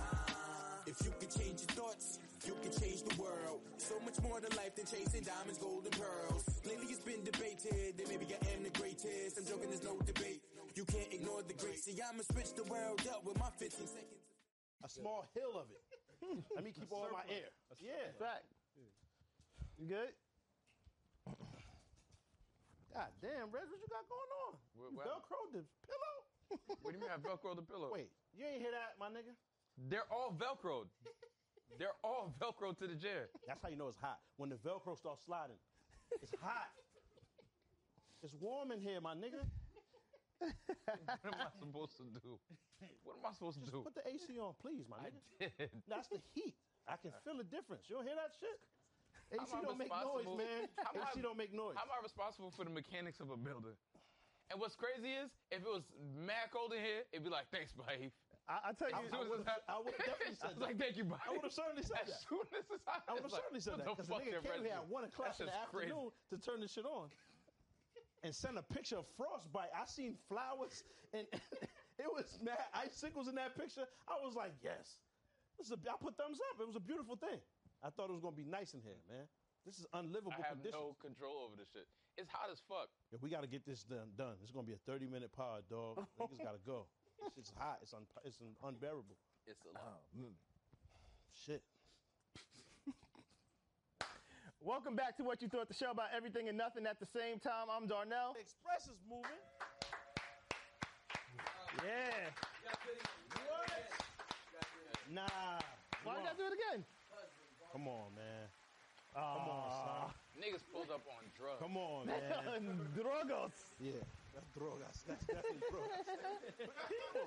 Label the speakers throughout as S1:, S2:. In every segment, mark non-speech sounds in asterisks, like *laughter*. S1: Ah,
S2: Ah. *laughs* *coughs*
S3: They're all velcroed. They're all velcroed to the chair.
S2: That's how you know it's hot. When the Velcro starts sliding, it's hot. it's warm in here, my nigga.
S3: *laughs* What am I supposed to do? What am I supposed to
S2: Just
S3: do?
S2: put the AC on, please, my
S3: I
S2: nigga.
S3: did.
S2: That's the heat. I can feel the difference. You don't hear that shit? AC
S3: I
S2: don't make noise,
S3: responsible?
S2: man.
S3: How am
S2: AC
S3: I-
S2: don't make noise.
S3: How am I responsible for the mechanics of a building? And what's crazy is, if it was mad cold in here, it'd be like, thanks, buddy.
S4: I, I tell
S3: As
S4: you,
S3: soon as
S2: would've-
S3: it's hot-
S2: I would've definitely
S3: *laughs* I
S2: said
S3: was like,
S2: that.
S3: thank you, buddy.
S2: I would have certainly said
S3: As
S2: that.
S3: soon as it's hot,
S2: I would have
S3: it's like,
S2: certainly said
S3: what the
S2: that because the
S3: fuck
S2: nigga
S3: that
S2: came
S3: residue?
S2: here at one o'clock
S3: That's
S2: in the
S3: just crazy.
S2: afternoon to turn this shit on, and sent a picture of frostbite. I seen flowers, and *laughs* it was mad icicles in that picture. I was like, yes, this is. A, I put thumbs up. It was a beautiful thing. I thought it was gonna be nice in here, man. This is unlivable
S3: I have no
S2: conditions.
S3: control over this shit. It's hot as fuck.
S2: Yeah, we got to get this done. Done. It's gonna be a thirty-minute pod,
S3: *laughs*
S2: dog. Niggas gotta go. It's hot. It's un- it's un- unbearable.
S3: It's a lot.
S2: Shit.
S4: welcome back to what you thought the show about everything and nothing at the same time. I'm Darnell.
S2: Express is moving.
S4: Yeah.
S2: Nah.
S4: Why did I do it again?
S2: Come on, man. Come
S4: Oh,
S2: on, son.
S3: Uh, Niggas pulled up on drugs.
S2: Ah. Come on, man.
S4: *laughs* Drogos.
S2: Yeah, that's drogas. That's definitely drogas.
S4: *laughs*
S2: People,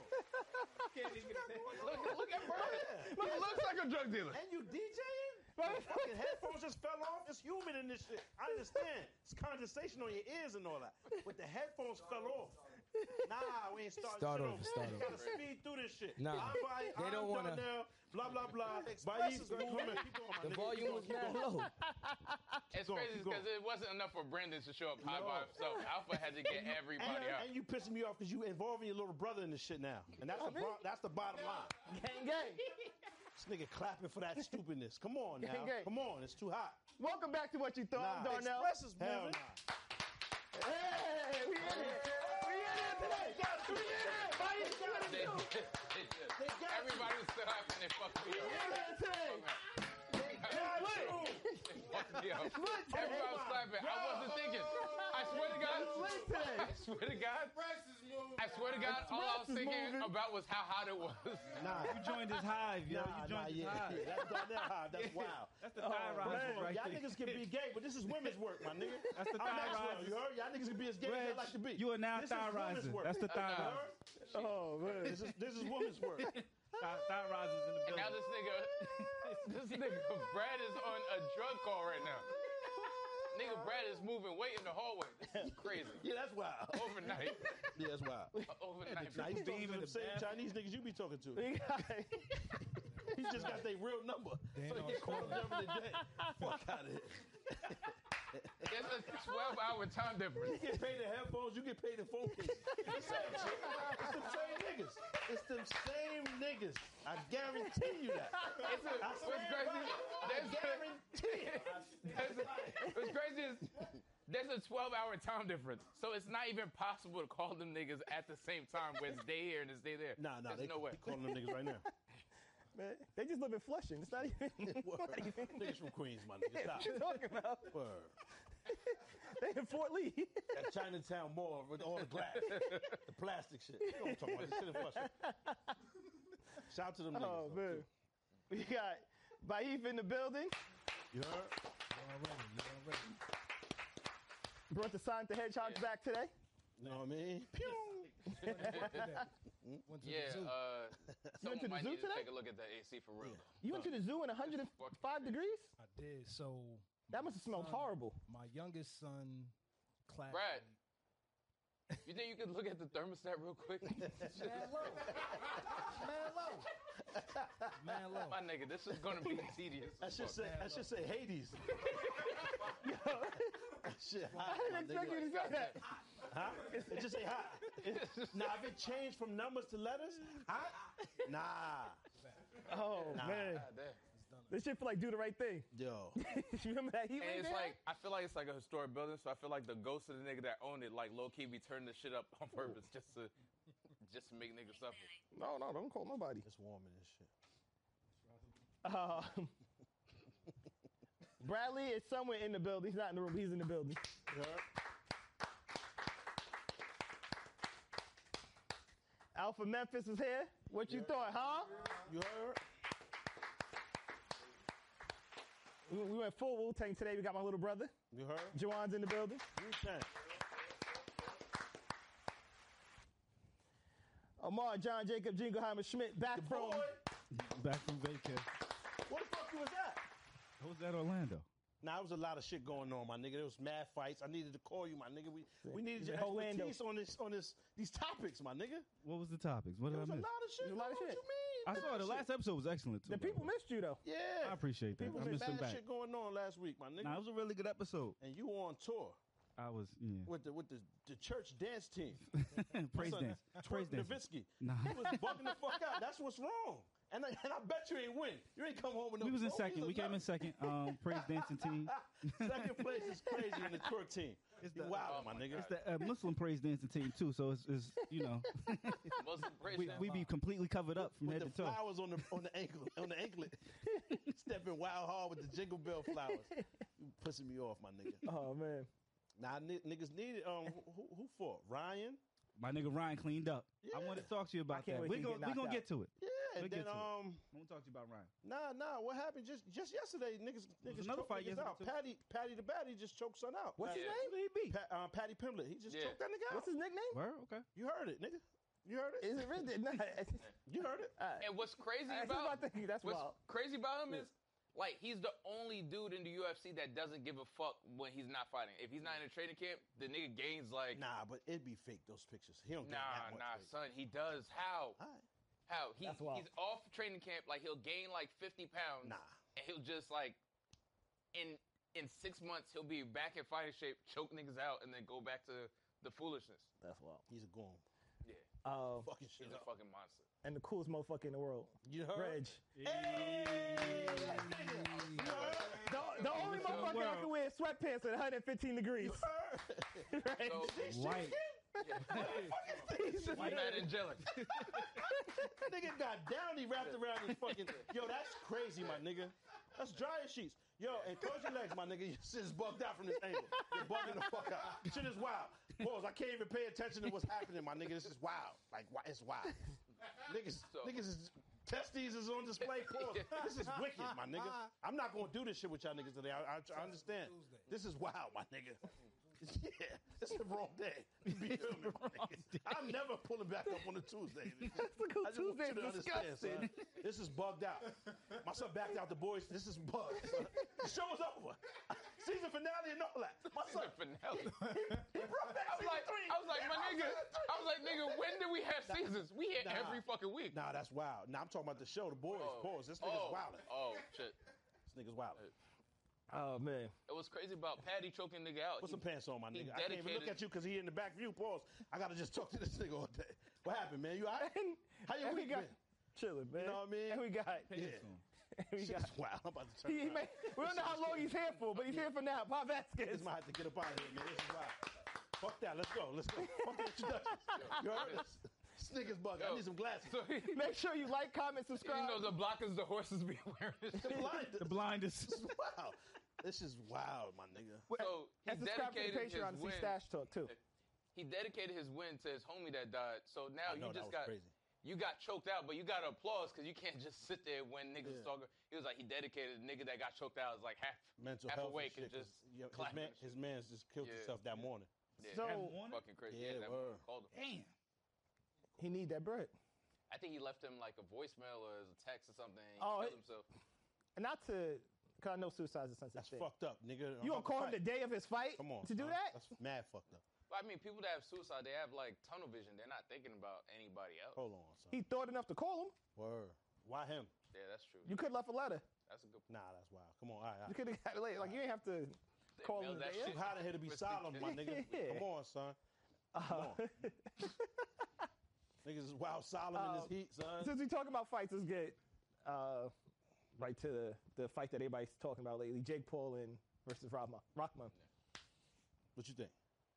S3: Look, look
S2: *laughs*
S3: at Brian. Look, he looks like a drug dealer.
S2: and you
S3: *laughs*
S2: DJing? My fucking headphones just fell off. It's humid in this shit. I understand. It's condensation on your ears and all that. But the headphones fell off. Nah, we ain't starting
S5: Start
S2: shit
S5: over, start
S2: We
S5: over.
S2: gotta speed through this shit.
S5: Nah,
S2: I'm by,
S5: they
S2: I'm
S5: don't wanna-
S2: Darnell, Blah, blah, blah. By is moving. Keep going, my
S5: The
S2: nigga.
S5: volume was
S2: Keep
S5: mad
S2: going, keep
S5: low.
S3: It's
S2: going,
S3: crazy
S2: keep going.
S3: because it wasn't enough for Brandon to show up high by
S2: No.
S3: himself.
S2: *laughs*
S3: Alpha had to get
S2: going. And,
S3: everybody out.
S2: and you pissing me off because you involving your little brother in this shit now. And that's, the, bro- that's the bottom line.
S4: Gang, gang.
S2: This nigga clapping for
S4: *laughs*
S2: that stupidness. Come on now.
S4: Okay.
S2: Come on, it's too hot.
S4: Welcome back to what you thought.
S2: Nah.
S4: I'm Darnell.
S2: Express is
S4: Hell
S2: moving.
S4: nah. Hey, we in it. We in it today. We in it. Why you doing it?
S3: *laughs* They- they- everybody was still happy and they fucked me
S4: We
S3: up.
S4: in it today.
S3: They fucked
S2: *laughs*
S3: me up. Everybody was clapping. I wasn't thinking. I swear to God.
S4: Lit today.
S3: *laughs* I swear to God. I swear to God, all I was
S4: is
S3: thinking
S4: moving.
S3: about was how hot it was.
S2: Nah.
S6: You joined his hive, yo. you
S2: Nah, nah,
S6: joined his
S2: yeah,
S6: hive.
S2: *laughs* yeah, That's Darnell high. That's wild.
S6: That's the
S4: Oh,
S6: high rise
S2: Man,
S6: right
S2: y'all
S6: there.
S2: niggas can be gay, but this is women's work, my nigga.
S6: That's the
S2: I'm
S6: thigh
S2: Maxwell,
S6: rise.
S2: You heard? Y'all niggas can be as gay as
S6: Reg,
S2: they like to be.
S6: you are now
S2: This is
S6: thigh
S2: women's
S6: rising.
S2: work.
S6: That's the thigh
S3: Nah.
S6: rise.
S4: Oh, man.
S2: This is this is women's
S3: *laughs*
S2: work.
S6: Thigh, thigh rises in the
S3: And now
S6: building.
S3: this nigga, *laughs* this nigga Brad is on a drug call right now. Nigga Brad is moving weight in the hallway. This is crazy.
S2: *laughs* Yeah, that's wild. *laughs*
S3: Overnight.
S2: Yeah, that's wild.
S3: Overnight.
S2: Now he's talking
S6: Beam
S2: to
S6: in
S2: the
S6: the
S2: same
S6: bathroom.
S2: Chinese niggas you be talking to.
S4: We got-
S2: He just got their *laughs* real number.
S6: *laughs*
S5: ain't
S2: *laughs* So he
S5: no
S2: get called up every
S3: *laughs*
S2: day. Fuck out of here.
S3: It's a 12 hour time difference.
S2: You get paid in headphones, you get paid in phone cases. It's the same shit. It's them same niggas. It's them same niggas. I guarantee you that.
S3: It's a,
S2: I
S3: what's
S2: swear
S3: crazy? *laughs* There's
S2: Guarantee it.
S3: there's
S4: *laughs*
S3: a- what's crazy is there's a 12 hour time difference, so it's not even possible to call them niggas at the same time where it's day here and it's day there.
S2: Nah, nah,
S3: there's
S2: they
S3: no way.
S2: they calling
S4: *laughs*
S2: them niggas right now.
S4: man, they just live in Flushing. It's not even.
S2: *laughs* Word. niggas from Queens, my
S4: *laughs*
S2: nigga. Stop.
S4: What you talking about?
S2: Word.
S4: They in Fort Lee.
S2: That Chinatown
S4: *laughs*
S2: Mall with all the glass, the plastic shit. You know what I'm talking about? This shit in Flushing. Shout out to them
S4: Oh
S2: niggas. though,
S4: man,
S2: too.
S4: we got Baif in the building.
S2: You heard?
S5: already, you already.
S4: Brought the Sonic the Hedgehog
S3: Yeah.
S4: back today.
S2: You know what I mean?
S3: *laughs*
S5: Went to
S3: Yeah,
S5: the zoo.
S3: uh,
S2: *laughs*
S3: someone
S4: to the
S3: might
S4: zoo
S3: need to
S4: today?
S3: take a look at the AC for real.
S4: You went to the zoo in 105
S3: fucking crazy.
S4: degrees.
S5: I did. So
S4: That must have smelled
S5: son-
S4: horrible.
S5: My youngest son, clapped.
S3: Brad. You think you could look at the thermostat real quick?
S5: Man low. Man *laughs* low. Man low.
S3: My nigga, this is gonna be tedious.
S2: That
S3: as
S2: should
S3: fuck.
S2: say that should say
S4: *laughs*
S2: Hades. that *laughs* shit hot.
S4: I didn't
S2: my
S4: expect
S2: nigga.
S4: you to say that.
S2: Huh? It just say
S4: *laughs*
S2: hot. It- now if it changed from numbers to letters, hot?
S4: *laughs*
S2: Nah.
S4: Oh
S2: Nah.
S4: man,
S3: God Ah, damn.
S4: this shit feel like do the right thing.
S2: Yo.
S4: *laughs* you remember that heat
S3: And
S4: wave?
S3: it's
S4: they
S3: like
S4: had?
S3: I feel like it's like a historic building, so I feel like the ghost of the nigga that owned it, like low key, we turned the shit up on purpose just to just to make niggas suffer.
S4: no, no, don't call nobody.
S2: It's warm in this shit.
S4: Um, Bradley is somewhere in the building. He's not in the room. He's in the building.
S2: You heard?
S4: Alpha Memphis is here. What you thought, huh?
S2: You heard?
S4: We, we went full Wu Tang today. We got my little brother.
S2: You heard?
S4: Juwan's in the building.
S2: You think?
S4: Amar, John Jacob, Jingleheimer Schmidt back from.
S5: Back from vacay.
S2: What the fuck was that?
S6: Who's that Orlando?
S2: Nah, it was a lot of shit going on, my nigga. There was mad fights. I needed to call you, my nigga. We we needed your
S4: Yeah, Orlando.
S2: expertise on this on this these topics, my nigga.
S6: What was the topics? What
S2: There
S6: did I
S2: was a lot
S6: miss?
S2: of shit.
S4: There's a lot of
S2: going on.
S4: shit.
S6: I
S2: What you mean?
S6: saw the
S2: Mad
S6: last
S2: shit.
S6: episode was excellent too.
S4: The
S6: by
S4: people
S6: way.
S4: missed you though.
S2: Yeah.
S6: I appreciate that.
S4: people
S6: I
S2: There was
S6: missed them
S2: mad
S6: back.
S2: shit going on last week, my nigga.
S6: Nah, it was a really good episode.
S2: and you on tour
S6: I was yeah.
S2: with the with the, the church dance team.
S6: *laughs* Praise
S2: son,
S6: dance. Praise
S2: Twerk
S6: dance.
S2: Nowitzki.
S6: Nah.
S2: He was bugging the fuck out. That's what's wrong. And I, and I bet you ain't win. You ain't come home with no.
S6: We was in
S2: trophies
S6: second.
S2: or
S6: We came in
S2: nothing.
S6: second.
S2: *laughs*
S6: Um, praise dancing team.
S2: Second place is crazy in the twerk team.
S6: It's
S2: You
S6: the-
S2: wild,
S3: Oh
S2: my
S3: my
S2: nigga.
S3: God.
S6: It's the uh, Muslim praise dancing team too. So it's, it's you
S2: *laughs*
S6: know
S3: Muslim praise
S6: we,
S3: dance.
S6: we be completely covered up from head
S2: with
S6: to
S2: the
S6: toe.
S2: flowers on the on the ankle on the
S4: *laughs*
S2: anklet, stepping wild hard with the jingle bell flowers. You pissing me off, my nigga.
S4: Oh man.
S2: Now ni- niggas needed um who- who, who for Ryan?
S6: My nigga Ryan cleaned up. I want to talk to you about
S4: can't
S6: that.
S4: wait
S6: We're
S4: till
S6: gonna
S4: you get
S6: we gonna
S4: knocked
S6: get to it.
S2: Yeah,
S6: We'll
S2: and then
S6: get to it.
S2: um
S6: I'm gonna talk to you about Ryan.
S2: nah nah what happened just just yesterday niggas
S6: was
S2: niggas
S6: another
S2: choked
S6: fight
S2: niggas
S6: yesterday,
S2: out.
S6: too.
S2: Patty Patty the Batty just choked son out.
S4: What's
S3: Yeah.
S4: his name? Who he beat?
S2: Pa- um, Patty Pimlet he just
S3: Yeah.
S2: choked that nigga out.
S4: What's his nickname?
S6: Word? Okay.
S2: you heard it nigga. You heard it.
S4: Is it
S2: *laughs*
S4: really? Nah, it's-
S2: you heard it.
S4: alright.
S3: And what's crazy
S4: I was
S3: about,
S4: about to think that's
S3: what's
S4: wild.
S3: crazy about him is like he's the only dude in the UFC that doesn't give a fuck when he's not fighting. If he's not in a training camp, the nigga gains like nah,
S2: Nah, but it'd be fake those pictures. He don't get that
S3: nah,
S2: much weight.
S3: son. He does how
S2: All right.
S3: how he,
S4: That's wild.
S3: he's off training camp like he'll gain like fifty pounds.
S2: Nah.
S3: and he'll just like in in six months he'll be back in fighting shape, choke niggas out, and then go back to the foolishness.
S4: That's wild.
S2: He's a goon.
S3: Yeah,
S4: Uh,
S2: Fucking shit.
S3: he's a
S2: up.
S3: fucking monster.
S4: and the coolest motherfucker in the world,
S2: You heard?
S4: Reg. The, the only
S6: the
S4: motherfucker
S6: world.
S4: that can wear sweatpants at 115 degrees. *laughs*
S2: *laughs*
S4: Reg.
S3: So,
S6: White.
S4: He's just-
S3: White man angelic.
S2: That *laughs* nigga got Downey wrapped around his fucking. Yo, that's crazy, my nigga. That's dry as sheets. Yo, and close your legs, my nigga. Your shit is bugged out from this angle. You're bugging the fuck out. Shit is wild. Pause. I can't even pay attention to what's happening, my nigga. This is wild. Like, wi- it's wild. Niggas,
S3: So-
S2: niggas is. Testes is on display. Pause. This is wicked, my nigga. I'm not gonna do this shit with y'all niggas today. I, I, I understand. This is wild, my nigga. *laughs* Yeah, it's the wrong day. to be filming, my nigga. *laughs* I'm never pulling back up on a Tuesday.
S4: Look who
S2: I just want
S4: Tuesday
S2: you to understand,
S4: disgusting.
S2: son. This is bugged out. My son backed out the boys. This is bugged. son. The show is over. *laughs* Season finale and all that. My son.
S3: Finale.
S2: He brought back
S3: I was like, I was like, my nigga, I was like, nigga, when do we have seasons? We hit
S2: Nah.
S3: every fucking week.
S2: Nah, that's wild. Nah, I'm talking about the show, the boys.
S3: Oh.
S2: Pause. This nigga's
S3: oh,
S2: wildin'.
S3: Oh shit.
S2: This nigga's wildin'.
S4: Oh man.
S3: It was crazy about Patty choking nigga out.
S2: Put some pants on, my
S3: he
S2: nigga. I can't even look
S3: dedicated-
S2: at you because he in the back view. Pause. I gotta just talk to this nigga all day. What happened, man? You all right? How you
S4: and we
S2: week
S4: got
S2: been?
S4: chilling, man. You
S2: know what I mean?
S4: And we got.
S2: Yeah.
S4: and we
S2: Shit is
S4: got.
S2: wild. I'm about to turn.
S4: He, he
S2: around.
S4: may, we don't know how long he's here for, but he's here for now. Pop Vasquez.
S2: Niggas might have to get up out of here, man. This is wild. Fuck that. Let's go. Let's go. Fuck the introductions.
S4: *laughs*
S2: You heard us? This nigga's bugging. I
S3: Yo.
S2: need some *laughs* glasses.
S3: So he, you
S4: *laughs* Make sure you like, comment, subscribe.
S3: know the blockers the horses be wearing.
S2: The *laughs* blind.
S6: The blindest.
S2: wow. This is wild, my nigga.
S3: so he
S4: and subscribe to the
S3: dedicated his
S4: Patreon to see
S3: win.
S4: Stash Talk too.
S3: He dedicated his win to his homie that died. So now
S2: I know
S3: you just
S2: that was
S3: got
S2: crazy.
S3: you got choked out, but you got applause because you can't just *laughs* sit there when niggas
S2: Yeah.
S3: talking. He was like, he dedicated the nigga that got choked out as like half.
S2: Mental
S3: half
S2: health and
S3: awake and
S2: shit, 'cause,
S3: just
S2: yeah, his,
S3: clapping
S2: man,
S3: and shit.
S2: his man's just killed
S3: Yeah.
S2: himself that morning.
S3: Yeah,
S4: So-
S3: that's
S6: Morning?
S3: fucking crazy.
S2: Yeah,
S3: Yeah, that
S2: word.
S3: motherfucker called him.
S6: Damn.
S4: He need that bread.
S3: I think he left him like a voicemail or a text or something. And he
S4: Oh,
S3: killed
S4: it-
S3: himself.
S4: Not to, cause I know suicide's a sensitive
S2: That's
S4: thing.
S2: fucked up, nigga. I'm
S4: You gonna
S2: about to
S4: call him the
S2: fight.
S4: day of his fight
S2: Come on.
S4: to do
S2: son.
S4: that?
S2: That's mad fucked up.
S3: But, I mean, people that have suicide, they have like tunnel vision. They're not thinking about anybody else.
S2: Hold on, son.
S4: He thought enough to call him.
S2: Word. Why him?
S3: Yeah, that's true.
S4: You could left a letter.
S3: That's a good point.
S2: Nah, that's wild. Come on, all right. All
S4: You
S2: right.
S4: could have got a letter. Like you didn't have to.
S3: They
S4: Call
S3: mailed
S4: him
S3: that
S4: the day
S3: shit.
S2: Too hot
S3: *laughs*
S2: in here to be
S3: Rest in
S2: silent, my
S3: peace.
S2: nigga.
S4: *laughs* Yeah.
S2: Come on, son.
S4: Uh, *laughs*
S2: on. Niggas is wild silent in
S4: Um,
S2: this heat, son.
S4: since we talking about fights, let's get uh, right to the, the fight that everybody's talking about lately: Jake Paul and versus Rahma, Rahman.
S2: What you think?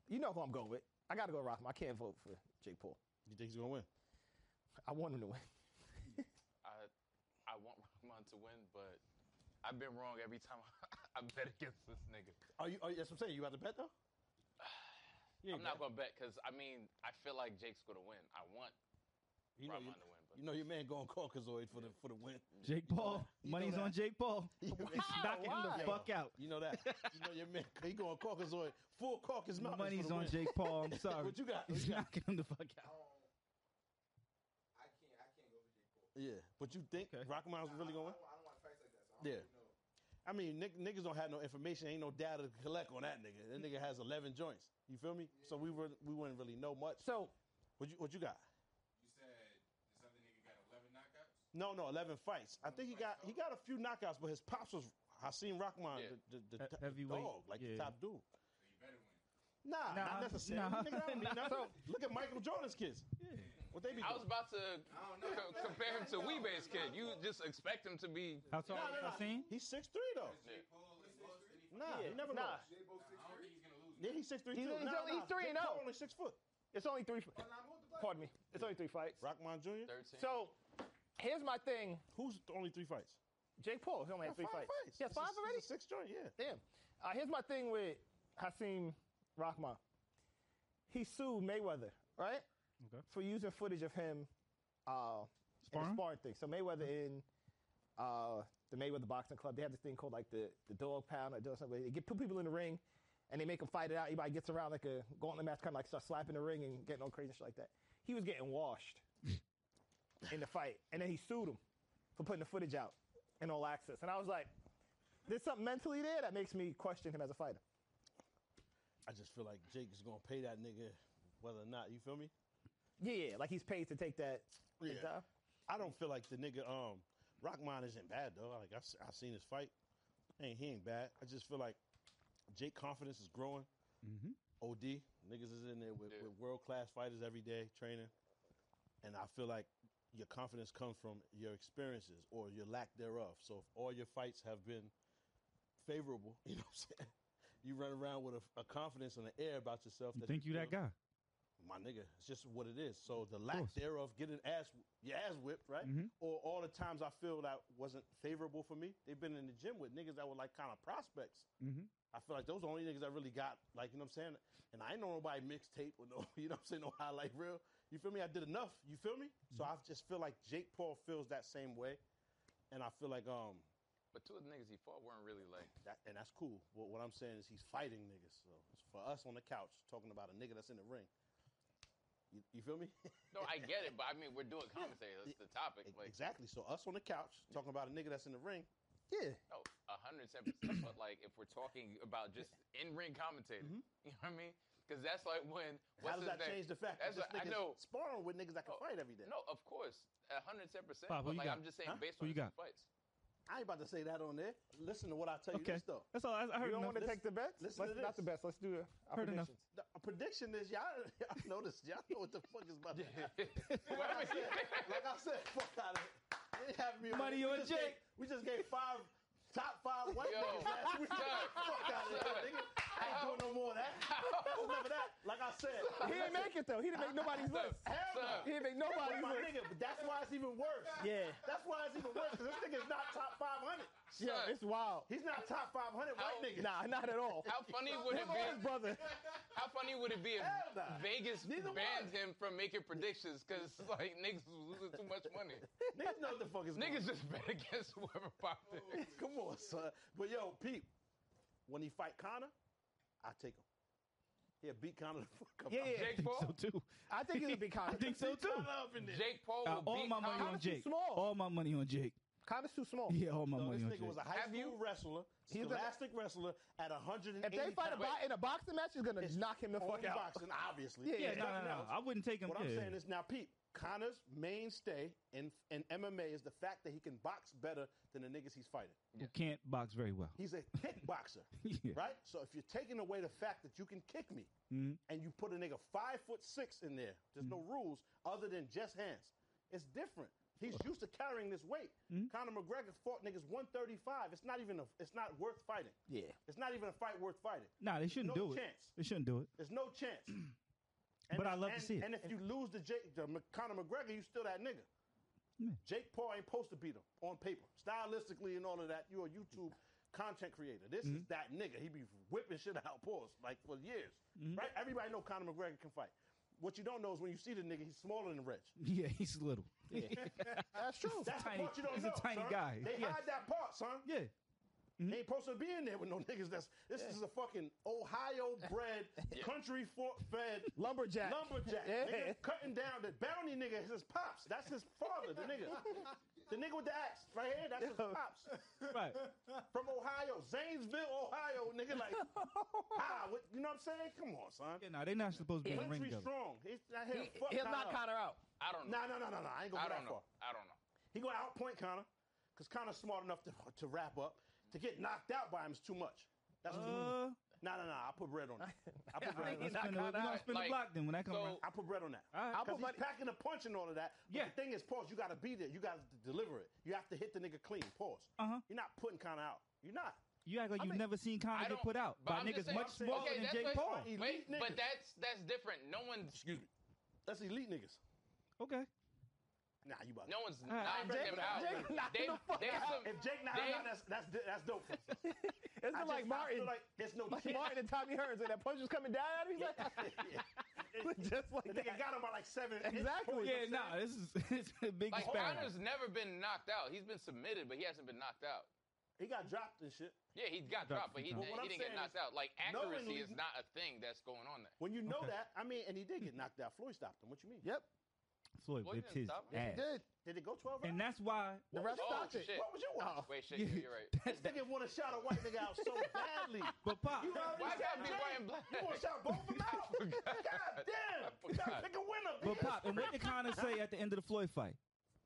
S4: You know who I'm going with. I got to go Rahman. I can't vote for Jake Paul.
S2: You think he's gonna win?
S4: I want him to win.
S3: I, I want *laughs* Rahman to win, but I've been wrong every time *laughs* I bet against this nigga.
S2: Are you? Are, you- that's what I'm saying. You about to bet though?
S3: I'm not gonna bet because I mean I feel like Jake's gonna win. I want
S2: You know,
S3: Rahman
S2: you,
S3: to win, but
S2: you know your man going Caucasoid for the for the win.
S6: Jake Paul.
S2: You know
S6: Money's on
S2: that.
S6: Jake
S2: *laughs*
S6: Paul. Knock him the
S2: Why?
S6: fuck out.
S2: You know that. you know your man. He going Caucasoid. Full Caucus mountains. for
S6: Money's
S2: the
S6: on
S2: win.
S6: Jake Paul.
S2: *laughs*
S6: I'm sorry.
S2: What you got? What
S6: He's
S2: you got?
S6: knocking him the fuck out.
S1: I can't. I can't go for Jake Paul.
S2: Yeah, but you think
S6: Okay.
S2: Rock Mountain's really
S1: I,
S2: going?
S1: don't, I don't want fights like that. So I don't
S2: Yeah.
S1: really know.
S2: I mean, nick, niggas don't have no information, ain't no data to collect on that nigga. That nigga has eleven joints. You feel me? So we were, we wouldn't really know much.
S4: So
S2: What you what you got?
S1: You said this other nigga got 11 knockouts.
S2: No, no, eleven fights. I think he got he got a few knockouts, but his pops was Hakeem Rockman,
S3: Yeah.
S2: the, the, the,
S6: He-
S2: the
S6: heavyweight,
S2: dog, like the
S6: yeah.
S2: top dude.
S1: So you better win.
S2: Nah,
S6: Nah,
S2: not necessarily.
S6: nah.
S2: Nigga, that
S6: *laughs*
S2: don't mean nothing. Look at Michael Jordan's kids. What they be
S3: I was
S2: doing?
S3: about to co- *laughs* compare him to Weebay's kid. You just expect him to be.
S6: How tall
S2: Nah,
S6: is
S2: nah, nah.
S6: Hakeem?
S2: He's six three though.
S1: Jake Paul is lost and he
S2: Nah, he
S4: Yeah,
S2: never
S4: nah.
S2: lost.
S1: They both six
S3: don't
S1: three. He's gonna lose.
S2: Yeah, he's six three
S4: He's-
S2: too.
S4: he's
S2: nah, nah,
S4: only- he's three
S2: Jake
S4: and
S2: Paul
S4: oh.
S2: only six foot.
S4: it's only three.
S1: Well, now multiply.
S4: Pardon me. It's only three fights.
S2: Rockman Jr.
S3: 13.
S4: So here's my thing:
S2: Who's th- only three fights?
S4: Jake Paul. He only
S2: Yeah,
S4: had three
S2: five
S4: fights. Yeah,
S2: It's a- it's
S4: five
S2: a
S4: already.
S2: Six joint. Yeah.
S4: Damn. Uh, here's my thing with Hasim Rahman. He sued Mayweather, right?
S6: Okay.
S4: For using footage of him uh, in
S6: Sparring?
S4: the sparring thing. So Mayweather
S2: Mm-hmm.
S4: in uh, the Mayweather Boxing Club, they have this thing called like the, the dog pound or dog something. They get two people in the ring and they make them fight it out. Everybody gets around like a gauntlet match, kind of like start slapping the ring and getting all crazy and shit like that. He was getting washed in the fight. And then he sued him for putting the footage out in all access. And I was like, there's something mentally there that makes me question him as a fighter.
S2: I just feel like Jake is gonna pay that nigga whether or not. You feel me?
S4: Yeah, yeah, like he's paid to take that.
S2: Yeah.
S4: that-
S2: I don't feel like the nigga um Rockman isn't bad though. Like I've, s- I've seen his fight. Ain't he ain't bad. I just feel like Jake confidence is growing.
S4: Mm-hmm.
S6: Mhm.
S2: OD niggas is in there with,
S3: Yeah.
S2: with world class fighters every day training, and I feel like your confidence comes from your experiences or your lack thereof. So if all your fights have been favorable, *laughs* you know what I'm saying. You run around with a, a confidence and an air about yourself.
S6: You think you that
S2: feel-
S6: guy?
S2: my nigga, it's just what it is. So the lack
S6: course.
S2: thereof, getting ass your ass whipped, right?
S6: Mhm.
S2: Or all the times I feel that wasn't favorable for me. They've been in the gym with niggas that were like kind of prospects. *laughs*
S6: Mhm.
S2: I feel like those are the only niggas that really got like you know what I'm saying. And I ain't know nobody mixtape or no, *laughs* you know what I'm saying, no highlight reel. You feel me? I did enough. You feel me? So I just feel like Jake Paul feels that same way, and I feel like um
S3: But two of the niggas he fought weren't really like.
S2: that, and that's cool. What, what I'm saying is he's fighting niggas. So for us on the couch talking about a nigga that's in the ring. You, you feel me?
S3: No, I get it, but I mean we're doing commentary. That's the topic.
S2: E-
S3: Like,
S2: exactly. So us on the couch talking about a nigga that's in the ring.
S4: Yeah.
S3: no, Oh, a hundred and ten percent. But like, if we're talking about just in ring commentating, *laughs* you know what I mean? Because that's like when.
S2: Mm-hmm.
S3: What's
S2: How does
S3: his
S2: that
S3: name?
S2: change the fact that
S3: That's
S2: this
S3: what- I
S2: nigga's
S3: know.
S2: sparring with niggas that can
S3: No,
S2: fight every day?
S3: No, of course, a hundred and ten percent.
S6: Bob, who you
S3: But like,
S6: got?
S3: I'm just saying,
S2: Huh?
S3: based
S6: Who you
S3: on his
S6: got?
S3: fights.
S2: I ain't about to say that on there. Listen to what I tell you.
S6: Okay.
S2: This though.
S6: That's all. I, I heard
S4: You don't
S6: enough.
S4: want to take the bets?
S2: listen to
S4: Let's, Not the
S2: this.
S4: bets. Let's do it. Our
S6: Heard enough.
S4: predictions.
S2: The a prediction is y'all. *laughs* Y'all know this. Y'all know what the fuck is about. to happen. *laughs* like, I said, like I said, fuck out of it. They ain't having me on
S6: Money on
S2: this. we just gave-
S6: Jake.
S2: we just gave five top five white
S3: Yo.
S2: niggas last week.
S3: Son.
S2: fuck out of here, nigga. I not doing no more of that. Remember that? Like I said,
S4: He didn't make it though. He didn't make nobody's list.
S2: Hell no.
S4: He didn't make
S2: That's
S4: nobody's
S2: my
S4: list.
S2: nigga, but that's why it's even worse.
S7: Yeah.
S2: That's why it's even worse because this nigga's not top 500.
S4: Yeah, it's wild.
S2: He's not top 500 white
S3: How-
S2: niggas.
S4: Nah, not at all.
S3: How funny would it
S4: Him or his
S3: be?
S4: brother.
S3: *laughs* How funny would it be if
S2: Hell nah.
S3: Vegas
S2: Neither one.
S3: banned him from making predictions because *laughs* like niggas was losing too much money?
S2: Niggas know what the fuck is going
S3: niggas just bet against whoever popped in.
S2: on. *laughs* Come on, son. But yo, Pete, when he fight Connor, I take him. He'll beat Connor the fuck up.
S4: Yeah, yeah.
S3: Jake Paul.
S6: So too.
S4: I think he'll be Connor.
S6: I think so too.
S2: Connor up in there.
S3: Jake Paul
S6: Uh,
S3: will
S6: all
S3: beat
S6: my money
S3: Conor.
S6: on
S4: Connor's too
S6: Jake.
S4: small.
S6: All my money on Jake.
S4: Connor's too small.
S6: Yeah, all my
S2: So
S6: money
S2: this
S6: on
S2: nigga
S6: Jake.
S2: was a high
S3: Have
S2: school
S3: you-
S2: wrestler,
S4: He's a-
S2: scholastic wrestler at 180
S4: If they fight a
S2: pounds.
S4: bo- in a boxing match, he's gonna knock him the
S2: Only
S4: fuck out.
S2: boxing, obviously.
S4: Yeah,
S6: yeah,
S4: yeah,
S6: no, no,
S2: nothing
S6: no.
S2: else.
S6: I wouldn't take him.
S2: What
S6: yeah.
S2: I'm saying is now, Pete, Connor's mainstay in, in MMA is the fact that he can box better than the niggas he's fighting.
S6: who can't box very well.
S2: He's a *laughs* kickboxer,
S6: *laughs* Yeah.
S2: right? So if you're taking away the fact that you can kick me
S6: Mhm.
S2: and you put a nigga five foot six in there, there's
S6: Mm.
S2: no rules other than just hands. It's different. He's used to carrying this weight.
S6: Mm.
S2: Conor McGregor fought niggas 135. It's not even a, it's not worth fighting.
S4: Yeah.
S2: It's not even a fight worth fighting.
S6: Nah, they shouldn't
S2: No
S6: do it.
S2: chance.
S6: They shouldn't do it.
S2: There's no chance.
S6: *clears throat*
S2: And
S6: But
S2: if-
S6: I love to
S2: and-
S6: see it.
S2: And if you lose to Jake, to Mc- Conor McGregor, you still that nigga. Jake Paul ain't supposed to beat him on paper, stylistically and all of that. You're a YouTube content creator. This
S6: Mm-hmm.
S2: is that nigga. He be whipping shit out pause like for years,
S6: Mm-hmm.
S2: right? Everybody know Conor McGregor can fight. What you don't know is when you see the nigga, he's smaller than Reg.
S6: Yeah, he's little.
S2: *laughs*
S4: That's true.
S2: That's
S6: tiny-
S2: the part you don't
S6: he's a
S2: know.
S6: tiny
S2: son.
S6: guy.
S2: They
S6: Yeah.
S2: hide that part, son.
S6: Yeah. Mm-hmm.
S2: They ain't supposed to be in there with no niggas. That's this is a fucking Ohio
S6: *laughs*
S2: bred, country for- fed
S4: Lumberjack.
S2: Lumberjack.
S4: Yeah.
S2: Nigga cutting down the bounty nigga is his pops. That's his father, the
S4: *laughs*
S2: nigga. The nigga with the axe right here, that's his pops.
S6: *laughs* Right.
S2: *laughs* From Ohio, Zanesville, Ohio, nigga.
S4: *laughs*
S2: Like, ah, what, you know what I'm saying? Come on, son.
S6: Yeah, nah, they're not supposed to be in the ring
S2: Country
S6: together.
S2: strong. He's not here.
S4: He, he'll knock Connor out.
S3: I don't know.
S2: No, no, no, no, no. I ain't gonna
S3: I
S2: go
S3: don't
S2: that
S3: know.
S2: far.
S3: I don't know.
S2: He gonna outpoint Connor, cause Connor's smart enough to, to wrap up. To get knocked out by him is too much. That's what
S6: Uh,
S2: No, no, no. I put bread on that.
S6: *laughs*
S2: I put bread. on
S6: let's
S2: that.
S6: spin the, we're gonna
S3: out.
S6: spin
S3: Like,
S6: the block then when that comes
S3: so-
S6: around.
S2: I put bread on that.
S6: All right.
S2: Because he's packing a punch and all of that. But
S6: Yeah.
S2: The thing is, pause. You got to be there. You got to deliver it. You have to hit the nigga clean. Pause.
S6: Uh-huh.
S2: You're not putting Connor out. You're not.
S6: You act like
S2: I
S6: you've
S2: mean,
S6: never seen Conor
S3: I
S6: get
S3: don't-
S6: put out
S3: but
S6: by
S3: I'm
S6: niggas
S3: just saying-
S6: much
S3: I'm saying-
S6: smaller
S3: okay,
S6: than
S3: that's
S6: Jake
S3: what-
S6: Paul.
S2: Elite
S3: Wait,
S2: niggas.
S3: but that's that's different. No one's
S2: Excuse me. That's elite niggas.
S6: Okay.
S2: Nah, you about
S3: no one's
S6: right,
S3: knocking
S4: Jake-
S3: him out.
S4: Jake knocked
S3: They-
S4: him the fuck
S3: there's
S4: out.
S3: some-
S2: If Jake not
S3: they-
S2: out, that's that's that's
S3: *laughs*
S2: dope. For us.
S4: It's
S2: I
S4: not
S2: just- I
S4: like
S2: feel
S4: Martin.
S2: like there's no
S4: Like
S2: chance.
S4: Martin and Tommy Hearns, and that punch was coming down at him. He's *laughs* like, just
S2: the
S4: like
S2: nigga
S4: that.
S2: got him by like seven. inches.
S4: Exactly.
S6: Yeah, nah, this is *laughs* it's
S4: *laughs*
S6: a big
S3: Like
S6: experiment.
S3: Connor's never been knocked out. He's been submitted, but he hasn't been knocked out.
S2: He got dropped and shit.
S3: Yeah, he got
S6: Dropped
S3: dropped, but he,
S6: a few times.
S3: he
S2: Well, what I'm
S3: didn't get
S2: saying
S3: knocked
S2: is,
S3: out. Like accuracy
S2: knowingly-
S3: is not a thing that's going on there.
S2: When you know
S6: Okay.
S2: that, I mean, and he did get knocked out. Floyd stopped him. What you mean?
S4: Yep.
S6: Floyd
S3: Floyd
S6: whipped his
S3: didn't stop him.
S6: ass.
S4: Did
S2: Did it go 12 rounds?
S6: And that's why
S4: the ref
S3: Oh,
S4: stopped it?
S3: shit.
S2: what would you want?
S3: Wait, shit, yeah,
S6: *laughs*
S3: you're right.
S2: This nigga want to shot a white nigga out so
S4: *laughs*
S2: badly.
S6: But Pop,
S2: You already
S3: Why
S2: shot
S3: gotta be
S2: Jay.
S3: white and black?
S2: You want to shout both of them
S3: *laughs*
S2: out? God damn! You gotta
S3: forgot.
S2: pick a winner.
S6: but
S2: bitch.
S6: Pop, and what did Conor say
S7: *laughs*
S6: at the end of the Floyd fight?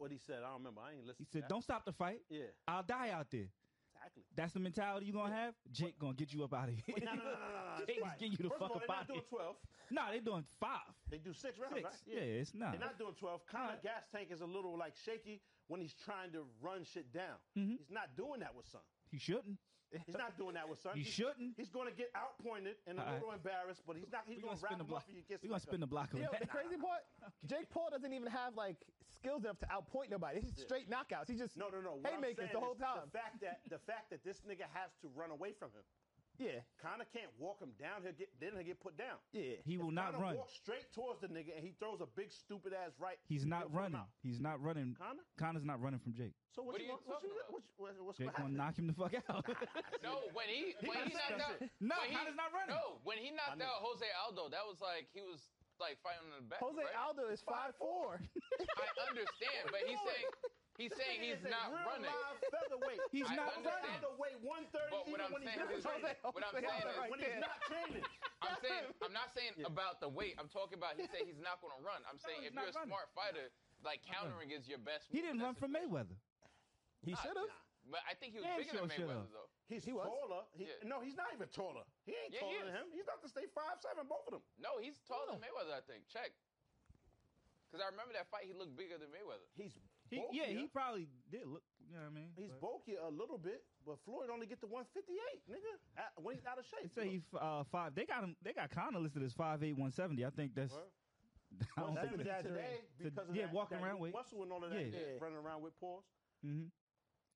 S2: What he said, I don't remember. I
S6: He
S2: ain't listening.
S6: said, "Don't stop the fight.
S2: Yeah,
S6: I'll die out there."
S2: exactly.
S6: That's the mentality you gonna have. Jake gonna get you up out of here.
S2: Wait, no, no, no, no, no, no.
S6: They
S2: That's
S6: just
S2: right.
S6: get you the
S2: First
S6: fuck
S2: of all,
S6: up
S2: they're
S6: out
S2: not doing
S6: here.
S2: 12.
S6: nah, they're doing five,
S2: They do six rounds,
S6: six.
S2: right?
S6: Yeah. it's not.
S2: They're not doing 12. Kind of gas tank is a little like shaky when he's trying to run shit down.
S6: Mhm.
S2: He's not doing that with Son.
S6: *laughs* He shouldn't.
S2: He's not doing that with Son.
S6: *laughs* He
S2: He's-
S6: shouldn't.
S2: He's going to get outpointed and a
S6: All right.
S2: little embarrassed, but he's not. He's
S6: We
S2: going
S6: gonna
S2: to wrap
S6: spin the
S2: him up
S6: block.
S2: and he gets.
S6: We're gonna
S2: knocked
S6: spin the
S2: out.
S6: block on
S4: Yo,
S6: that.
S4: the crazy part, Jake Paul doesn't even have like skills enough to outpoint nobody. He's straight knockouts. He's just
S2: No, no, no. What I'm saying
S4: haymakers the whole
S2: is
S4: time.
S2: The fact that the fact that this nigga has to run away from him.
S4: yeah,
S2: Connor can't walk him down. He'll get then he'll get put down.
S4: yeah.
S6: He will not run.
S2: Connor walks straight towards the nigga and he throws a big stupid ass right.
S6: He's
S2: He'll
S6: not
S2: put him
S6: running.
S2: out.
S6: He's not running.
S2: Connor.
S6: Connor's not running from Jake.
S2: So what,
S3: What
S2: you,
S3: are you
S2: want- what
S3: talking
S2: you
S3: about?
S2: what you- what- what's
S6: Jake
S2: gonna
S6: gonna
S2: happen?
S6: knock him the fuck out.
S3: No, when he when he knocked out.
S6: No,
S3: when he-
S6: Connor's not running.
S3: No, when he knocked
S2: know.
S3: out Jose Aldo, that was like he was like fighting in the back.
S4: Jose
S3: right?
S4: Aldo is five four.
S3: I understand, but
S2: *laughs*
S3: he's saying he's saying he's
S2: This nigga is a
S3: not
S2: real
S3: running.
S2: Live featherweight.
S6: *laughs* He's
S3: I
S6: not
S3: understand.
S6: running.
S2: Aldo weigh 130
S3: But what
S2: even
S3: I'm
S2: when
S3: saying
S2: he's
S3: is,
S2: training.
S3: what I'm saying
S4: Aldo
S3: is,
S4: right
S2: when he's
S4: there.
S2: not training.
S3: I'm
S6: *laughs*
S3: saying I'm not saying about the weight. I'm talking about he said he's not going to run. I'm saying
S6: he's
S3: if you're
S6: not
S3: a
S6: running.
S3: smart fighter, like countering is your best.
S6: *laughs* Uh-huh. he
S3: move in
S6: didn't run
S3: that
S6: from Mayweather.
S3: situation.
S4: He should have.
S3: But I think he was
S6: Damn
S3: bigger than
S6: sure should've.
S3: Mayweather though.
S2: He's
S4: was.
S2: taller. He,
S3: Yeah.
S2: No, he's not even taller. He ain't
S3: Yeah, he
S2: taller than
S3: is.
S2: him. He's about to stay five seven. Both of them.
S3: No, he's taller than Mayweather. I think. Check. Because I remember that fight, he looked bigger than Mayweather.
S2: He's
S6: He, yeah, he probably did look. You know what I mean?
S2: He's
S6: But-
S2: bulky a little bit, but Floyd only get to 158,
S4: *laughs*
S2: nigga. At- When he's out of shape.
S6: They say he's uh, five. They got him. They got Connor listed as five eight one seventy. I think that's.
S2: Word.
S6: I don't think
S2: Seventy
S6: that-
S2: today
S6: To-
S2: because of
S6: yeah,
S2: that,
S6: walking
S2: that
S6: around
S2: new
S6: with-
S2: muscle and all of that
S6: Yeah.
S2: shit,
S3: Yeah.
S2: running around with paws.
S6: Mhm.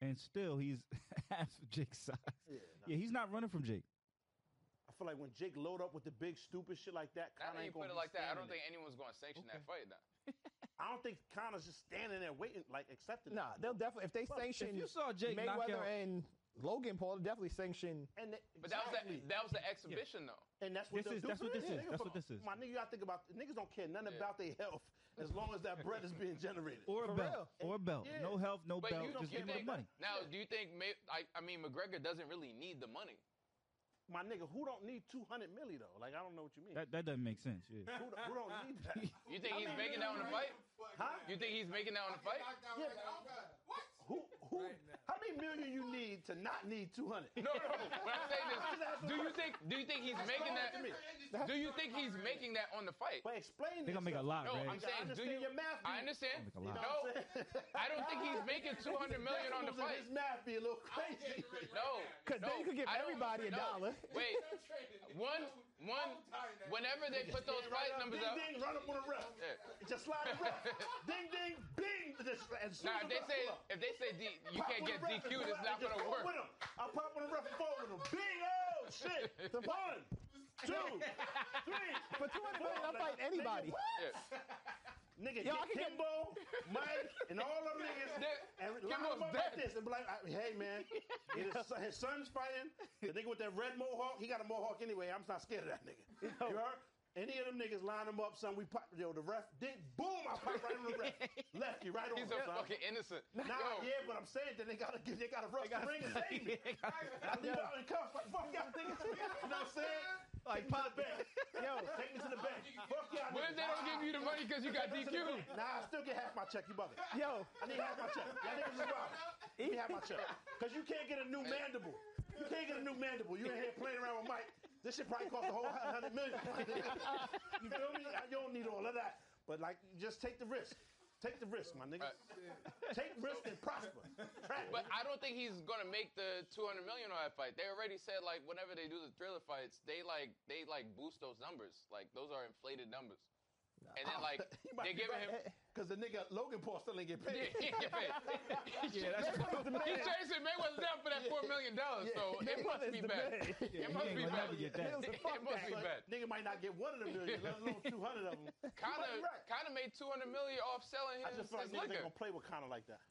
S6: And still, he's *laughs* half Jake's size.
S2: Yeah, nah.
S6: Yeah, he's not running from Jake.
S2: I feel like when Jake load up with the big stupid shit like that,
S3: Now
S2: Connor
S3: that you
S2: ain't
S3: put
S2: gonna
S3: it
S2: be
S3: like that, I
S2: standing
S3: don't think anyone's going to sanction that fight now.
S2: there. I don't think Connor's just standing there waiting, like accepting.
S4: Nah,
S2: it.
S4: *laughs* they'll definitely if they
S2: Well, if
S4: sanction
S6: If you saw Jake knock out,
S4: Mayweather and Logan Paul, they'll definitely sanction.
S2: And they-
S3: But that was that,
S2: exactly.
S3: that was the exhibition though.
S2: And that's what
S6: This
S2: they'll
S6: is-
S2: do
S6: that's
S2: for
S6: what this is.
S2: real. Nigga,
S6: That's
S2: but-
S6: what this is.
S2: My nigga, you gotta think about niggas don't care nothing
S3: Yeah.
S2: about their health as long as that bread is being generated.
S6: or a
S4: For
S6: belt,
S4: real.
S6: or a belt.
S2: Yeah.
S6: No health, no
S3: But
S6: belt.
S3: you don't
S6: Just
S3: you
S6: give him the
S3: think
S6: money.
S3: now? Do you think? May, I, I mean, McGregor doesn't really need the money.
S2: My nigga, who don't need 200 milli though? Like I don't know what you mean.
S6: That that doesn't make sense. Yeah.
S2: who, don't- who don't need that?
S3: *laughs* You think he's making that on the fight?
S2: Huh?
S3: You think he's making that on the fight?
S2: Yeah,
S1: What?
S2: Who who? How many million you need to not need 200?
S3: No, no. What I'm
S2: *laughs*
S3: saying is, do you think? Do you think he's making that? Do you think he's making that on the fight?
S2: But explain.
S6: They're gonna make a lot,
S3: No,
S6: Ray.
S3: I'm saying, do you?
S2: understand your math,
S3: I
S2: dude.
S3: understand.
S6: Make a lot.
S3: No, *laughs* I don't think he's
S2: *laughs*
S3: making 200 million on the
S2: Decimals Ah. in
S3: fight.
S2: His math be a little crazy. *laughs*
S3: No,
S4: Because
S3: no,
S4: then you could give
S3: I don't-
S4: everybody a
S3: no.
S4: dollar.
S3: *laughs*
S4: *laughs*
S3: Wait, one, one. Whenever they put those price numbers
S2: ding,
S3: up,
S2: ding, run up on the ref.
S3: Yeah.
S2: Just slide
S3: *laughs*
S2: the ref. ding, ding, bing. Just, as soon
S3: now
S2: as
S3: if
S2: the
S3: they say
S2: ref pull up,
S3: if they say D, you
S2: pop
S3: can't
S2: on the
S3: get
S2: ref and
S3: DQ'd,
S2: pull
S3: it's
S2: out
S3: not
S2: and just
S3: gonna
S2: go
S3: work.
S2: With him. I pop on the ref and fall with him. Bing, oh shit. One, two, three.
S4: *laughs* For 200 million,
S2: four.
S4: I'll fight
S2: Nigga,
S4: anybody.
S2: what?
S3: Yeah.
S2: Nigga,
S4: Yo, I
S2: get
S4: can get-
S2: Kimbo, Mike, and all them niggas,
S3: Yeah,
S2: and line
S3: Kimbo's
S2: them up
S3: dead.
S2: like this, and be like, I- "Hey, man, his, son- his son's fighting. The nigga with that red mohawk, he got a mohawk anyway. I'm not scared of that nigga. You heard? Any of them niggas line them up, son. We pop, yo, the ref did boom. I pop right on the ref, left you, right on.
S3: He's
S2: him,
S3: a
S2: son.
S3: fucking *laughs* innocent.
S2: Nah,
S3: Yo,
S2: yeah, but I'm saying that they gotta give, they gotta rush the ring and save me. I leave out in cuffs, like fuck y'all niggas. You know what I'm saying?
S4: Like,
S2: Take me to the bank. Yo, take me to the bank. Fuck y'all.
S3: what if
S2: niggas.
S3: they don't give you the money because you got
S2: Take me to the
S3: DQ'd?
S2: bank. Nah, I still get half my check. You bugger.
S4: Yo,
S2: I need half my check. Y'all niggas is wild. Let me have my check. Because you can't get a new mandible. You can't get a new mandible. You in here playing around with Mike. This shit probably cost a whole hundred million. *laughs* you feel me? I- You don't need all of that. But like, just take the risk. Take the risk, my nigga. Take risk and prosper. Track.
S3: But I don't think he's gonna make the 200 million on that fight. They already said like whenever they do the thriller fights, they like they like boost those numbers. Like those are inflated numbers. And then
S2: *laughs*
S3: like they're giving him.
S2: because the nigga Logan Paul still ain't get paid.
S3: Yeah,
S2: *laughs*
S3: yeah, that's He chasing Mayweather down for that four million dollars, so
S2: *laughs*
S3: it must be bad. It must
S6: ain't
S3: be
S6: gonna
S3: bad.
S6: never get that.
S3: It must be
S2: Like,
S3: bad.
S2: Nigga might not get one of them million, let alone two hundred of
S3: *laughs*
S2: them.
S3: Connor,
S2: *laughs* He might be right.
S3: Connor made 200 million off selling
S2: I
S3: his,
S2: just feel like
S3: his
S2: niggas ain't
S3: liquor.
S2: gonna play with Connor like that.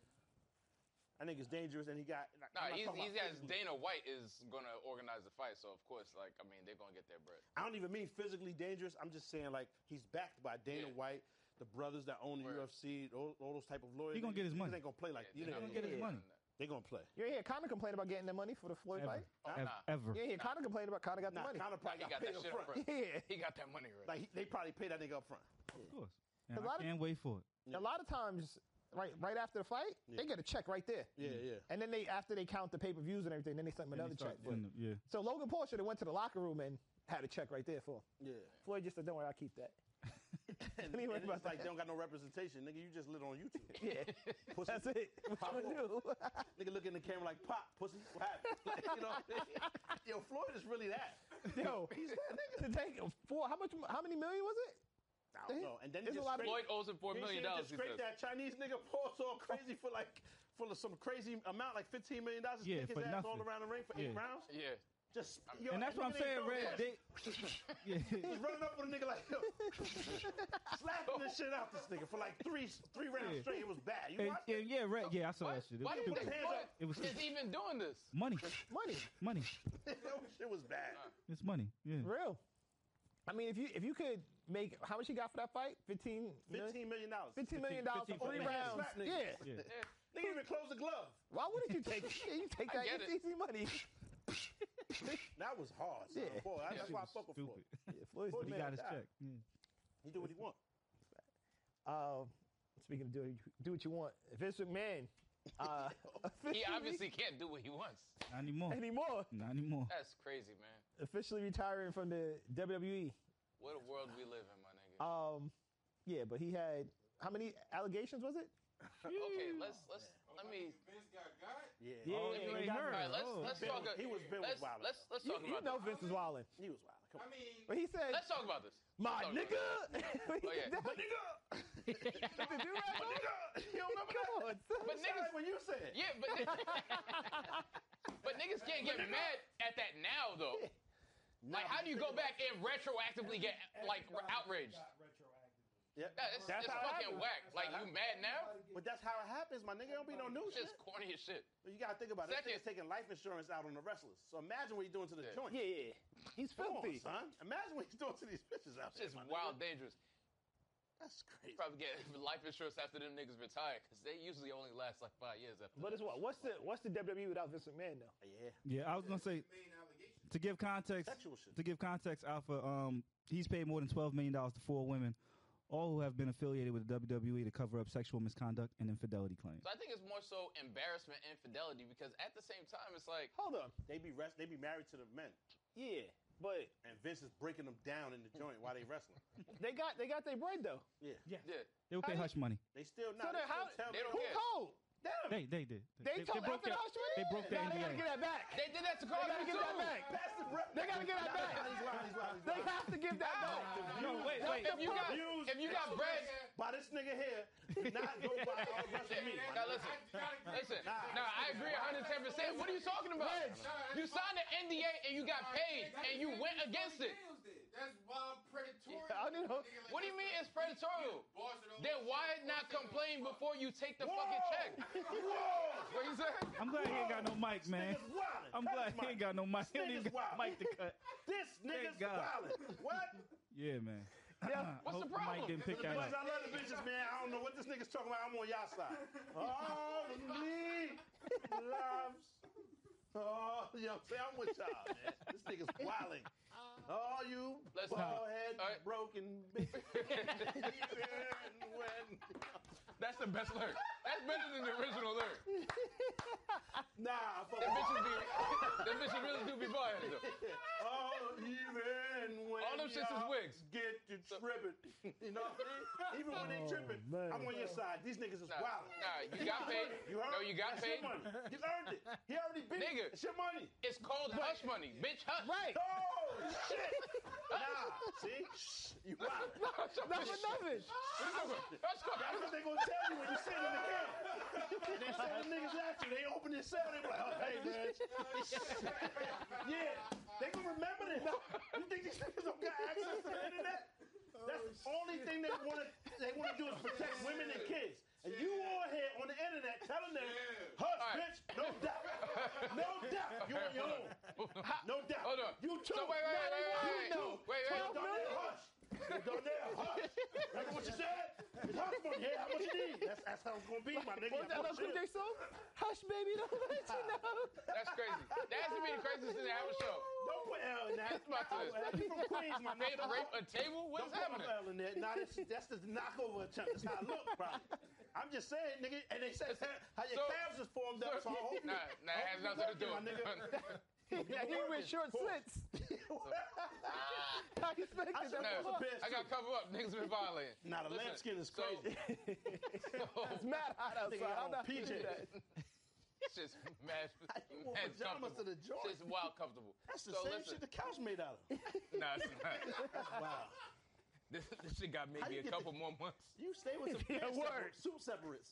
S2: I think it's dangerous, and he got. like,
S3: Nah,
S2: I'm not
S3: he's,
S2: talking
S3: he's
S2: about
S3: as
S2: physically.
S3: Dana White is gonna organize the fight, so of course, like I mean, they're gonna get their bread.
S2: I don't even mean physically dangerous. I'm just saying like he's backed by Dana
S3: Yeah.
S2: White, the brothers that own the
S3: Word.
S2: UFC, all, all those type of lawyers.
S6: He gonna get his
S2: Niggas
S6: money.
S2: Ain't gonna play like
S3: Yeah,
S2: you
S3: they're
S2: know.
S3: not
S6: gonna get his
S3: do
S6: money.
S3: that.
S2: They gonna play.
S4: you hear Connor complain about getting the money for the Floyd
S6: Ever.
S4: fight?
S3: Oh,
S6: Ev-
S3: nah.
S6: Ever.
S4: Yeah, yeah, Connor complained about Connor got
S2: Nah,
S4: the money.
S2: Connor probably
S3: He
S2: got,
S3: got
S2: paid
S3: that
S2: up
S3: shit up
S2: front.
S3: front.
S4: Yeah.
S3: He got that money right.
S2: Like he, they probably paid that nigga up front.
S6: Of course. And
S4: A lot
S6: I
S4: of-
S6: can't wait for it.
S4: A lot of times, right right after the fight, they get a check right there.
S6: Mm-hmm.
S2: Yeah, yeah.
S4: And then they after they count the pay per views and everything, then they send him
S6: Then
S4: another
S6: he
S4: check.
S6: starts sending them- yeah.
S4: So Logan Paul should have went to the locker room and had a check right there for him.
S2: Yeah.
S4: Floyd just said, "Don't worry, I'll keep that."
S2: *laughs* And,
S4: Anyway,
S2: and
S4: about
S2: it's like
S4: that.
S2: they don't got no representation, nigga. You just lit on YouTube.
S4: *laughs* Yeah,
S2: *laughs* Pussy.
S4: that's it. What
S2: Pop
S4: you gonna do?
S2: *laughs* Nigga look in the camera like, pop, pussy, what happened? *laughs* Like, you know what I mean? *laughs* Yo, Floyd is really that. *laughs*
S4: Yo, to take four. How much? How many million was it?
S2: I don't know. And then he
S4: There's a
S2: just
S4: lot of-
S3: there. Floyd owes him four
S2: he
S3: million dollars.
S2: should've just
S3: He
S2: scraped
S3: says.
S2: that Chinese nigga Paul's all crazy for like, full of some crazy amount, like $15 million. Just
S6: Yeah,
S2: kick
S6: for
S2: his ass all
S6: nothing.
S2: around the ring for eight
S6: Yeah.
S2: rounds.
S3: Yeah.
S2: Just, yo,
S6: And that's what I'm
S2: nigga didn't
S6: saying,
S2: throw
S6: Red.
S2: that.
S6: They, yeah.
S2: He was running up on a nigga like,
S3: *laughs*
S2: yo, slapping the shit out this nigga for like three three rounds
S6: Yeah.
S2: straight. It was bad. You
S6: And,
S2: watched it?
S6: and yeah, Red. Yeah, I saw
S3: Why,
S6: that shit. It
S3: why
S6: was stupid.
S3: do you think
S2: Hands
S3: Floyd
S2: up.
S6: It was-
S3: is even doing this?
S4: *laughs*
S6: money,
S4: Money,
S6: money.
S2: it was bad.
S6: It's money. Yeah.
S4: real. I mean, if you if you could make how much you got for that fight? Fifteen.
S2: $15
S4: million?
S2: million.
S4: Fifteen million dollars
S6: 15
S4: for
S6: for the
S4: three rounds.
S2: slap,
S4: Yeah.
S2: nigga.
S6: Yeah.
S2: Nigga even closed the glove.
S4: Why wouldn't you take? it? you take
S3: I
S4: that.
S3: get it.
S4: It's easy money.
S2: That was hard. Son.
S4: Yeah.
S2: Boy,
S6: That
S2: that's
S6: shit
S2: why I
S6: was
S2: fuck with Floyd.
S6: stupid.
S4: Yeah, Floyd's
S2: Floyd
S4: the
S6: He
S2: Man,
S6: got his
S2: die.
S6: check. Yeah.
S2: He do what he want.
S4: Um, speaking of do do what you want, Vince McMahon. *laughs* Uh,
S3: He
S4: officially-
S3: obviously can't do what he wants.
S6: Not anymore.
S4: anymore
S6: Not anymore.
S3: That's crazy, man.
S4: officially retiring from the E. WWE.
S2: Uh,
S3: What a world we live in, my nigga.
S4: Um, yeah, but he had how many allegations was it?
S3: Okay, let's let's
S2: Oh,
S3: let me.
S1: Vince got got?
S2: Yeah.
S4: Yeah,
S6: Oh,
S4: yeah,
S6: you
S4: he
S6: ain't
S4: got
S6: heard.
S3: All right, let's
S6: Oh.
S3: let's talk. a-
S2: He was been
S3: Let's
S2: wild.
S3: let's let's
S4: You,
S3: talk
S4: you
S3: about.
S4: know
S3: this.
S4: Vince is wildin'.
S2: He was wild. Come
S1: I
S2: on.
S1: mean,
S4: But he said,
S3: Let's talk about this.
S4: "My
S3: Let's talk about
S4: nigga."
S3: Oh, yeah.
S4: My nigga. Did you rap on?
S2: you don't remember
S4: Come on, son.
S3: But niggas,
S2: when you said it.
S3: yeah, but
S2: *laughs*
S3: *laughs* but niggas can't get mad at that now though. Like, how do you go back and retroactively get like outraged?
S2: Yeah.
S3: Yeah, it's,
S2: That's
S3: it's
S2: how it
S3: fucking
S2: happens.
S3: whack. Like, you mad now?
S2: But that's how it happens, my nigga. Don't be no new
S3: It's
S2: shit.
S3: just corny as shit.
S2: But you gotta think about it. This
S3: Second-
S2: nigga's taking life insurance out on the wrestlers. So imagine what he's doing to the
S3: Yeah.
S2: joint.
S4: Yeah, yeah. He's
S2: Come on,
S4: filthy.
S2: son. Imagine what he's doing to these bitches out there.
S3: It's just
S2: my nigga.
S3: wild dangerous.
S2: That's crazy.
S3: Probably get *laughs* life insurance after them niggas retire because they usually only last like five years after.
S4: But it's
S3: that.
S4: what? What's the what's the WWE without Vince McMahon though?
S2: Yeah.
S6: Yeah, I was gonna say
S1: main allegation.
S6: to give context
S2: Sexual shit.
S6: to give context, Alpha, um, he's paid more than twelve million dollars to four women, all who have been affiliated with the WWE to cover up sexual misconduct and infidelity claims.
S3: So I think it's more so embarrassment and fidelity because at the same time it's like
S4: Hold on.
S2: They be rest. They be married to the men,
S4: Yeah, but
S2: and Vince is breaking them down in the joint while they wrestling.
S4: *laughs* they got they got their bread though.
S3: yeah,
S6: They were paid
S4: How
S6: hush money.
S2: They still not.
S4: So then how-
S2: tell
S3: they
S2: me-
S3: don't
S4: Who
S3: care.
S4: told? Them.
S6: They they did.
S4: They, told
S6: broke
S4: after
S6: their-
S4: the hush
S6: They broke the
S4: Now they gotta
S6: NDA.
S4: get that back.
S3: they did that to
S4: They
S3: Carl
S4: gotta
S3: too.
S4: get that back.
S2: Pass the breath.
S4: They gotta get that back.
S2: He's lying. He's lying. He's
S4: They
S2: lying.
S4: have to give that back.
S6: No, wait, wait.
S3: If you got
S2: Views.
S3: if you got bread,
S2: By this nigga here, not go by all the rest of me.
S3: now listen, listen. Now I agree 110. percent What are you talking about? You signed an NDA and you got paid and you went against it.
S1: That's wild predatory.
S4: I don't know.
S3: What do you mean it's predatorial? Then why not complain before you take the fucking check?
S2: Whoa!
S3: What you saying?
S6: I'm glad he ain't got no mic, man.
S2: Nigga's wildin'.
S6: I'm
S2: Cut
S6: glad
S2: his
S6: he
S2: mic.
S6: ain't got no mic. He don't
S2: Nigga's
S6: even got
S2: wild.
S6: mic to cut.
S2: This nigga's
S6: God.
S2: wildin'. What?
S6: Yeah, man.
S3: What's the
S6: Hope
S3: problem?
S6: Mike didn't
S2: The
S6: pick that up.
S2: bitches, I love the bitches, man. I don't know what this nigga's talking about. I'm on y'all side. Oh, me loves. Oh, you know what I'm saying? I'm with y'all, man. This nigga's wilding. Oh, you
S3: Let's
S2: bald head
S3: All right.
S2: broken bitch. Even when-
S3: That's the best lyric. That's better than the original lyric.
S2: *laughs* Nah, I fuck
S3: Them
S2: with
S3: bitches be,
S2: *laughs*
S3: them bitches really do be buying though.
S2: Oh, even when
S3: All them shits is
S2: y'all
S3: wigs.
S2: get to tripping. You know what I mean? Even when they tripping, I'm on your side. These niggas is
S3: Nah,
S2: wild.
S3: nah, you got paid.
S2: You heard?
S3: No, you got
S2: That's
S3: paid.
S2: Your money. You earned it. He already beat
S3: Nigga.
S2: it. It's your money.
S3: It's called hush money, bitch. Hush.
S4: Right.
S2: Oh
S3: *laughs*
S2: shit! nah, see, Shh, you wild.
S3: Hush up,
S4: That's
S3: bitch.
S4: enough it.
S3: Hush up. Hush up.
S2: That's what they gonna tell you when you sitting in the game. they send the niggas after you. They open their cell. They be like, oh, hey man. yeah, they gonna remember this. You think these niggas don't got access to the internet? That's the only thing they wanna they wanna do is protect women and kids. And you all here on the internet telling them, hush,
S3: All right.
S2: bitch, no doubt, no doubt, you
S3: *laughs*
S2: on your own, no doubt.
S3: Hold on.
S2: You too.
S3: So wait, wait, wait, wait,
S2: You
S3: wait.
S2: know.
S3: Wait, wait.
S2: Don't dare hush. Don't dare hush. Remember what you said? Hush money. Yeah, how much you need? That's, that's how it's gonna be, my nigga.
S4: What's Oh, that
S2: That's
S4: Uncle
S2: what
S4: J
S2: it is.
S4: song? Hush, baby, *laughs* don't let you know.
S3: That's crazy. That has to be the craziest thing to have a show.
S2: Don't put L in that.
S3: That's my
S2: Don't put L. You from Queens, my
S3: Rape,
S2: nigga.
S3: rape a table?
S2: Don't
S3: What's
S2: put
S3: happening?
S2: no L in that. Nah, that's, that's the knockover attempt. That's how it look, bro. I'm just saying, nigga. And they said *laughs* how your
S3: So-
S2: calves is formed
S4: *laughs*
S2: up, so I hope
S3: Nah, nah, it has nothing to do.
S2: My nigga.
S4: Yeah, you wear short slits. *laughs*
S3: *laughs*
S4: I
S2: I
S4: expected
S2: should-
S4: that.
S3: No,
S4: from her.
S3: I got cover up. Niggas been violating.
S2: *laughs* Nah, the
S3: Listen, *laughs*
S2: lambskin is
S3: so-
S2: crazy.
S4: It's mad hot outside.
S2: Nigga, y'all
S4: I'm
S2: on
S4: not doing
S2: PJs.
S4: that.
S3: It's just mad,
S2: *laughs* You wore
S3: mad
S2: pajamas to
S3: comfortable.
S2: the joint.
S3: It's wild comfortable.
S2: *laughs* That's the
S3: so
S2: same
S3: listen,
S2: shit the couch made out of.
S3: nah, it's
S2: *laughs*
S3: not.
S2: Wow.
S3: This, this shit got
S2: you
S3: maybe a
S2: get
S3: couple more months.
S2: You stay
S3: *laughs*
S4: *laughs*
S2: with some
S4: Yeah,
S2: pants
S4: word.
S2: separ- soup separates.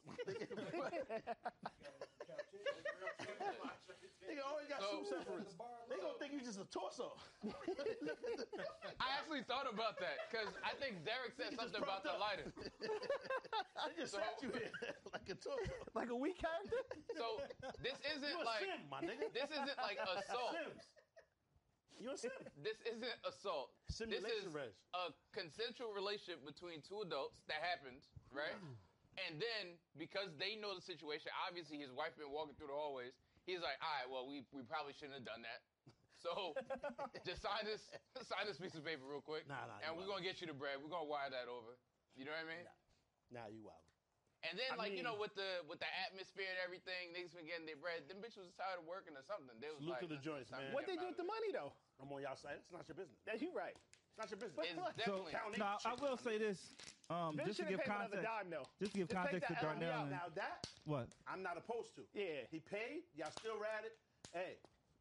S2: Nigga always got
S3: So-
S2: soup
S3: *laughs*
S2: separates. They gonna think you just a torso.
S3: I actually thought about that because I think Derek said
S2: Niggas
S3: something
S2: just
S3: about the
S2: propped
S3: lighter.
S2: *laughs* They just
S3: So-
S2: sat you here *laughs* like a torso.
S4: Like a weak character?
S3: So this isn't
S2: You a
S3: like
S2: sim, my nigga.
S3: this isn't like
S2: *laughs*
S3: assault.
S2: Sims. You a sim.
S3: This isn't assault. this
S2: Simulation
S3: is
S2: res.
S3: a consensual relationship between two adults that happened, right? And then because they know the situation, obviously his wife been walking through the hallways. He's like, all right, well we we probably shouldn't have done that.
S2: *laughs*
S3: So just sign this *laughs* sign this piece of paper real quick,
S2: Nah, nah,
S3: and we're
S2: you wild.
S3: gonna get you the bread. We're gonna wire that over. You know what I mean?
S2: Nah, you wild.
S3: And then,
S2: I
S3: like you know,
S2: mean-
S3: with the with the atmosphere and everything, niggas been getting their bread. Them bitches was tired of working or something. They was
S2: Salute
S3: like,
S2: to the
S3: "Listen, it's
S2: joints,
S3: time to
S2: man.
S4: What
S3: get
S4: they do
S3: out
S4: with
S3: of
S4: the money, though?
S2: I'm on y'all side. That's not your business.
S4: That you right.
S2: Not your business.
S4: But
S3: It's
S4: look,
S3: definitely.
S2: Count it.
S6: No, I will say this. Um,
S4: Vince
S6: just to
S4: should've
S6: give
S4: paid him another
S6: context,
S4: dime though.
S6: just to give
S4: Just take
S6: context to
S4: that LME
S6: Darnell.
S4: out
S6: and-
S2: Now that
S6: What?
S2: I'm not opposed to.
S4: Yeah.
S2: He paid. Y'all still rat it. Hey.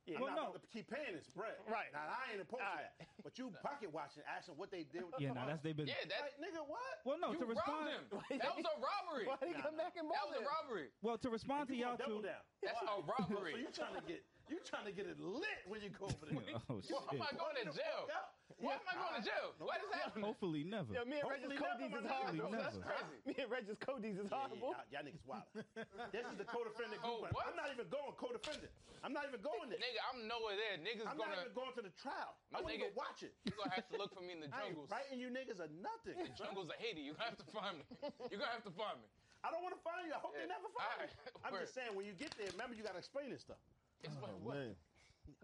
S2: I'm
S6: Well,
S2: not
S6: no.
S2: about to keep paying this bread.
S4: Right.
S2: Now, I ain't opposed to
S4: All
S2: that. But you pocket watching, asking what they did with
S6: Yeah, no, that's they been.
S3: Yeah, that's
S2: Like, nigga, what?
S6: Well, no, to
S3: you robbed
S6: respond. *laughs*
S2: *laughs*
S3: him. That was a robbery.
S4: Why he
S2: Nah,
S4: come
S2: nah.
S4: back and
S3: That
S4: ball
S3: was a
S4: it?
S3: robbery.
S6: Well, to respond to
S2: You
S6: y'all
S2: gonna double
S6: two.
S2: down.
S3: That's
S6: *laughs*
S3: a
S2: *laughs* So
S3: robbery.
S2: you
S3: *laughs*
S2: trying to get you trying to get it lit when you go over there.
S6: *laughs* Oh
S3: Why am
S6: shit!
S3: I going to jail? Why am I going to jail? Why does that happen?
S6: Hopefully never.
S4: Yo, me and
S2: Hopefully
S4: Regis
S2: never, my
S4: Cody's is
S2: nigga.
S6: Hopefully
S4: horrible.
S6: never.
S3: That's
S2: *laughs*
S3: crazy.
S4: Me and Regis Cody's is
S2: Yeah,
S4: horrible.
S2: y'all, y'all niggas
S6: *laughs*
S2: wild. this is the co-defendant.
S3: Oh,
S2: group.
S3: what?
S2: I'm not even going co-defendant. I'm not even going there.
S3: Nigga, I'm nowhere there. Niggas
S2: I'm
S3: gonna
S2: not even going to the trial.
S3: My
S2: I wouldn't
S3: nigga-
S2: even watch it. *laughs*
S3: you gonna have to look for me in the
S2: I ain't
S3: jungles.
S2: writing you niggas or nothing.
S3: Jungles of Haiti. You gonna have to find me. You gonna have to find me.
S2: I don't want to find you. I hope they
S3: Yeah.
S2: never find
S3: Alright,
S2: you.
S3: *laughs*
S2: I'm
S3: word.
S2: just saying, when you get there, remember you gotta explain this stuff. Oh,
S3: It's what, what?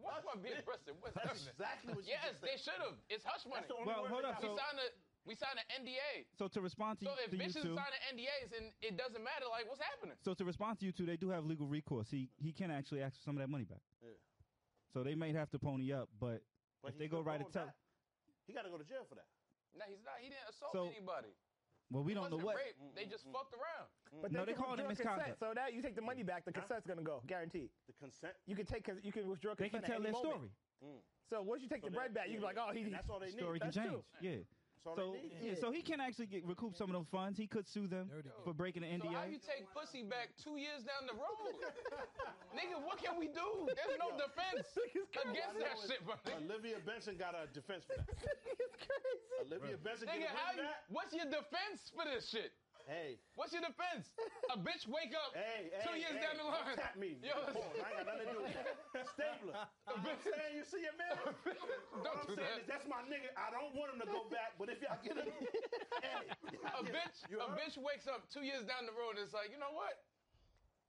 S3: Why am I being arrested? What's
S2: That's
S3: happening?
S2: exactly what you
S3: Yes,
S2: just
S3: they
S2: said.
S3: should have. It's hush money.
S2: That's the only
S6: Well,
S2: word
S6: hold
S2: they
S6: up,
S2: got.
S3: we
S6: so-
S3: signed a we signed an NDA.
S6: So to respond to,
S3: So
S6: y-
S3: if
S6: to you
S3: bitches
S6: two.
S3: sign an NDAs and it doesn't matter, like what's happening?
S6: So to respond to you two, they do have legal recourse. He he can actually ask for some of that money back.
S2: Yeah.
S6: So they might have to pony up, but,
S2: But
S6: if
S2: he
S6: they go
S2: could
S6: right
S2: go
S6: to tell,
S2: back. he gotta go to jail for that.
S3: No, he's not. He didn't assault
S6: So,
S3: anybody.
S6: well, we
S3: It
S6: don't know
S3: wasn't
S6: what.
S3: Rape. They just fucked around.
S4: But
S6: No, they
S4: can
S6: call it a
S4: withdraw
S6: misconduct.
S4: consent, So now you take the money back, the consent's gonna go, guaranteed.
S2: The consent.
S4: You can take, you can withdraw
S6: They can
S4: consent. at
S6: tell
S4: any
S6: their
S4: moment.
S6: story.
S4: So once you take
S2: So
S4: the
S2: they-
S4: bread back, you
S2: yeah,
S4: can be like, oh, he.
S2: and that's all they need.
S6: Story can
S4: That's
S6: change.
S4: true.
S6: Yeah.
S2: That's all
S6: So
S2: they need.
S6: yeah, so he can actually get recoup some of those funds. He could sue them
S5: Dirty.
S6: for breaking the NDA.
S3: So how you take pussy back two years down the
S2: *laughs*
S3: road? Nigga, what can we do? There's no defense
S2: *laughs*
S3: against that shit, my nigga.
S2: Olivia Benson got a defense for that.
S4: *laughs* it's crazy.
S2: Olivia Benson
S3: Nigga,
S2: get away
S3: how
S2: with
S3: you,
S2: that.
S3: what's your defense for this shit?
S2: Hey,
S3: What's your defense? A bitch wake up
S2: hey, hey.
S3: two years
S2: hey,
S3: down the
S2: don't
S3: line.
S2: Tap me.
S3: *laughs* Yo,
S2: Come on, I ain't got nothing to do with it. Stapler. I'm saying, you see your man? What
S3: don't
S2: I'm
S3: do
S2: saying
S3: that.
S2: is that's my nigga. I don't want him to go back, but if y'all get him, hey,
S3: *laughs* A bitch,
S2: You
S3: a
S2: heard?
S3: bitch wakes up two years down the road and it's like, you know what?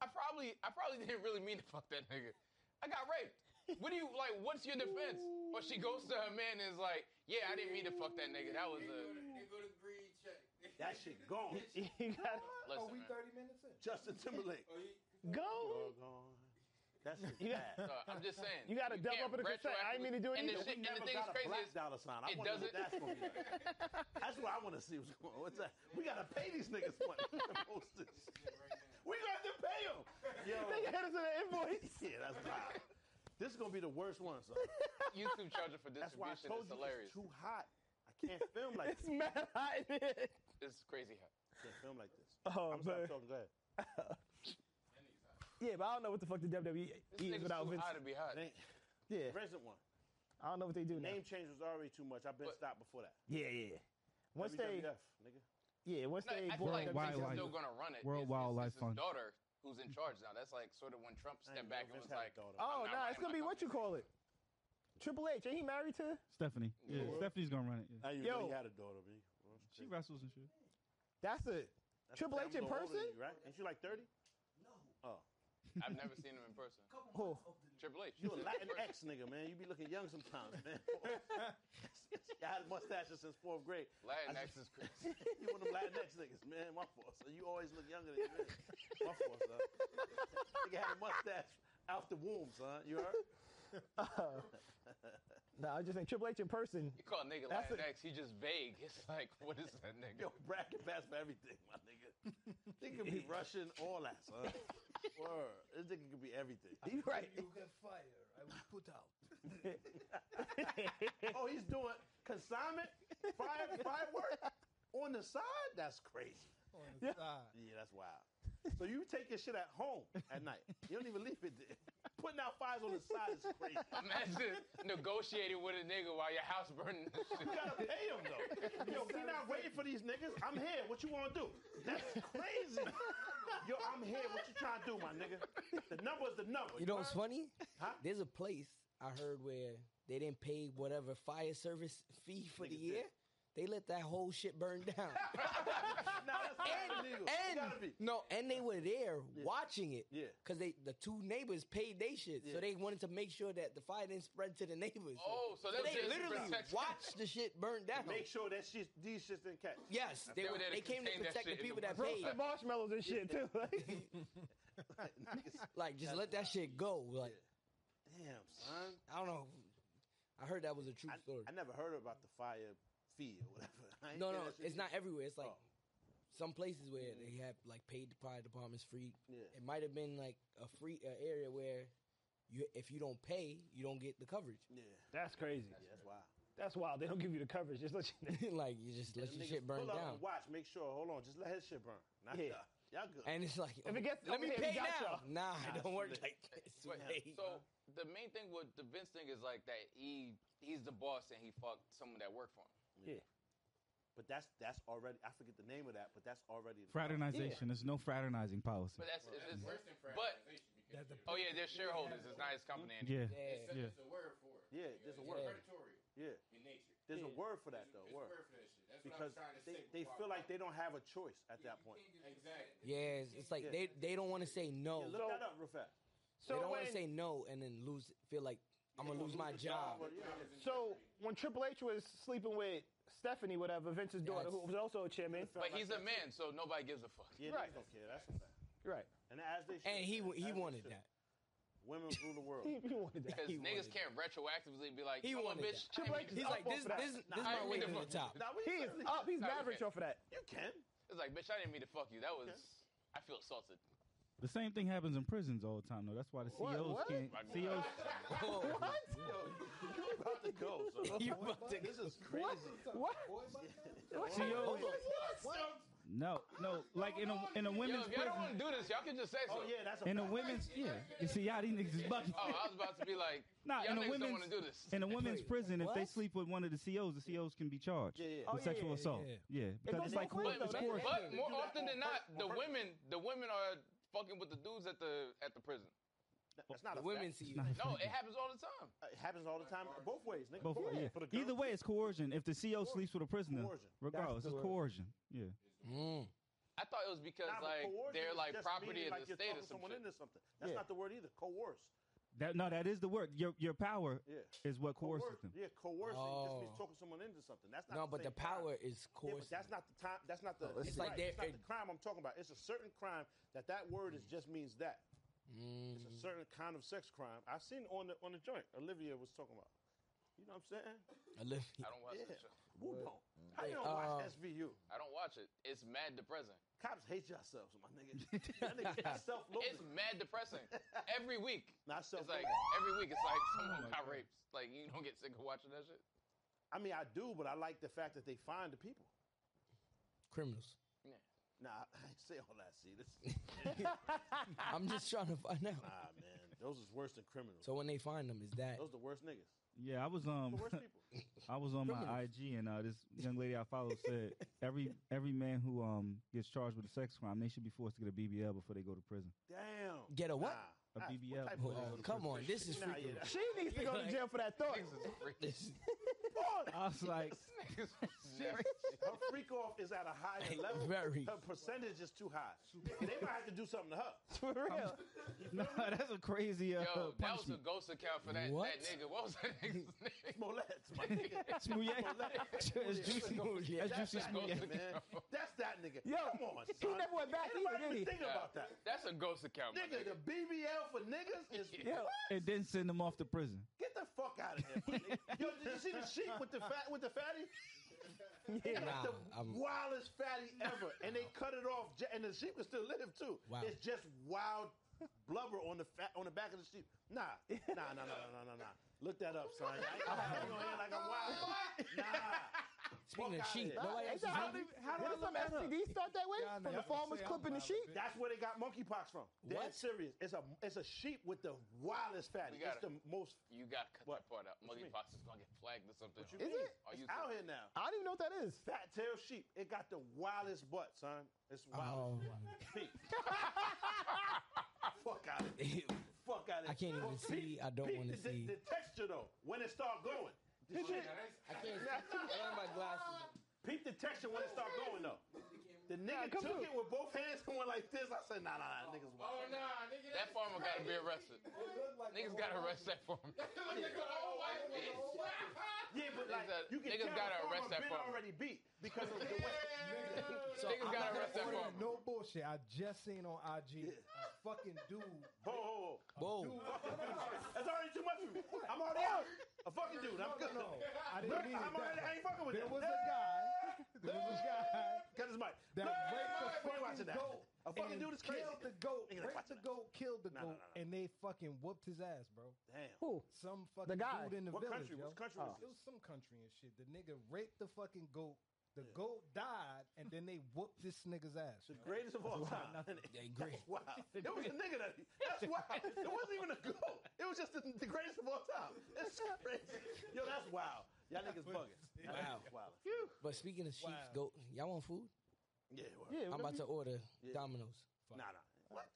S3: I probably, I probably didn't really mean to fuck that nigga. I got raped. What do you like? What's your defense? Or she goes to her man and is like, yeah, I didn't mean to fuck that nigga. That was a
S1: They go to green check.
S2: that shit gone.
S4: *laughs* You gotta
S1: Are
S3: listen.
S2: Oh,
S5: Oh,
S1: we
S3: man.
S1: 30 minutes in?
S2: Justin Timberlake.
S1: Or he-
S4: go.
S2: gone. That's shit
S4: You
S2: bad.
S4: got-
S3: Uh, I'm just saying.
S4: You gotta double
S3: can't
S4: up on the consent. I ain't mean to do
S3: retroactively- and the
S4: anything.
S3: shit- And
S2: We
S3: the
S2: never
S3: thing is
S2: got a
S3: crazy
S2: black
S3: is,
S2: dollar sign. I
S3: it
S2: wonder what
S3: doesn't-
S2: that's gonna be like. That's what I want to see. What's going? What's that? We gotta pay these niggas money *laughs* to post this. We gonna have to pay them. Yo,
S4: They had us in an invoice.
S2: *laughs* yeah, that's wild. This is gonna be the worst one, son.
S3: YouTube charging for
S2: That's why I
S3: distribution
S2: told
S3: is
S2: you
S3: hilarious.
S2: it's too hot. I can't film like
S4: *laughs* It's
S2: this.
S4: mad hot in here.
S3: It's crazy how.
S2: I can't film like this.
S4: Oh
S2: I'm
S4: man.
S2: sorry, talking. Go ahead.
S4: *laughs* Yeah, but I don't know what the fuck the WWE
S3: This
S4: is
S3: nigga's
S4: without
S3: too
S4: Vince.
S3: hot to be hot.
S2: Name,
S4: Yeah,
S2: present one.
S4: I don't know what they do now.
S2: Name change was already too much. I've been
S3: But-
S2: stopped before that.
S4: Yeah, yeah. Once they,
S2: WWF, nigga.
S4: yeah, once
S3: No,
S4: they,
S3: I feel
S4: bought E
S6: World
S3: like Vince is
S4: WCW.
S6: Wildlife-
S3: still gonna run it.
S6: World
S3: It's- it's-
S6: Wildlife
S3: it's
S6: Fund.
S3: His daughter, who's in charge now. That's like sort of when Trump
S2: I ain't
S3: stepped back
S2: know
S3: and was
S2: Vince had a
S3: like,
S2: daughter.
S4: Oh
S3: I'm
S4: no,
S3: not
S4: it's gonna be
S3: running my
S4: what you call it. Triple H, ain't he married to?
S6: Stephanie. Yeah,
S2: Yeah.
S6: Stephanie's gonna run it. yeah.
S2: I didn't even know
S4: Yo.
S2: he had a daughter, B. Well, that's
S6: She
S2: crazy.
S6: wrestles and shit.
S4: That's it.
S2: That's
S4: Triple
S2: a
S4: H
S2: damn
S4: in
S2: little older than
S4: person?
S2: you, right? Ain't she like Oh. 30?
S4: *laughs*
S3: I've never seen him in person.
S4: Oh,
S3: Triple H.
S2: You a
S3: in
S2: Latin *laughs*
S3: person.
S2: X nigga, man. You be looking young sometimes,
S4: *laughs*
S2: man. I had mustaches since fourth grade.
S3: Latin
S2: I
S3: X is
S2: just-
S3: crazy.
S2: *laughs* you one of them Latin X niggas, man. My fault, son. You always look younger than you. is. My fault,
S4: *laughs*
S2: son. nigga had a mustache out the womb, son. You heard? *laughs*
S4: *laughs* no, I was just saying Triple H in person.
S3: You call a nigga
S4: That's
S3: Latin
S4: a-
S3: X, he just *laughs* vague. It's like, what is that nigga?
S2: Yo, bracket pass for everything, my nigga. They could be Russian, all that, son. Word. This nigga could be everything.
S4: You *laughs* right?
S5: You get fired. I will put out.
S2: *laughs* Oh, he's doing consignment, fire, firework on the side? That's crazy.
S5: On the side.
S2: Yeah, that's wild. So you take your shit at home at night. You don't even leave it there. Putting out fires on the side is crazy. *laughs*
S3: Imagine negotiating with a nigga while your house burning. and shit.
S2: You gotta pay them
S3: *laughs*
S2: though. Yo, we not waiting for these niggas. I'm here. What you wanna do? That's crazy. Yo, I'm here. What you trying to do, my nigga? The number's the number.
S8: You know what's funny?
S2: Huh?
S8: There's a place I heard where they didn't pay whatever fire service fee for the
S2: Niggas did.
S8: year. They let that whole shit burn
S2: *laughs*
S8: down.
S2: Nah, that's not
S8: and
S2: illegal. It gotta
S8: and
S2: be.
S8: no, and they were there watching it.
S2: Yeah.
S8: Cause they the two neighbors paid they shit.
S2: Yeah.
S8: So they wanted to make sure that the fire didn't spread to the neighbors.
S3: Oh,
S8: so
S3: so that's
S8: they
S3: just
S8: literally
S3: protection.
S8: watched the shit burn down.
S2: Make sure that shit, these shits didn't catch.
S8: Yes, they,
S3: They
S8: were
S3: were there to
S8: they came to
S3: contain that
S8: protect the
S3: shit in
S8: people
S3: the
S8: that
S3: world.
S8: paid.
S4: The marshmallows and
S8: *laughs*
S2: *laughs*
S4: shit too. Like,
S2: Niggas-
S8: Like just let that shit go. Like
S2: Damn, son.
S8: I don't know. I heard that was a true
S2: I,
S8: story.
S2: I never heard about the fire fee or whatever. *laughs* I ain't
S8: no, no,
S2: hear that shit
S8: it's not
S2: either.
S8: everywhere. It's like
S2: Oh. Mm-hmm.
S8: some places where they have like paid fire departments free.
S2: Yeah.
S8: It might have been like a free uh, area where you if you don't pay, you don't get the coverage.
S2: Yeah,
S4: That's crazy.
S2: yeah, that's wild.
S4: That's wild. They don't give you the coverage. Just let you know.
S5: *laughs*
S8: like you just let
S2: Them
S8: your shit
S2: niggas
S8: burn
S2: pull up
S8: down.
S2: And watch, make sure. Hold on, just let his shit burn. Not
S4: Yeah.
S2: y'all. Y'all good.
S8: And it's like,
S4: If it gets
S8: let me
S4: over here,
S8: pay
S4: we got
S8: now.
S4: y'all.
S8: Nah,
S2: Nah,
S8: it don't
S2: it's
S8: work
S2: lit.
S8: like that. It's too
S3: Wait,
S8: late.
S3: so the main thing with the Vince thing is like that he he's the boss and he fucked someone that worked for him.
S2: but that's that's already. I forget the name of that, but that's already in the
S6: Fraternization. There's no fraternizing policy.
S3: But that's, it's,
S1: That's
S3: it's-
S1: worse than
S3: but-
S1: fraternization because
S5: That's the-
S1: you're-
S3: oh yeah, they're shareholders. It's not his company
S6: Yeah.
S3: anymore.
S1: It's,
S8: yeah.
S6: Yeah.
S1: it's a word for it.
S2: Yeah,
S1: You
S2: there's a
S1: know,
S2: word.
S1: It's predatory
S2: Yeah,
S1: in nature.
S2: there's
S8: Yeah.
S2: a word for that
S1: There's a- there's
S2: though.
S1: a
S2: Word
S1: for that shit. That's
S2: because
S1: what I'm trying to
S2: they,
S1: say
S2: they
S1: before
S2: feel
S1: I
S2: like they
S1: brought
S2: don't have a choice
S1: it
S2: at
S1: up.
S2: that point.
S1: You can't give them-
S8: *laughs* Yeah, it's, it's like
S2: Yeah.
S8: they they don't want to say no.
S2: Yeah, look that up real fast.
S8: they don't
S4: So
S8: want to say
S4: when,
S8: no and then lose. Feel like I'm gonna
S2: They
S8: lose my
S2: gonna the
S8: job.
S2: or- yeah.
S4: so when Triple H was sleeping with Stephanie, whatever, Vince's daughter, who
S8: That's-
S4: was also a chairman.
S3: But he's a man, so nobody gives a fuck.
S2: Yeah,
S4: Right.
S2: niggas don't care. That's a fact.
S4: Right.
S2: And as they should,
S8: And he
S2: man,
S8: he
S2: as they
S8: wanted
S2: should.
S8: that.
S2: Women rule the
S6: *laughs*
S2: world.
S4: He, he wanted that.
S3: Because
S8: He
S3: niggas
S8: wanted
S3: can't retroactively be like,
S8: He
S3: you know what,
S8: wanted
S3: bitch.
S4: that.
S3: I ain't
S4: Triple H
S8: He's
S3: make
S4: is
S3: this
S4: up
S8: like
S4: off
S8: this
S4: of that.
S8: this
S2: Nah,
S8: this
S3: I
S8: my
S3: ain't
S8: way to the
S3: mean to-
S8: top.
S2: Now we
S4: He is
S2: certainly-
S4: up. He's
S3: Nah, you
S4: leveraged
S3: can't.
S4: off of that.
S2: You can.
S3: It's like, bitch, I didn't mean to fuck you. That was,
S2: Okay.
S3: I feel assaulted.
S6: The same thing happens in prisons all the time, though. That's why the
S4: What?
S6: CEOs
S4: What?
S6: can't.
S3: Like,
S6: CEOs,
S3: *laughs*
S8: Whoa.
S2: You about to go?
S8: *laughs*
S2: So.
S8: You about to-
S2: This is crazy.
S4: What? What?
S6: CEOs.
S2: What?
S6: No, no. Like in a in a
S3: Yo,
S6: women's
S3: if
S6: prison.
S3: y'all don't want to do this, y'all can just say so.
S2: Oh yeah, that's a
S6: In a
S2: fact.
S6: women's yeah. You see, y'all these niggas is bugging.
S3: Oh, I was about to be like,
S6: *laughs* Nah,
S3: y'all
S6: in a
S3: niggas don't
S6: women's-
S3: want to do this.
S6: In a women's
S8: Wait,
S6: prison, if they
S8: what?
S6: sleep with one of the CEOs, the CEOs can be charged
S2: Yeah, yeah.
S4: Oh,
S6: with
S4: yeah,
S6: sexual
S4: yeah,
S6: assault.
S5: yeah.
S6: Yeah, because it's
S4: goes both
S6: like
S4: ways,
S3: But,
S4: though.
S6: it's
S3: but,
S4: They-
S6: course.
S4: they-
S3: but
S2: they
S3: more
S2: do that
S3: often
S2: on
S3: than
S2: pur-
S3: not,
S2: on
S3: the
S2: purpose.
S3: women, the women are fucking with the dudes at the at the prison.
S2: That's not
S8: The
S2: a fact.
S8: women see you.
S6: Nah.
S3: No, it happens all the time.
S2: It happens all the time, both ways. Nigga.
S6: Both, yeah.
S2: For the girls,
S6: Either way, it's coercion. If the CO sleeps with a prisoner,
S2: Coercion.
S6: regardless,
S4: That's
S6: it's
S4: the word.
S6: coercion. Yeah.
S8: Mm.
S3: I thought it was because
S2: Nah, but
S3: like
S2: coercion
S3: they're
S2: is
S3: like
S2: just
S3: property
S2: meaning
S3: of
S2: like
S3: the
S2: you're
S3: state or
S2: talking
S3: some
S2: someone
S3: shit.
S2: into something. That's
S4: Yeah.
S2: not the word either. Coerce.
S6: That no, that is the word. Your your power
S2: Yeah.
S6: is what coerces
S2: Coerce-
S6: them.
S2: Yeah, coercing just means
S8: Oh.
S2: talking someone into something. That's not
S8: No,
S2: the
S8: but the
S2: same crime.
S8: power is
S2: Yeah,
S8: coercive.
S2: but that's not the time. That's not the.
S4: let's
S2: it's
S8: see. Like
S2: right,
S8: they're-
S2: it's not the crime I'm talking about. It's a certain crime that that word is just means that.
S8: Mm.
S2: It's a certain kind of sex crime. I've seen on the on the joint. Olivia was talking about. You know what I'm saying?
S8: Olivia.
S3: I don't watch that
S2: Yeah.
S3: show.
S2: Woo don't. How you don't
S8: Uh,
S2: watch SVU?
S3: I don't watch it. It's mad depressing.
S2: Cops hate yourselves, my nigga. that nigga
S3: It's
S2: self-loathing.
S3: mad depressing. Every week,
S2: Not
S3: it's
S2: self.
S3: like every week it's like someone
S6: my
S3: got
S6: God.
S3: raped. Like you don't get sick of watching that shit.
S2: I mean, I do, but I like the fact that they find the people.
S8: Criminals.
S4: *laughs*
S2: Nah, *laughs* I ain't say all that. See, this,
S8: *laughs*
S2: *laughs*
S8: I'm just trying to find out.
S2: nah, Ah, man, those is worse than criminals.
S8: So when they find them, is that
S2: those the worst niggas,
S6: Yeah, I was um
S2: the
S6: *laughs*
S2: worst people.
S6: I was on my
S8: Criminals.
S6: IG and uh, this young lady I follow said every every man who um gets charged with a sex crime they should be forced to get a BBL before they go to prison. *laughs*
S2: Damn.
S8: Get a what?
S2: Nah,
S6: A
S2: nah,
S6: BBL.
S2: what type
S8: Well,
S2: of-
S8: uh, come on, this is
S2: Nah, yeah,
S8: freaking.
S2: that-
S4: She needs to go to jail for that thought.
S8: *laughs* This,
S6: I was like,
S4: *laughs*
S3: Niggas was nasty.
S2: her freak off is at a higher level.
S8: Very.
S2: Her percentage is too high. They might have to do something to her.
S4: For real.
S8: *laughs*
S6: nah, that's a crazy uh,
S3: Yo, that was a
S6: punishment.
S3: ghost account for that,
S8: What?
S3: that nigga. What was that nigga's name?
S2: Smollett, *laughs* my
S3: *laughs*
S2: nigga.
S6: Smouillet. It's juicy.
S8: Smouillet.
S6: That's juicy
S2: That's that
S6: Smouillet.
S2: nigga, man. That's that nigga.
S4: Yo,
S2: come on,
S4: he
S2: son.
S4: never went back
S2: Ain't
S4: either,
S2: nobody
S4: did he?
S2: Think about that,
S3: That's a ghost account. my
S2: nigga.
S3: nigga.
S2: The BBL for niggas is
S4: Yo,
S6: And then send them off to prison.
S2: Get the fuck out of here! my nigga. Yo, did you see the sheep with the fat with the fatty? Yeah,
S8: Nah,
S2: the
S8: I'm-
S2: wildest fatty ever, and they cut it off, j- and the sheep can still live too.
S8: Wow.
S2: It's just wild blubber on the fat on the back of the sheep. Nah, nah, nah, nah, nah, nah, nah, nah. Look that up, son. I, I'm having on here like I'm wild. Nah,
S8: speaking of
S2: outta
S8: sheep,
S2: here.
S8: nobody
S4: Ain't
S8: else is
S4: that how,
S8: hungry?
S4: how did some STD start that way?
S5: Yeah, I know. I was
S4: From the
S5: gonna
S4: farmers
S5: say, I'm
S4: clipping the
S5: wild,
S4: sheep?
S5: bitch.
S2: that's where they got monkeypox from. Dead
S8: What?
S2: serious. It's a it's a sheep with the wildest fatty.
S3: We got
S2: It's the most.
S3: You gotta cut
S2: What?
S3: that part out.
S2: What you
S3: Muggy
S2: mean?
S3: Fox is gonna get flagged or something.
S2: What you
S4: Is
S2: mean?
S4: it?
S3: Are
S2: It's
S3: you
S2: out
S3: serious?
S2: here now.
S4: I don't even know what that is.
S2: Fat tail sheep. It got the wildest butt, son. It's wild. *laughs*
S8: Oh.
S2: as shit. Pete. Fuck out of here.
S8: Ew.
S2: Fuck out of here.
S8: I can't even see. I don't wanna
S2: the,
S8: see.
S2: The texture though, when it start going. The
S1: Oh,
S2: shit-
S1: yeah, that's-
S8: I can't. I have my glasses.
S2: Peep the texture when it start going though. The nigga
S4: come
S2: took
S4: through.
S2: it with both hands going like this. I said, nah, nah, nah, niggas
S1: Oh,
S2: wild.
S1: nah, nigga. that's
S3: That farmer gotta be arrested.
S5: Niggas
S3: Niggas gotta arrest that farmer.
S1: Look at the old white bitch.
S2: Yeah, but like
S3: Niggas-
S2: you can
S3: niggas
S2: tell
S3: gotta
S2: the
S3: arrest
S2: farmer
S3: that
S2: been
S3: farmer.
S2: already beat because of the way.
S5: So
S3: Niggas
S5: I'm
S3: gotta
S5: not gonna
S3: arrest that
S5: order
S3: farmer.
S5: No bullshit. I just seen on IG a fucking dude.
S2: Ho, ho, ho.
S8: Whoa.
S2: That's already too much love you. I'm already out. A fucking dude. I'm good.
S5: No, I didn't mean it
S2: I'm already, I
S5: that
S2: ain't fucking with
S5: There
S2: you.
S5: was a guy. There was a guy
S2: Cut his mic.
S5: that raped a
S2: Why you watching
S5: fucking
S2: that?
S5: goat.
S2: A fucking
S5: and
S2: dude is crazy.
S5: Killed the goat.
S2: Nigga, like, watch
S5: Raped the
S2: that.
S5: goat. Killed the
S2: Nah, nah,
S5: goat.
S2: nah, nah.
S5: And they fucking whooped his ass, bro.
S2: Damn.
S4: Who?
S5: Some fucking
S4: guy.
S5: dude in the
S2: What
S5: village.
S2: country?
S5: yo. Oh.
S2: What country was
S5: It was some country and shit. The nigga raped the fucking goat. The goat died, and then they whooped this nigga's ass.
S2: The greatest of all time. *laughs*
S8: They great.
S2: Wow. It was a nigga that. That's wild. It wasn't even a goat. It was just the, the greatest of all time. It's crazy. Yo, that's wild. Y'all niggas bugging. Y'all *laughs*
S8: Wow.
S2: niggas wild.
S8: But speaking of Chiefs,
S5: Wow.
S8: goat, y'all want food?
S2: Yeah, well,
S4: Yeah,
S8: I'm about to order
S2: Yeah.
S8: Domino's.
S2: Nah, nah. What?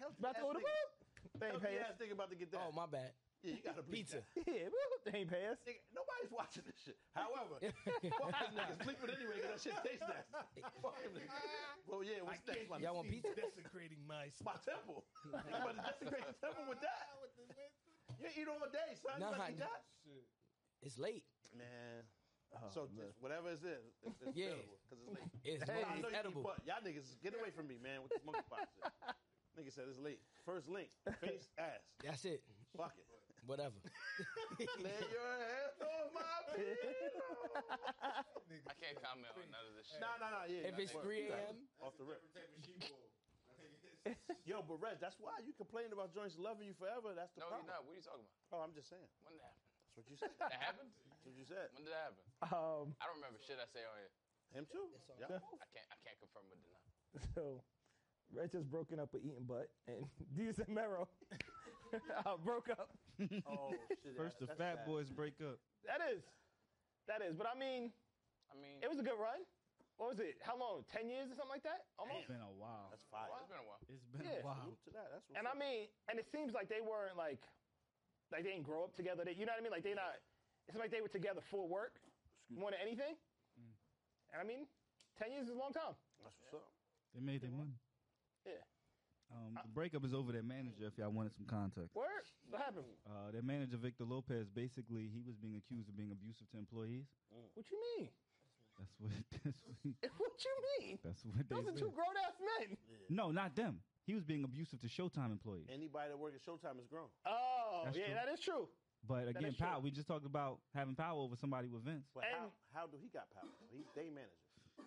S2: Healthy
S4: About to
S2: ass
S4: order
S2: nigga.
S4: food? They ain't
S2: Healthy
S4: pay us.
S2: ass nigga about to get that.
S8: Oh, my bad.
S2: yeah, you gotta bleep
S8: Pizza.
S2: that.
S4: Yeah, woo, they ain't pay us.
S2: Nigga, nobody's watching this shit.
S8: *laughs*
S2: However, fuck them niggas bleeping anyway because that shit tastes nasty. Fuck them niggas. Well, yeah, what's next? My,
S8: Y'all want pizza?
S5: Desecrating my
S2: my temple. *laughs* You about to desecrate the temple with that? You ain't eat all day, son.
S8: Nah,
S2: you about to eat
S8: nah.
S2: that?
S8: It's late.
S2: Man.
S4: Oh,
S2: so just whatever it is, it's, it's
S8: Yeah.
S2: because it's late.
S8: It's,
S2: Well, I
S8: it's
S2: know you eat
S8: edible.
S2: butt. Y'all niggas, get away from me, man, with this monkeypox shit. Nigga said it's late. First link,
S8: *laughs*
S2: face, ass.
S8: That's it.
S2: Fuck it.
S8: Whatever.
S2: *laughs* Lay your hands on my pillow.
S3: I can't comment on none of this shit.
S2: *laughs* Nah, nah, nah, yeah.
S8: If it's
S2: Word.
S8: 3 a.m.,
S2: Off the rip.
S1: Type of sheeple.
S2: *laughs* Yo, but Rez, that's why you complain about joints loving you forever. That's the
S3: No, you're
S2: problem.
S3: not. What are you talking about?
S2: Oh, I'm just saying.
S3: When that happened?
S2: That's what you
S6: *laughs*
S3: That happened?
S2: said. That's what you said.
S3: When did that happen?
S4: Um,
S3: I don't remember shit I say on here.
S2: Him too. Yeah.
S3: I can't. I can't confirm or deny.
S4: *laughs* so, Red just broken up with Eating Butt, and *laughs* Deez and Mero uh, broke up.
S2: Oh shit.
S6: First, the
S2: that's
S6: Fat
S2: sad.
S6: Boys break up.
S4: That is, that is. But I mean,
S3: I mean,
S4: it was a good run. What was it? How long? Ten years or something like that? Almost.
S6: It's been a while.
S2: That's fire.
S3: it's been a while.
S6: It's been a
S4: Yeah.
S6: while.
S2: Salute to that. That's what's
S4: And
S2: up.
S4: I mean, and it seems like they weren't like, like they didn't grow up together. They, you know what I mean? Like they not. It's like they were together for work, more than anything.
S6: Mm.
S4: And I mean, ten years is a long time.
S2: That's what's up.
S6: They made their money.
S4: Yeah.
S6: Um, the breakup is over their manager. If y'all wanted some context,
S4: Word. What happened?
S6: uh, their manager Victor Lopez basically he was being accused of being abusive to employees.
S2: Mm.
S4: What you mean?
S6: That's what. *laughs* That's what.
S4: What you mean?
S6: That's what they.
S4: Those are
S6: said.
S4: two grown ass men.
S6: No, not them. He was being abusive to Showtime employees.
S2: Anybody that works at Showtime is grown.
S4: Oh,
S6: That's
S4: yeah,
S6: true.
S4: that is true.
S6: But
S4: That is
S6: again,
S4: true.
S6: power. We just talked about having power over somebody with Vince.
S2: But how,
S4: And-
S2: how do he got power? He's day manager.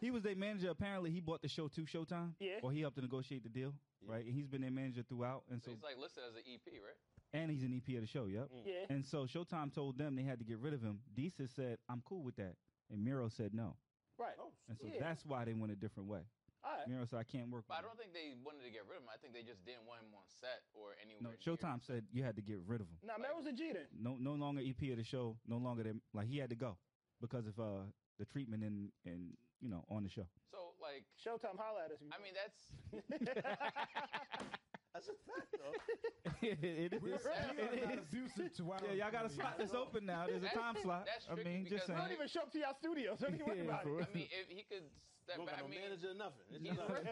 S6: He was their manager. Apparently, he bought the show to Showtime.
S4: Yeah.
S6: Or he helped to negotiate the deal,
S2: Yeah.
S6: right? And he's been their manager throughout, and
S3: So
S6: so
S3: he's like listed as an EP, right?
S6: and he's an EP of the show. Yep.
S4: Mm. Yeah.
S6: And so Showtime told them they had to get rid of him. Deesa said, "I'm cool with that," and Miro said no.
S4: Right.
S2: Oh,
S6: And so
S4: Yeah.
S6: that's why they went a different way.
S4: All right.
S6: Miro said, "I can't work."
S3: But I
S6: with
S3: don't think they wanted to get rid of him. I think they just didn't want him on set or
S6: him." No,
S3: anywhere. near.
S6: Showtime said you had to get rid of him.
S4: Now, Meryl was a G then.
S6: No, no longer EP of the show. No longer them. Like he had to go because of uh the treatment and and you know on the show.
S3: So like,
S4: Showtime holla at us.
S3: I mean, that's *laughs*
S2: *laughs* that's a fact, though.
S6: *laughs* it is.
S5: We're
S6: It
S5: not
S6: is.
S5: abusive to our
S6: Yeah, y'all got a
S5: employees.
S6: slot that's open now. There's a
S3: That's-
S6: time slot.
S3: that's
S6: I
S3: tricky
S6: mean, just
S3: because
S6: saying.
S4: I don't even show up to y'all studio, so *laughs* don't even worry
S6: Yeah,
S4: about
S6: for
S4: it.
S6: real.
S3: I mean, if he could step
S2: Don't got
S3: back, I
S2: no
S3: mean,
S2: manager or nothing. It's
S4: Yeah.
S2: just like,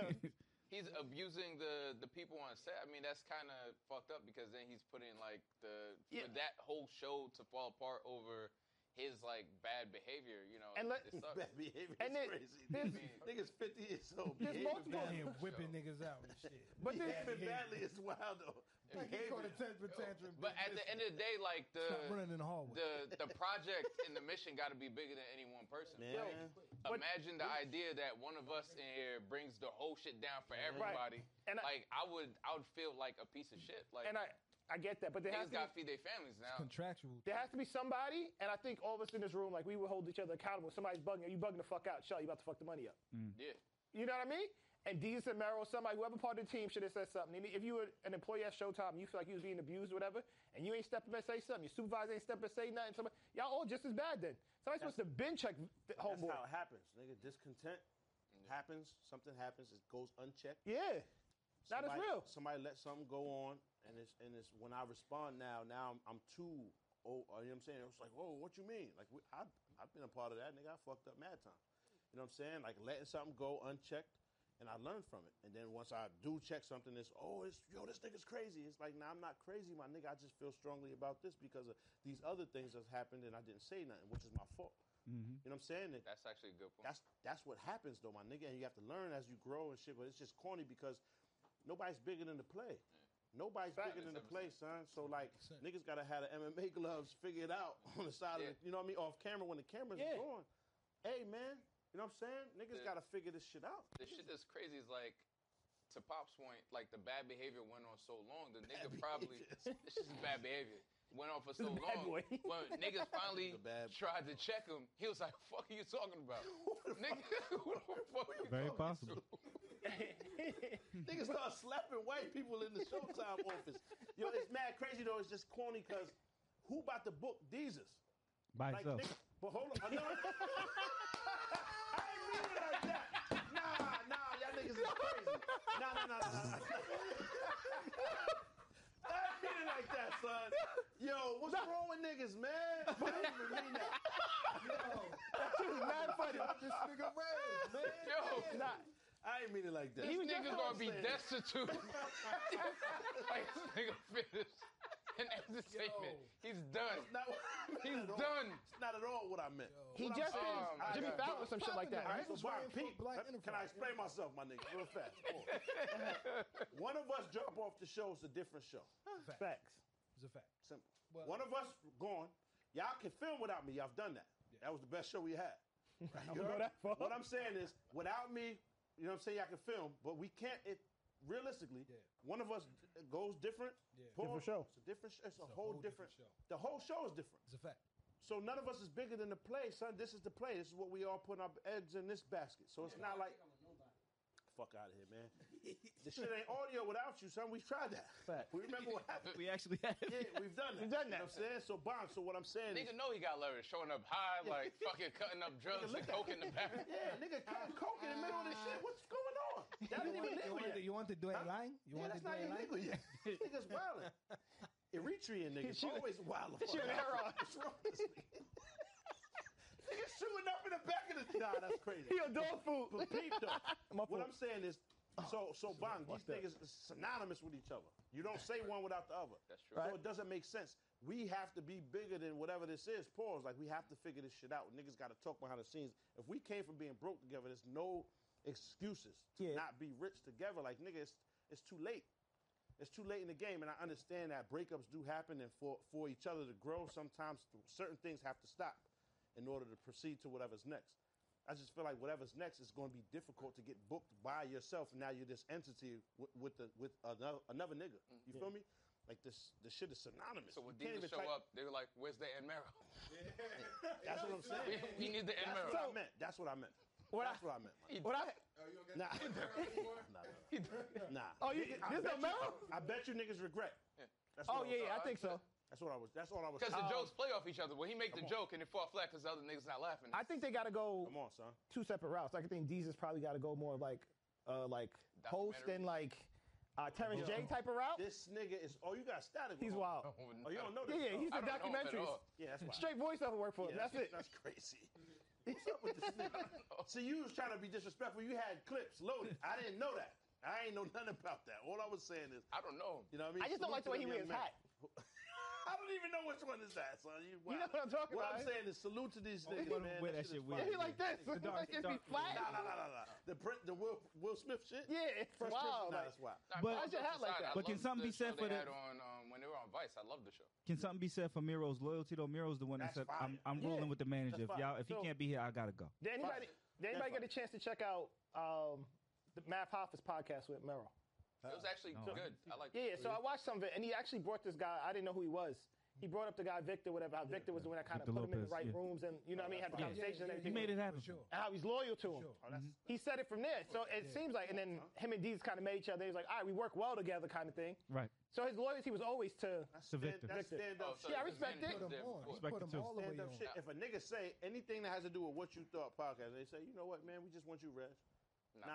S3: he's abusing the the people on set. I mean, that's kind of fucked up because then he's putting like the
S4: Yeah.
S3: for that whole show to fall apart over his like bad behavior. You know,
S4: And
S3: it-
S4: let-
S3: it sucks.
S2: bad behavior. And
S4: And then-
S2: crazy.
S4: there's-
S2: *laughs* niggas 50 years old.
S4: There's
S2: behaving
S4: multiple-
S2: badly.
S5: Damn, whipping niggas out and shit.
S2: But
S4: But
S2: this
S4: then-
S2: badly is wild though.
S3: Like,
S5: He caught a
S2: Behavior.
S5: temper tantrum.
S3: But at the end of the day, like the
S5: Stop running in the hallway.
S3: the the project and the mission got to be bigger than any one person.
S2: Man.
S3: Like, imagine the idea that one of us in here brings the whole shit down for everybody.
S4: And I-
S3: like I would, I would feel like a piece of shit. Like
S4: And I, I get that, but there has,
S3: niggas
S4: to
S3: got to
S4: be,
S3: feed their families now.
S2: *laughs*
S5: Contractual.
S4: there has to be somebody, and I think all of us in this room, like, we will hold each other accountable. If Somebody's bugging you. You bugging the fuck out. Shaw, you about to fuck the money up.
S2: Mm.
S3: Yeah,
S4: You know what I mean? And Deez and Merrill, somebody, whoever part of the team should have said something. And if you were an employee at Showtime, you feel like you was being abused or whatever, and you ain't stepping up and say something, your supervisor ain't stepping up and say nothing, somebody, y'all all just as bad then. Somebody's supposed to bench check the
S2: That's
S4: homeboy.
S2: how it happens, nigga. Discontent happens. Something happens. It goes unchecked.
S4: Yeah. That is
S2: Somebody-
S4: real.
S2: Somebody let something go on, and it's and it's when I respond now. Now I'm, I'm too. Oh, you know what I'm saying? It's like, whoa, what you mean? Like, we, I I've been a part of that, nigga. I fucked up mad time. You know what I'm saying? Like letting something go unchecked, and I learned from it. And then once I do check something, it's oh, it's yo, this nigga's crazy. It's like, nah, I'm not crazy, my nigga. I just feel strongly about this because of these other things that's happened, and I didn't say nothing, which is my fault.
S6: Mhm.
S2: You know what I'm saying? And
S3: that's actually a good point.
S2: that's that's what happens though, my nigga. And you have to learn as you grow and shit. But it's just corny because nobody's bigger than the play. Nobody's
S3: Fact,
S2: bigger than the
S3: it's
S2: play, son. So like niggas gotta have the MMA *laughs* gloves figured out on the side
S3: Yeah.
S2: of the, you know what I mean, off camera when the camera's
S4: Yeah.
S2: going. Hey man, you know what I'm saying? Niggas
S3: Yeah.
S2: gotta figure this shit out. *laughs*
S3: The shit that's crazy is like, to Pop's point, like the bad behavior went on so long, the nigga probably this is bad behavior went on for so
S4: a
S3: long.
S4: bad boy.
S3: When
S4: *laughs*
S3: niggas finally
S2: He's a bad
S3: tried to check him, he was like, "Fuck, are you talking
S2: *laughs*
S3: about, nigga? *laughs* what the fuck are you
S6: Very
S3: talking
S6: possible.
S3: to?"
S2: *laughs* Niggas start slapping white people in the Showtime office. Yo, it's mad crazy though. It's just corny because who about to book Jesus?
S6: By
S2: Like,
S6: itself.
S2: nigga, but hold on. No, I ain't mean it like that. Nah, nah, y'all niggas is crazy. Nah, nah, nah, nah. nah. I ain't mean it like that, son. Yo, what's wrong with niggas, man? I didn't even mean that.
S5: this nigga red, man.
S3: Yo,
S2: Nah, I ain't mean it like that.
S3: this
S4: was just
S3: nigga's
S4: what
S3: gonna
S4: I'm
S3: be
S4: saying.
S3: destitute. *laughs* like this nigga finished. *laughs* And that's the statement. He's done.
S2: Not
S3: *laughs*
S2: what I
S4: *laughs*
S2: meant
S3: He's
S2: at all.
S3: done.
S2: It's not at all what I meant. What
S4: He
S2: I'm
S4: just did
S2: saying
S3: Oh, my
S4: Jimmy
S3: God.
S4: Fallon or some shit like that,
S5: He
S4: right?
S2: Alright, so
S5: was
S2: Brian
S5: writing for
S2: Pete,
S5: Black
S2: let- can I
S5: Enterprise.
S2: explain myself, my nigga, real fast?
S5: *laughs*
S2: Pause. One of us drop off the show, it's a different show.
S5: Fact.
S2: Facts.
S5: It's a fact.
S2: Simple.
S5: Well-
S2: One of us gone. Y'all can film without me. Y'all have done that. That was the best show we
S5: *laughs*
S2: had. You
S4: go
S2: heard?
S4: that far.
S2: What I'm saying is, without me, you know what I'm saying? Y'all can film, but we can't. It realistically,
S5: Yeah.
S2: one of us d- goes different.
S5: Yeah.
S2: Pause.
S4: Different show.
S2: It's a different. sh- It's, a, whole, different.
S5: show.
S2: The whole show is different.
S5: It's a fact.
S2: So none of us is bigger than the play, son. This is the play. This is what we all put our eggs in this basket. So it's not like *laughs* fuck out of here, man. the shit ain't audio without you, son. We tried that.
S4: Fact.
S2: We remember what happened.
S6: We actually had.
S2: Yeah, we've done that.
S4: We've done
S2: You know
S4: that.
S2: what I'm saying? So bomb. So what I'm saying is
S3: Nigga know he got leverage, showing up high, like fucking cutting up drugs and coke in the back.
S2: *laughs* *laughs* Yeah, nigga cut coke in the middle of this shit. What's going on? That ain't even
S5: You want, you,
S2: legal
S5: want
S2: yet.
S5: to, you want to do it
S2: Huh?
S5: lying?
S2: yeah,
S5: You want
S2: that's
S5: to do
S2: not
S5: it
S2: even
S5: lying?
S2: legal yet. niggas wildin'. Eritrean niggas always wild. the
S4: Shoot
S2: *laughs* fuck
S4: an
S2: out.
S4: arrow.
S2: What's wrong with this nigga? Niggas shooting up in the back of the. Nah, that's crazy.
S4: He a dog food.
S2: But peep though,
S4: *laughs* My
S2: what
S4: fault. Oh,
S2: I'm saying is, so so Bond, these
S4: fucked up.
S2: niggas is synonymous with each other. You don't say one without the other.
S3: That's true.
S2: So it doesn't make sense. We have to be bigger than whatever this is. Pause. Like we have to figure this shit out. Niggas got to talk behind the scenes. If we came from being broke together, there's no excuses to
S4: Yeah.
S2: not be rich together. Like nigga, it's, it's too late. It's too late in the game, and I understand that breakups do happen, and for, for each other to grow, sometimes certain things have to stop in order to proceed to whatever's next. I just feel like whatever's next is going to be difficult to get booked by yourself. Now you're this entity with, with the with another, another nigga. You feel me? Like this, the shit is
S3: Mm-hmm. So
S2: synonymous.
S3: when
S2: You can't
S3: demons
S2: even
S3: show up,
S2: type-
S3: they were like, "Where's the Enmero?
S2: that's what I'm
S3: We,
S2: saying.
S3: we need the
S2: That's *laughs*
S3: Enmero."
S2: what I meant. That's what I meant. that's what I meant. my nigga.
S4: What I,
S1: Oh, you don't get
S4: *laughs*
S2: Nah.
S1: that anymore?
S2: Nah, nah, nah.
S4: oh, you,
S2: Nigga, I
S4: this
S2: bet
S4: no
S2: you-
S4: matter?
S2: I bet you niggas regret.
S3: Yeah.
S2: That's
S4: Oh,
S2: what I was-
S4: yeah,
S2: uh,
S4: yeah, I think so.
S2: That's what I was. That's all I was.
S3: Because the
S2: Uh,
S3: jokes play off each other. When he make the joke and it fall flat because the other niggas not laughing.
S4: I think they got to go
S2: Come on, son.
S4: two separate routes. Like, I think Jesus probably got to go more like, uh, like host
S3: Documentary.
S4: and like uh, Terrence J
S2: Oh,
S4: type of route.
S2: This nigga is. Oh, you got static.
S4: He's
S2: on.
S4: wild.
S3: *laughs*
S2: Oh, you don't know
S4: Yeah,
S2: this.
S4: yeah, he's
S3: I
S4: the
S3: don't know him at
S4: documentaries.
S3: all.
S2: yeah, that's wild.
S4: Straight voiceover work for him.
S2: Yeah,
S4: That's it.
S2: That's crazy. What's up
S3: *laughs*
S2: with this nigga? See, you was trying to be disrespectful. You had clips loaded. I didn't know that. I ain't know nothing about that. All I was saying is,
S3: I don't know him.
S2: you know what I mean?
S4: I just don't like the way he
S2: Salute to them
S4: wears hat.
S2: young men. *laughs* I don't even know which one is that, son. You,
S4: You know
S2: wild.
S4: what I'm talking
S2: What
S4: about?
S2: I'm saying is, salute to these
S6: Don't
S2: niggas,
S6: let 'em
S2: man.
S6: wear
S2: That
S6: that
S2: shit
S6: shit
S2: is
S6: weird.
S2: fire.
S4: He like this.
S6: The dark-
S4: like it's be
S6: dark-
S4: flat.
S2: Nah, nah, nah, nah, nah. The, Brit, the Will, Will Smith shit.
S4: Yeah, it's
S2: Fresh Prince,
S4: wild.
S2: nah,
S4: like-
S2: that's wild.
S3: Nah,
S6: But-
S3: all
S4: I should
S3: jokes
S4: have like
S3: aside,
S4: that.
S3: I
S6: But can
S3: loved
S6: something be
S3: the show
S6: said for
S3: they
S6: the-
S3: had on um, when they were on Vice? I love the show.
S6: Can something be said for Miro's loyalty though? Miro's the one that said,
S2: That's
S6: "I'm,
S2: fire.
S6: I'm
S4: Yeah,
S6: rolling with the manager. If
S2: fire.
S6: y'all, if he
S4: So-
S6: can't be here, I gotta go."
S4: Did anybody did anybody
S2: fine.
S4: get a chance to check out um, the Math Hoffa's podcast with Merrill?
S3: It was actually
S6: No.
S3: good. I like.
S4: Yeah, yeah. So I watched some of it, and he actually brought this guy. I didn't know who he was. He brought up the guy Victor, whatever. How Victor was the one that kind of
S6: Victor
S4: put him in the
S6: Lopez,
S4: right
S6: yeah.
S4: rooms, and you know what I mean, had the
S5: Yeah,
S4: conversations
S5: yeah,
S4: and
S5: yeah,
S4: everything.
S6: He made it happen.
S5: For sure.
S4: And how he's loyal to him.
S5: Sure.
S2: Oh, that's,
S4: He said it from there. So it seems like, and then him and Deez kind of made each other. He was like, all right, we work well together, kind of thing.
S6: Right.
S4: So his loyalty was always to.
S2: that's,
S6: So
S2: stand,
S6: Victor.
S2: that's
S4: Victor.
S2: stand
S3: Oh,
S2: up
S3: so
S2: shit.
S4: Yeah, I
S3: the
S4: respect
S3: Zen
S4: it.
S3: was
S5: Put
S3: there
S5: 'em on.
S3: before.
S6: Respect
S5: Put
S6: it
S5: them
S6: too.
S5: all the way
S2: stand up
S5: on.
S2: shit. If a nigga say anything that has to do with what you thought podcast, they say, you know what, man, we just want you rest.
S3: Nah.
S2: Nah.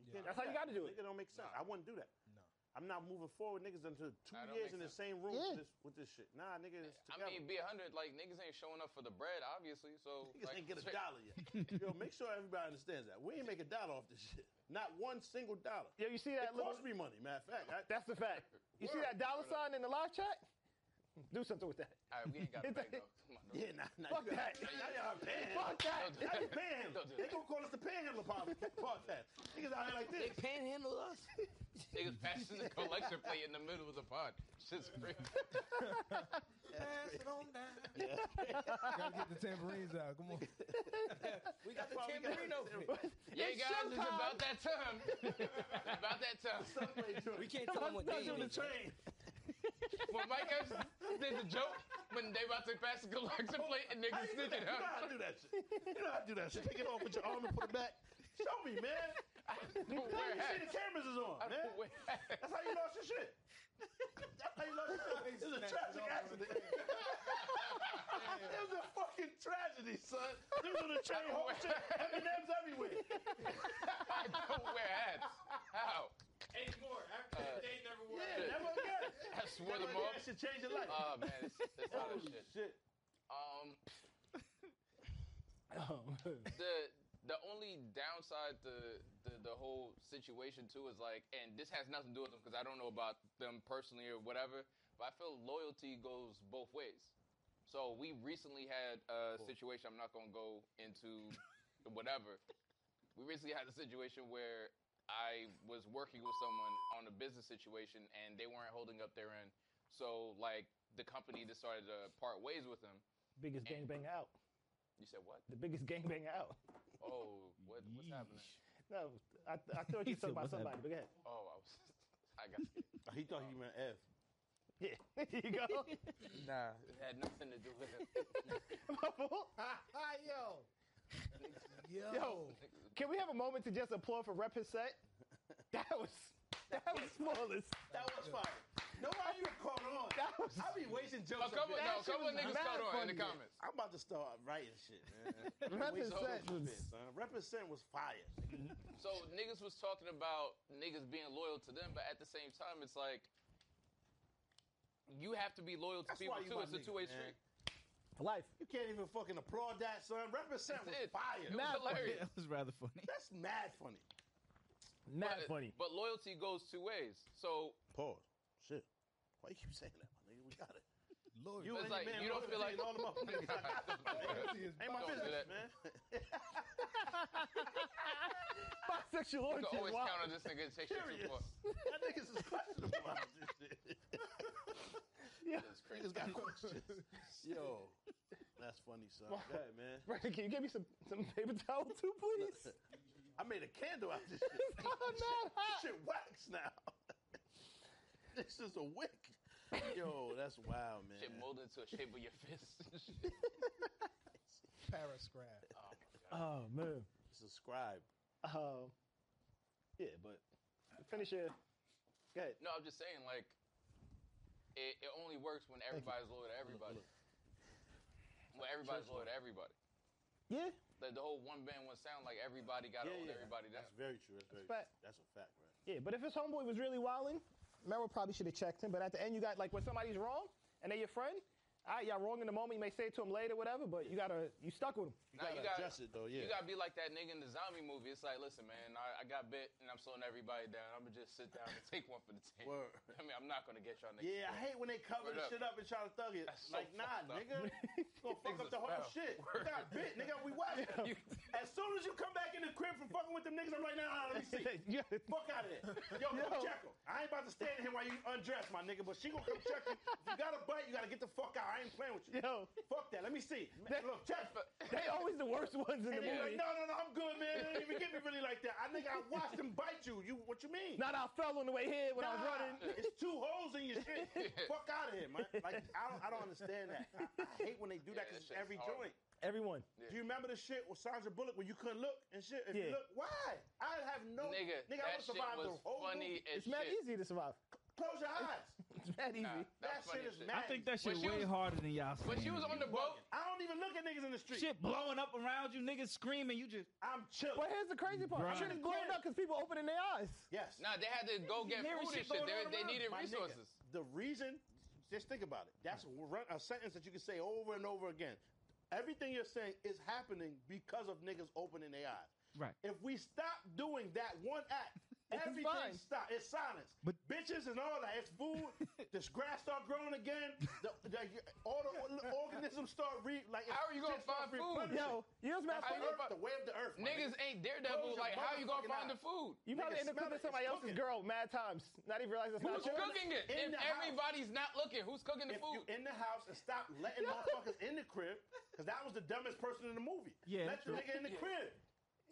S2: You
S5: Yeah.
S2: can't
S4: That's how you
S2: that.
S4: gotta do it.
S2: Nigga don't make sense.
S3: Nah.
S2: I wouldn't do that.
S5: No.
S2: I'm not moving forward, niggas, until two
S3: Nah, don't make
S2: years in the
S3: sense.
S2: same room
S4: Yeah.
S2: with, this, with this shit. Nah, nigga, it's
S3: I
S2: together.
S3: mean, be 100, like, niggas ain't showing up for the bread, obviously. So,
S2: niggas
S3: like,
S2: ain't get a
S3: straight-
S2: dollar
S3: *laughs*
S2: yet. *laughs* Yo, make sure everybody understands that. We ain't make a dollar off this shit. Not one single dollar.
S4: Yo, you see
S2: It
S4: that little.
S2: cost me money, matter of fact. I,
S4: That's the fact. You see
S2: Word.
S4: that dollar sign in the live chat? *laughs* Do something with that.
S3: All right, we
S4: *laughs*
S3: ain't got to bang, though. Come on, don't-
S2: Yeah, nah, nah,
S4: Fuck
S2: you gotta-
S4: that.
S2: Now y'all paying.
S4: Fuck that.
S3: Don't do
S2: Now you
S3: that.
S2: paying.
S3: Don't do
S2: They
S3: that.
S2: gonna call us the panhandler problem. Fuck that. Niggas out here like
S8: They
S2: this.
S8: panhandle us.
S3: Niggas passing the collection plate in the middle of the pod. Shit's crazy.
S5: Pass it on down. Gotta get the tambourines out. Come on.
S8: We got the
S2: why we got
S8: tambourine open.
S3: yeah, guys, it's about that time. about that time.
S8: We can't tell them what day it is.
S2: train.
S3: when Mike Epps did the joke, when they about to pass the collection plate and
S2: How
S3: niggas
S2: you do
S3: sneak
S2: that?
S3: it
S2: You know how
S3: out.
S2: to do that shit. You know how to do that shit. Take it off with your arm and put it back. Show me, man.
S3: Don't
S2: Now
S3: wear
S2: you see the
S3: hats.
S2: cameras is on,
S3: I
S2: man.
S3: don't wear hats.
S2: That's how you lost your shit. That's how you lost your shit. It was a tragic accident. it was a fucking tragedy, son. This was on the train, whole shit. M&M's everywhere.
S3: I don't wear hats. How? Uh,
S1: Anymore. After that, they never wore
S2: Yeah,
S1: it.
S2: never again.
S3: I swore
S2: Never
S3: them
S2: again.
S3: off.
S2: That should change your life.
S3: Oh man, it's, it's all this
S2: Holy
S3: shit.
S2: shit.
S3: Um,
S4: um,
S3: the the only downside to the, the whole situation too is like, and this has nothing to do with them because I don't know about them personally or whatever. But I feel loyalty goes both ways. So we recently had a situation. I'm not gonna go into *laughs* whatever. We recently had a situation where I was working with someone on a business situation, and they weren't holding up their end. So like the company decided to part ways with them.
S4: *laughs* Biggest gangbang out.
S3: You said what?
S4: The biggest gangbang out.
S3: Oh, what, what's happening?
S4: No, I, I thought you
S6: He
S4: were
S6: said,
S4: talking about
S6: "What's
S4: somebody,
S6: happening?"
S4: but go ahead. *laughs*
S3: Oh, I was. *laughs* I got scared.
S2: He thought he meant F. *laughs*
S4: Yeah, there you go.
S3: nah, it had nothing to do with it.
S4: My fault.
S5: Yo.
S8: Yo.
S4: Yo, can we have a moment to just applaud for Rep his
S2: *laughs*
S4: set? That was that was flawless.
S2: That was fire. Nobody even caught on.
S4: That was
S2: I be wasting
S3: A
S2: jokes.
S3: couple,
S2: up
S3: no,
S2: here.
S3: a couple
S4: was
S3: niggas
S4: mad
S3: caught on in the
S4: funny.
S3: comments.
S2: I'm about to start writing shit,
S3: *laughs*
S2: man.
S4: Rep his
S2: Waste all
S4: set.
S2: this
S4: was-
S2: shit, son. Represent was fire.
S3: So niggas was talking about niggas being loyal to them, but at the same time, it's like you have to be loyal to
S2: That's
S3: people
S2: why you
S3: too.
S2: my
S3: It's a
S2: nigga,
S3: two way
S2: man.
S3: street.
S4: *laughs* Life.
S2: You can't even fucking applaud that, son. Represent was
S3: It-
S2: fire.
S3: It was hilarious.
S6: that was rather funny.
S2: That's mad funny.
S4: Not
S3: But-
S4: funny.
S3: But loyalty goes two ways. So
S2: Pause. Shit. Why you keep saying that, my nigga? We got it.
S5: Lord.
S2: You
S3: It's
S2: and
S3: like,
S2: your man
S3: you don't feel like-
S2: representing all
S3: *laughs*
S2: them other niggas. I got this, man.
S5: Loyalty is
S2: Ain't my
S3: Don't do
S2: business,
S3: that.
S2: man. *laughs*
S4: Bisexual
S3: you
S4: origin.
S3: can always
S4: wow.
S3: count on this nigga to take shit too
S2: Curious.
S3: far.
S2: That niggas is questionable about this shit.
S4: Yeah.
S3: It's crazy.
S2: Niggas got questions. Yo. That's funny, son. Go ahead, man.
S4: *laughs* Brandon, can you give me some, some paper towel too,
S2: *laughs*
S4: please?
S2: I made a candle out of this shit. *laughs*
S4: I'm mad hot.
S2: shit wax now. *laughs* this is a wick. Yo, that's wild, man.
S3: Shit molded into a shape of *laughs* your fist.
S5: Parascribe.
S3: oh my god.
S4: Oh man.
S2: *laughs* Subscribe.
S4: Um. Yeah, but finish your. Go ahead.
S3: No, I'm just saying, like, it, it only works when everybody's loyal to everybody. When everybody's loyal to everybody.
S4: Yeah.
S3: Like, the whole one band, one sound, like, everybody got to
S2: Yeah,
S3: own
S2: yeah.
S3: everybody down.
S2: That's very true. That's very
S4: fact.
S2: true. That's a fact, right?
S4: Yeah, but if his homeboy was really wilding, Merrill probably should have checked him. But at the end, you got like when somebody's wrong and they're your friend. All right, y'all wrong in the moment. You may say it to him later, whatever. But you gotta, you stuck with him.
S2: You
S3: Now
S2: gotta
S3: you gotta-
S2: adjust it though, yeah.
S3: You gotta be like that nigga in the zombie movie. It's like, listen, man, I, I got bit and I'm slowing everybody down. I'm gonna just sit down and *laughs* take one for the team.
S2: Word.
S3: *laughs* I mean, I'm not gonna get y'all niggas.
S2: Yeah, I hate when they cover
S3: Word
S2: the
S3: up.
S2: shit up and try to thug it.
S3: That's so
S2: like, nah,
S3: fucked up.
S2: nigga.
S4: *laughs*
S2: It's gonna fuck
S3: Niggas
S2: up the
S3: is
S2: whole
S3: foul.
S2: shit. You
S3: Word.
S2: got bit, nigga. We
S4: *laughs*
S2: whacked.
S3: You,
S2: as soon as you come back in the crib from fucking with them niggas, I'm like, nah, nah, let me see.
S4: *laughs* you gotta,
S2: Fuck out of there. Yo, come
S4: *laughs* Yo.
S2: check her. I ain't about to stand here while you undress, my nigga, but she gonna come check you. If you got a bite, you gotta get the fuck out. I ain't playing with you.
S4: yo,
S2: Fuck that. Let me see. Look, check.
S4: they always the worst ones in the
S2: And then you're like,
S4: movie.
S2: no, no, no, I'm good, man. They didn't even get me really like that. I think I watched them bite you. You, what you mean?
S4: Not I fell on the way here when I was
S2: Nah,
S4: running.
S2: It's two holes in your shit.
S3: *laughs*
S2: Fuck out of here, man. Like, I don't, I don't understand that. I, I hate when they do that
S3: Yeah,
S2: because
S3: that shit's
S2: every
S3: horrible.
S2: joint.
S4: Everyone.
S2: Do you remember the shit with Sandra Bullock when you couldn't look and shit? If you
S4: Yeah.
S2: look, why? I have no
S3: nigga,
S2: Nigga, I
S3: that
S2: would
S3: shit
S2: survive the
S3: was
S2: whole
S3: funny
S2: movie.
S3: as
S4: It's mad
S3: shit.
S4: easy to survive.
S2: Close your eyes.
S4: It's mad easy.
S3: Nah,
S2: That
S3: was funny
S2: shit
S3: as
S2: is mad.
S6: I think that
S3: When
S6: shit
S3: she
S6: way
S3: was-
S6: harder than y'all.
S3: When she
S6: saying
S3: was
S6: it.
S3: on the boat,
S2: I don't even look at niggas in the street.
S6: shit blowing up around you, niggas screaming, you just
S2: I'm chilling.
S4: But here's the crazy part.
S6: Bruh.
S4: Shit is blowing up because people opening their eyes.
S2: Yes.
S3: nah, they had to go get
S6: Mary shit
S3: food and shit.
S6: going
S3: They,
S6: on
S3: they
S6: around
S3: needed
S2: My nigga,
S3: resources.
S2: the reason, just think about it. That's a run- a sentence that you can say over and over again. Everything you're saying is happening because of niggas opening their eyes.
S6: Right.
S4: *laughs*
S2: If we stop doing that one act, It's
S9: Everything
S2: fine. Stop. It's silence.
S6: But-
S2: But bitches and all that. It's food.
S4: *laughs*
S2: this grass start growing again. The, the- all
S4: *laughs*
S2: the organisms start re like.
S3: How are you gonna
S2: shit start
S3: find food?
S2: replenishing.
S4: Yo, you know what's mad
S3: How
S2: The
S3: you gonna
S4: funny?
S2: earth, the way of the earth. my
S3: Niggas
S2: nigga.
S3: ain't daredevil.
S2: Close
S3: Like,
S2: your
S3: how you gonna
S2: motherfucking
S3: find the
S2: eyes.
S3: food?
S4: You probably
S2: niggas
S4: end up
S2: smell it,
S4: cooking somebody
S2: it's
S4: else's
S2: cooking.
S4: girl mad times, not even realize it's
S3: Who's
S4: not yours.
S3: cooking it?
S2: in
S3: If
S2: the house.
S3: everybody's not looking, who's cooking the
S2: If you
S3: food?
S2: in the house and stop letting motherfuckers in the crib, because that was the dumbest person in the movie.
S6: Yeah,
S2: let
S6: that's
S2: your
S6: true.
S2: nigga in the crib.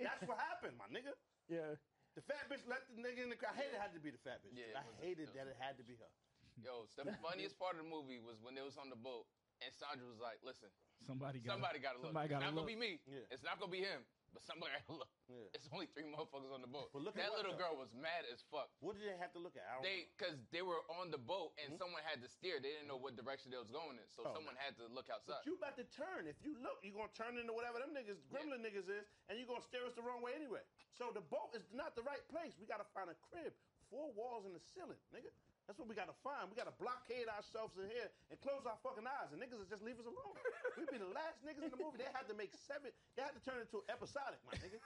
S2: That's what happened, my nigga.
S4: Yeah.
S2: The fat bitch let the nigga in the crib. I hated it had to be the fat bitch.
S3: Yeah, it
S2: I
S3: was-
S2: hated
S3: it
S2: that it had to be her.
S3: Yo, it's the funniest part of the movie was when they was on the boat and Sandra was like, "Listen,
S6: Somebody got
S3: somebody got to look.
S6: somebody
S3: it's
S6: gotta
S3: not
S6: look."
S3: gonna be me.
S2: Yeah.
S3: It's not gonna be him. But somebody got to look.
S2: Yeah.
S3: It's only three motherfuckers on the boat.
S2: But look at
S3: that
S2: what,
S3: little
S2: though?
S3: girl was mad as fuck.
S2: What did they have to look at? I don't
S3: They,
S2: know.
S3: cause they were on the boat and someone had to steer. They didn't know what direction they was going in, so
S2: Hmm? Oh,
S3: someone had to look outside.
S2: But you about to turn. If you look, you're gonna turn into whatever them niggas, gremlin niggas is, and you're gonna steer us the wrong way anyway. So the boat is not the right place. We gotta find a crib, four walls and a ceiling, nigga. That's what we gotta find. We gotta blockade ourselves in here and close our fucking eyes, and niggas will just leave us alone. We'd be the last niggas in the movie. They had to make seven. They had to turn it into episodic, my nigga.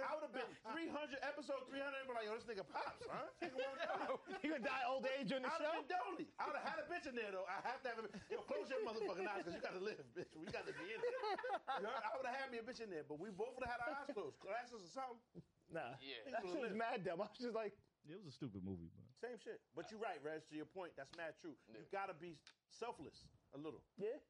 S2: I would have been 300 episode 300. and be like, yo, this nigga pops, huh? Nigga, what-
S4: *laughs* You gonna die old age on the
S2: I'd
S4: show?
S2: have been Dolly. I would have had a bitch in there though. I have to have a yo close your motherfucking eyes because you got to live, bitch. We got to be in it. You
S4: *laughs*
S2: heard? I would have had me a bitch in there, but we both would have had our eyes closed, glasses or something.
S4: Nah.
S3: yeah.
S4: That shit was mad dumb. I was just like,
S6: It was a stupid movie, but
S2: Same shit. But you're right, Reg. To your point, that's mad true. You gotta be selfless a little.
S4: yeah.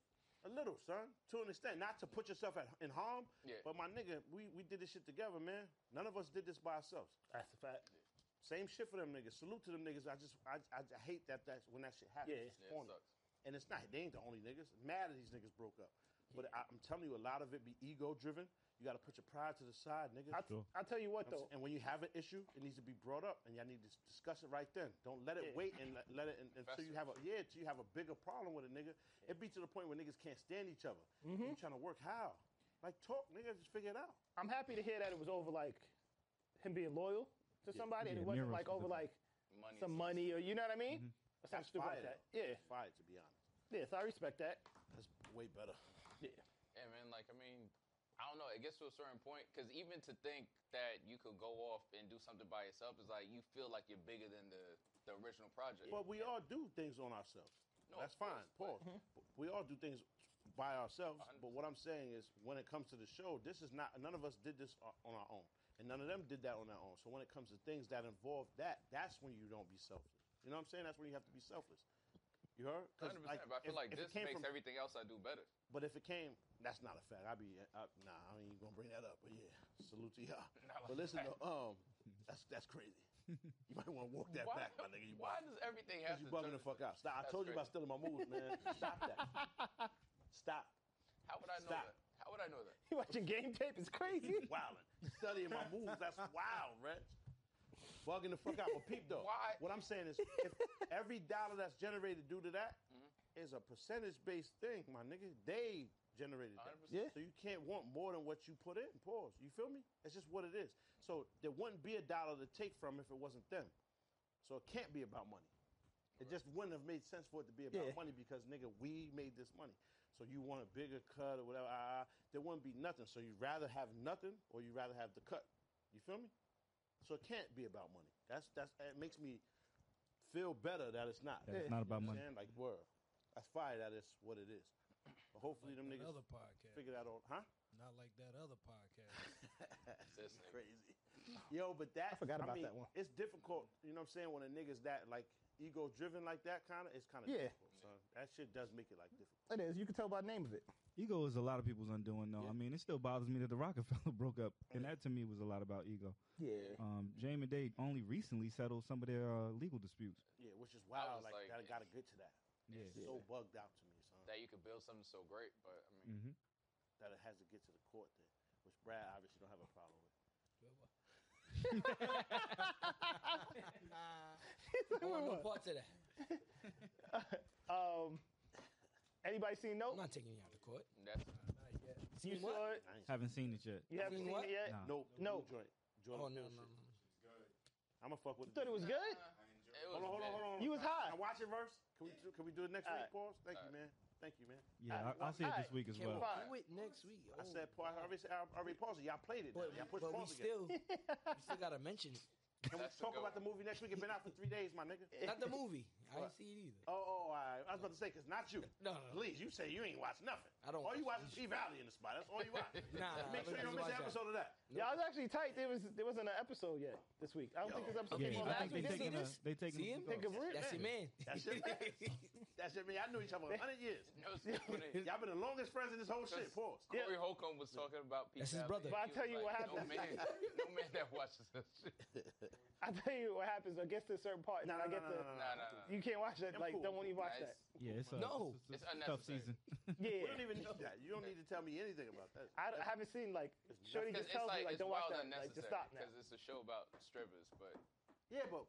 S2: A little, son, to an extent, not to put yourself at, in harm.
S3: Yeah.
S2: But my nigga, we, we did this shit together, man. None of us did this by ourselves.
S4: That's a fact.
S2: Same shit for them niggas. Salute to them niggas. I just, I, I, I hate that that's when that shit happens.
S4: Yeah.
S2: It's
S3: Yeah, it
S2: corny.
S3: sucks.
S2: and it's not they ain't the only niggas. Mad that these niggas broke up, but I, I'm telling you, a lot of it be ego driven. You got to put your pride to the side, nigga.
S4: I, I'll tell you
S2: I'm
S4: what
S2: s-
S4: though.
S2: and when you have an issue, it needs to be brought up, and y'all need to s- discuss it right then. Don't let it
S4: Yeah.
S2: wait and let, let it un- until you have a yeah, until you have a bigger problem with a nigga. It be to the point where niggas can't stand each other. You trying to work how? Like talk, nigga, just figure it out.
S4: Mm-hmm. I'm happy to hear that it was over like him being loyal to somebody,
S6: Yeah,
S4: and
S6: Mm-hmm.
S4: it wasn't
S6: Nero's
S4: like over
S6: specifically.
S4: like some money or you know what I mean? Or something
S2: That's
S4: stupid
S2: fire,
S4: like that.
S2: though.
S4: Yeah,
S2: That's fire to be honest.
S4: yeah. So I
S8: *laughs*
S4: respect that.
S2: That's way better.
S3: Yeah, man. Like, I mean, I don't know. It gets to a certain point because even to think that you could go off and do something by yourself is like you feel like you're bigger than the, the original project.
S2: But we all do things on ourselves.
S3: No,
S2: That's
S3: of course,
S2: fine. Pause.
S3: *laughs*
S2: But We all do things by ourselves.
S3: hundred
S2: But what I'm saying is, when it comes to the show, this is not. None of us did this o- on our own, and none of them did that on their own. So when it comes to things that involve that, that's when you don't be selfless. You know what I'm saying? That's when you have to be selfless. You heard? 'Cause,
S3: 100%. but I feel like
S2: it
S3: this
S2: came
S3: makes
S2: from-
S3: everything else I do better.
S2: But if it came, that's not a fact. I be I, nah. I ain't even gonna bring that up. But yeah, salute to y'all.
S3: Not like
S2: but listen,
S3: that.
S2: to, um, that's that's crazy. You might want to walk that
S3: Why,
S2: back, my nigga. You
S3: why
S2: bugging.
S3: does everything have
S2: Because you
S3: to
S2: bugging
S3: turn?
S2: the fuck out. Stop. I
S3: That's
S2: told you about
S3: crazy.
S2: stealing my moves,
S4: *laughs*
S2: man. Stop that. Stop.
S3: How would I know
S2: Stop.
S3: that? How would I know that?
S4: You watching game tape is
S2: *laughs*
S4: crazy.
S2: Wilding. Studying my moves. That's wild, Reg. Bugging the fuck out. But peep though.
S3: Why?
S2: What I'm saying is, if every dollar that's generated due to that is a percentage-based thing, my nigga. They generated that.
S3: 100%. Yeah.
S2: So you can't want more than what you put in. Pause. You feel me? It's just what it is. So there wouldn't be a dollar to take from if it wasn't them. So it can't be about money. It just wouldn't have made sense for it to be about
S4: Yeah.
S2: money because nigga, we made this money. So you want a bigger cut or whatever? Uh, there wouldn't be nothing. So you rather have nothing or you rather have the cut. You feel me? So it can't be about money. That's that's it makes me feel better that it's not.
S6: That it's Yeah. not about
S2: You know what I'm
S6: money.
S2: saying? Like word, that's fire. That is what it is. But hopefully them niggas
S5: Another podcast.
S2: figure that out, huh?
S5: Not like that other podcast.
S3: This nigga.
S2: crazy. Yo, but that
S4: I forgot about
S2: mean,
S4: that one.
S2: It's difficult, you know what I'm saying, when a nigga's that like ego driven like that kind of it's kind of
S4: Yeah.
S2: difficult, son. That shit does make it like difficult.
S4: It is. You can tell by the name of it.
S6: ego is a lot of people's undoing. Though I mean, it still bothers me that the Rockefeller *laughs* broke up, and that to me was a lot about ego.
S4: Yeah.
S6: Um, Jamie and Day only recently settled some of their uh, legal disputes.
S2: Yeah, which is wild.
S3: was
S2: Like,
S3: like,
S2: gotta, gotta get to that.
S6: Yeah.
S2: It's so bugged out to me, son.
S3: That you could build something so great, but I mean,
S6: Mm-hmm.
S2: that it has to get to the court thing, which Brad obviously don't have a problem with.
S8: *laughs*
S2: *laughs*
S5: *laughs*
S4: *laughs*
S8: I want no parts of that.
S4: Um. Anybody seen
S8: I'm
S4: Nope?
S8: not taking you out to court.
S3: that's
S4: You saw it?
S2: Nice.
S6: Haven't seen it yet.
S4: You haven't
S8: Seen what?
S4: seen it yet?
S6: Nah.
S2: No, no
S4: No.
S2: joint.
S8: Oh
S2: Jordan
S8: no,
S2: Peele
S8: no,
S2: shit.
S8: no.
S2: I'ma fuck with.
S4: Thought it was good.
S3: it was
S2: Hold on, hold on,
S3: bad.
S2: hold on.
S4: You was high.
S2: Now watch it verse. Can we do, can we do it next
S4: All
S2: week?
S4: right.
S2: Pause. Thank you,
S3: All
S2: man. Thank you, man.
S6: Yeah, I,
S4: well,
S6: I'll see it
S4: alright.
S6: this week as
S8: Can we
S6: well.
S4: Fine.
S8: do it next week? Oh,
S2: I said pause. I already, said- I already paused it. Y'all played it.
S8: But,
S2: Y'all pushed
S8: but we
S2: *laughs* pause again.
S8: still, we still gotta mention it.
S2: Can we
S3: That's a
S2: talk
S3: good
S2: about the movie next week? It's been out for three days, my nigga.
S8: *laughs* Not the movie. I didn't
S2: What?
S8: see it either.
S2: Oh, oh, all right. I was about to say, because not you.
S8: *laughs* No, no, no.
S2: Please, you say you ain't watch nothing.
S8: I don't
S2: All you
S8: watch
S2: watch is P Valley in the spot. That's all you watch.
S8: *laughs* Nah, nah,
S2: Make sure you don't miss
S8: watch
S2: an
S8: that.
S2: episode of that.
S4: Yeah, I was actually tight. There was there wasn't an episode yet this week. I don't think this episode
S8: Okay,
S4: came
S8: well,
S4: out
S6: I
S4: last
S6: think they
S4: week.
S8: didn't
S6: taking a,
S8: see this?
S6: they taking
S8: See
S6: a
S8: him?
S6: good
S4: Think of
S6: dose.
S4: it,
S8: That's
S4: man.
S8: your man.
S2: That's your man. *laughs* That's it, man. Y'all knew each other for 100 years.
S3: No, it's funny.
S2: *laughs*
S3: *laughs*
S2: Y'all been the longest friends in this whole shit, pause.
S4: Yeah.
S3: Corey Holcomb was talking about Pete
S8: That's his
S3: Valley,
S8: brother.
S3: and
S4: But I
S3: he
S4: tell
S3: was
S4: you
S3: like,
S4: what
S3: No
S4: happened.
S3: man, no man that watches this shit.
S4: *laughs* I tell you what happens. I get to a certain part.
S2: No,
S4: and
S2: no, no,
S4: I get
S2: no, no,
S4: the,
S2: no,
S3: Nah,
S2: no.
S3: nah, nah.
S4: *laughs* You can't watch that.
S2: I'm
S4: Like,
S2: cool.
S4: don't want to watch
S3: Nah,
S4: that.
S3: it's-
S6: Yeah, it's a,
S8: No,
S6: it's,
S3: it's
S6: a tough season.
S3: unnecessary.
S2: We
S4: Yeah,
S2: don't even need that. You don't need to tell me anything about that.
S4: I, I haven't seen like
S2: It's
S4: Shorty
S3: Because it's
S4: just tells
S3: like
S4: me like
S3: it's
S4: don't watch
S3: wild
S4: that.
S3: unnecessary
S4: Like, just stop now.
S3: because it's a show about strippers, but
S2: Yeah, but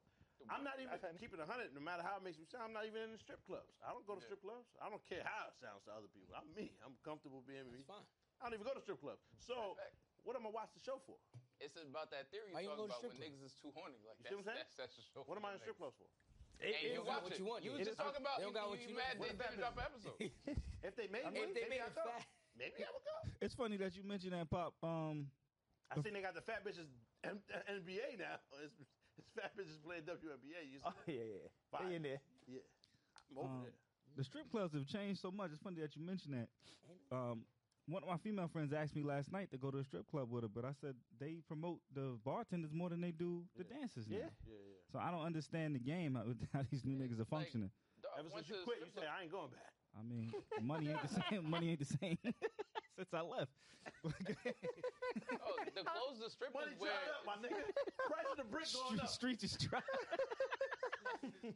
S2: I'm not even
S4: I've had-
S2: *laughs* keeping a hundred. No matter how it makes me sound, I'm not even in the strip clubs. I don't go to
S3: Yeah.
S2: strip clubs. I don't care how it sounds to other people. I'm me. I'm comfortable being me.
S8: it's fine.
S2: I don't even go to strip clubs. So
S3: Matter of fact,
S2: what am I watch the show for?
S3: it's about that theory
S8: Why
S3: you
S8: you
S3: talking
S8: gonna
S3: about
S8: go to strip
S3: when niggas is too horny. Like
S2: You see
S3: that's
S2: what I'm
S3: that's, that's a show.
S2: What am I in
S3: for
S2: strip
S3: niggas.
S2: clubs for?
S3: And you
S8: don't got
S3: watch
S8: what
S3: it.
S8: you want,
S3: You
S8: yeah.
S3: was just talking about
S8: They don't
S3: you,
S8: got what
S3: you
S8: you
S3: mad
S8: looking
S3: they
S8: for.
S3: didn't drop an episode.
S2: If they made
S8: If
S2: me,
S8: they made
S2: maybe I
S8: it
S2: go.
S8: fat,
S2: Maybe I would go.
S6: It's funny that you mentioned that, Pop. Um,
S2: I seen they got the fat bitches M- NBA now. *laughs* It's, it's fat bitches playing WNBA. You see
S4: Oh
S2: that?
S4: yeah, yeah.
S2: Fine.
S4: They in there.
S2: I'm over
S6: Um,
S2: there.
S6: the strip clubs have changed so much. It's funny that you mentioned that. Um, one of my female friends asked me last night to go to a strip club with her, but I said they promote the bartenders more than they do the dancers now.
S4: Yeah.
S2: Yeah, yeah.
S6: So I don't understand the game how, *laughs* how these new
S3: Yeah,
S6: niggas are
S3: like-
S6: functioning.
S3: Dog,
S2: Ever
S3: went
S2: since you
S3: to the
S2: quit, you
S3: strip
S2: say
S3: club-
S2: I ain't going back.
S6: I mean, money ain't the *laughs* same. Money ain't the same *laughs* since I left.
S3: *laughs* oh,
S2: *laughs*
S3: the clothes the strippers
S2: Money
S3: wear.
S2: dried up, my nigga.
S3: *laughs*
S2: Price of the brick going
S6: Street, streets
S2: up.
S6: is dry.
S2: Price of the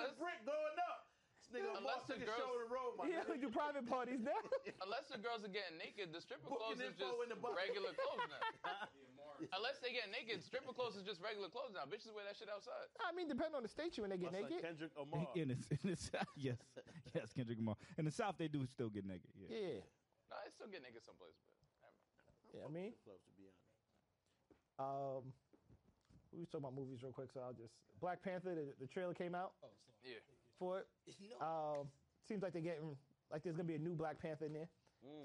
S3: Unless-
S2: brick going up. This nigga
S3: Unless the
S2: almost took a
S3: girls-
S2: show to roll, my
S4: Yeah, we
S2: nigga.
S4: do private parties now.
S3: *laughs* Unless the girls are getting naked, the stripper clothes
S2: Booking
S3: is just
S2: info in the box.
S3: regular clothes
S4: *laughs*
S3: now. Unless they get naked, stripper clothes is just regular clothes now. Bitches wear that shit outside.
S4: *laughs* I mean, depending on the state you when they
S2: My son
S4: get naked.
S2: Kendrick Lamar.
S6: *laughs* in the, in the south, yes, yes, Kendrick Lamar. In the south, they do still get naked. Yeah.
S4: Yeah.
S3: No, they still get naked someplace, but
S4: Yeah, I mean,
S2: Clubs, to be honest.
S4: um, we was talking about movies real quick, so I'll just Black Panther. The, the trailer came out
S3: Oh, yeah.
S4: for it.
S8: no.
S4: Um, seems like they're getting like there's gonna be a new Black Panther in there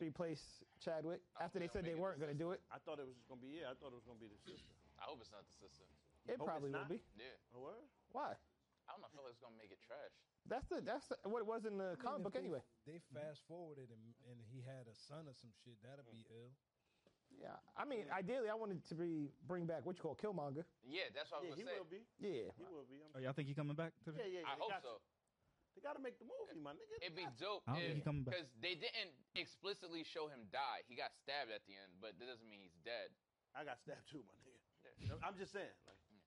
S4: to replace Chadwick. After they
S3: they'll
S4: said they
S3: Mm. make it
S4: weren't gonna do it,
S2: I thought it was just gonna be yeah. I thought it was gonna be the sister.
S3: I hope it's not the sister.
S4: it
S2: hope
S4: probably
S2: it's
S4: will
S2: not?
S4: be.
S3: Yeah.
S2: Oh, word?
S4: Why?
S3: I don't know. I feel like it's gonna make it trash.
S4: That's the that's the, what it was in the
S5: if
S4: comic book
S5: they-
S4: anyway.
S5: They fast forwarded and and he had a son or some shit. That'd be ill.
S4: Yeah, I mean, ideally, I wanted to be bring back what you call Killmonger.
S3: Yeah, that's what I
S2: Yeah,
S3: was
S2: he
S3: gonna say.
S2: will be.
S4: Yeah,
S2: He will be. I'm,
S6: Oh, y'all think he coming back? To the
S2: yeah, yeah.
S3: I
S2: they
S3: hope
S2: got
S3: so.
S2: to- They gotta make the movie, my nigga.
S3: It'd be dope
S6: I don't think he coming back.
S3: because they didn't explicitly show him die. He got stabbed at the end, but that doesn't mean he's dead.
S2: I got stabbed too, my nigga.
S3: Yeah.
S2: I'm just saying. Like,
S3: Mm.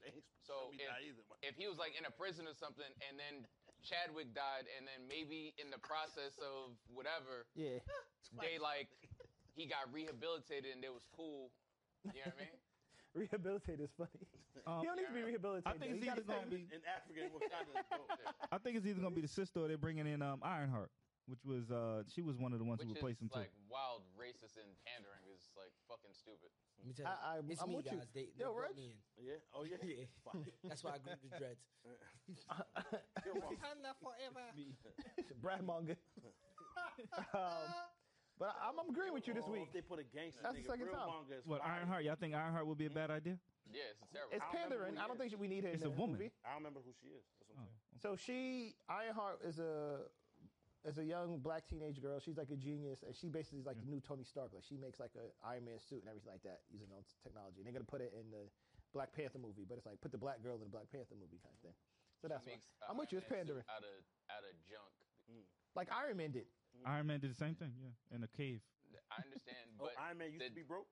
S2: they ain't
S3: So
S2: so me
S3: if-
S2: die either. My,
S3: If he was like in a prison or something, and then Chadwick died, and then maybe in the process of whatever,
S4: yeah.
S3: they like he got rehabilitated and it was cool. You know what
S2: *laughs*
S3: I mean?
S4: *laughs* Rehabilitate is funny.
S6: Um,
S4: he don't need to be
S3: yeah.
S4: rehabilitated.
S6: I think
S4: though.
S6: it's
S4: He
S6: either gonna
S4: gotta
S6: be.
S4: stay-
S2: in
S8: *laughs*
S2: Africa, in Wakanda, is dope.
S6: I think it's either gonna be the sister or they're bringing in um, Ironheart, which was uh, she was one of the ones who
S3: Which
S6: replaced
S3: is
S6: him too.
S3: like wild racist and pandering is like fucking stupid.
S8: Let me tell you,
S4: I, I,
S8: it's
S4: I'm
S8: me,
S4: with
S8: guys.
S4: you.
S8: They, they
S4: Yo,
S8: brought
S4: Reg.
S8: me
S2: Yeah. Oh yeah.
S8: in. *laughs* Yeah.
S2: Fuck.
S8: That's why I grew the dreads.
S4: *laughs*
S2: Yo,
S5: *laughs*
S2: mom.
S4: Brad
S3: *laughs*
S4: Monger. um, but I, I'm, I'm agreeing with you this
S2: Oh,
S4: week.
S2: If they put a gangster
S4: That's the
S2: nigga,
S4: second
S2: real
S4: time.
S2: Manga is
S6: What
S2: fire.
S6: Ironheart? Y'all think Ironheart would be a bad
S3: Mm-hmm.
S6: idea?
S3: Yeah, it's terrible.
S4: It's
S2: I don't remember
S4: pandering.
S2: who
S4: I
S2: he
S4: don't
S2: is.
S4: think we need her.
S6: It's
S4: in
S6: a
S4: the
S6: woman. Oh.
S4: Movie.
S2: I don't remember who she is. That's what I'm saying.
S4: So she, Ironheart, is a is a young black teenage girl. She's like a genius, and she basically is like the new Tony Stark. Like she makes like a Iron Man suit and everything like that using all this technology. And they're gonna put it in the Black Panther movie, but it's like put the black girl in the Black Panther movie kind of thing. So that's why.
S3: Makes uh,
S4: I'm with you. It's
S3: Iron Man suit
S4: pandering.
S3: Out of out of junk.
S2: Mm.
S4: Like Iron Man did.
S6: Iron Man did the same thing, yeah, in a cave.
S3: I understand,
S2: Oh,
S3: but
S2: Iron Man used
S3: the-
S2: to be broke.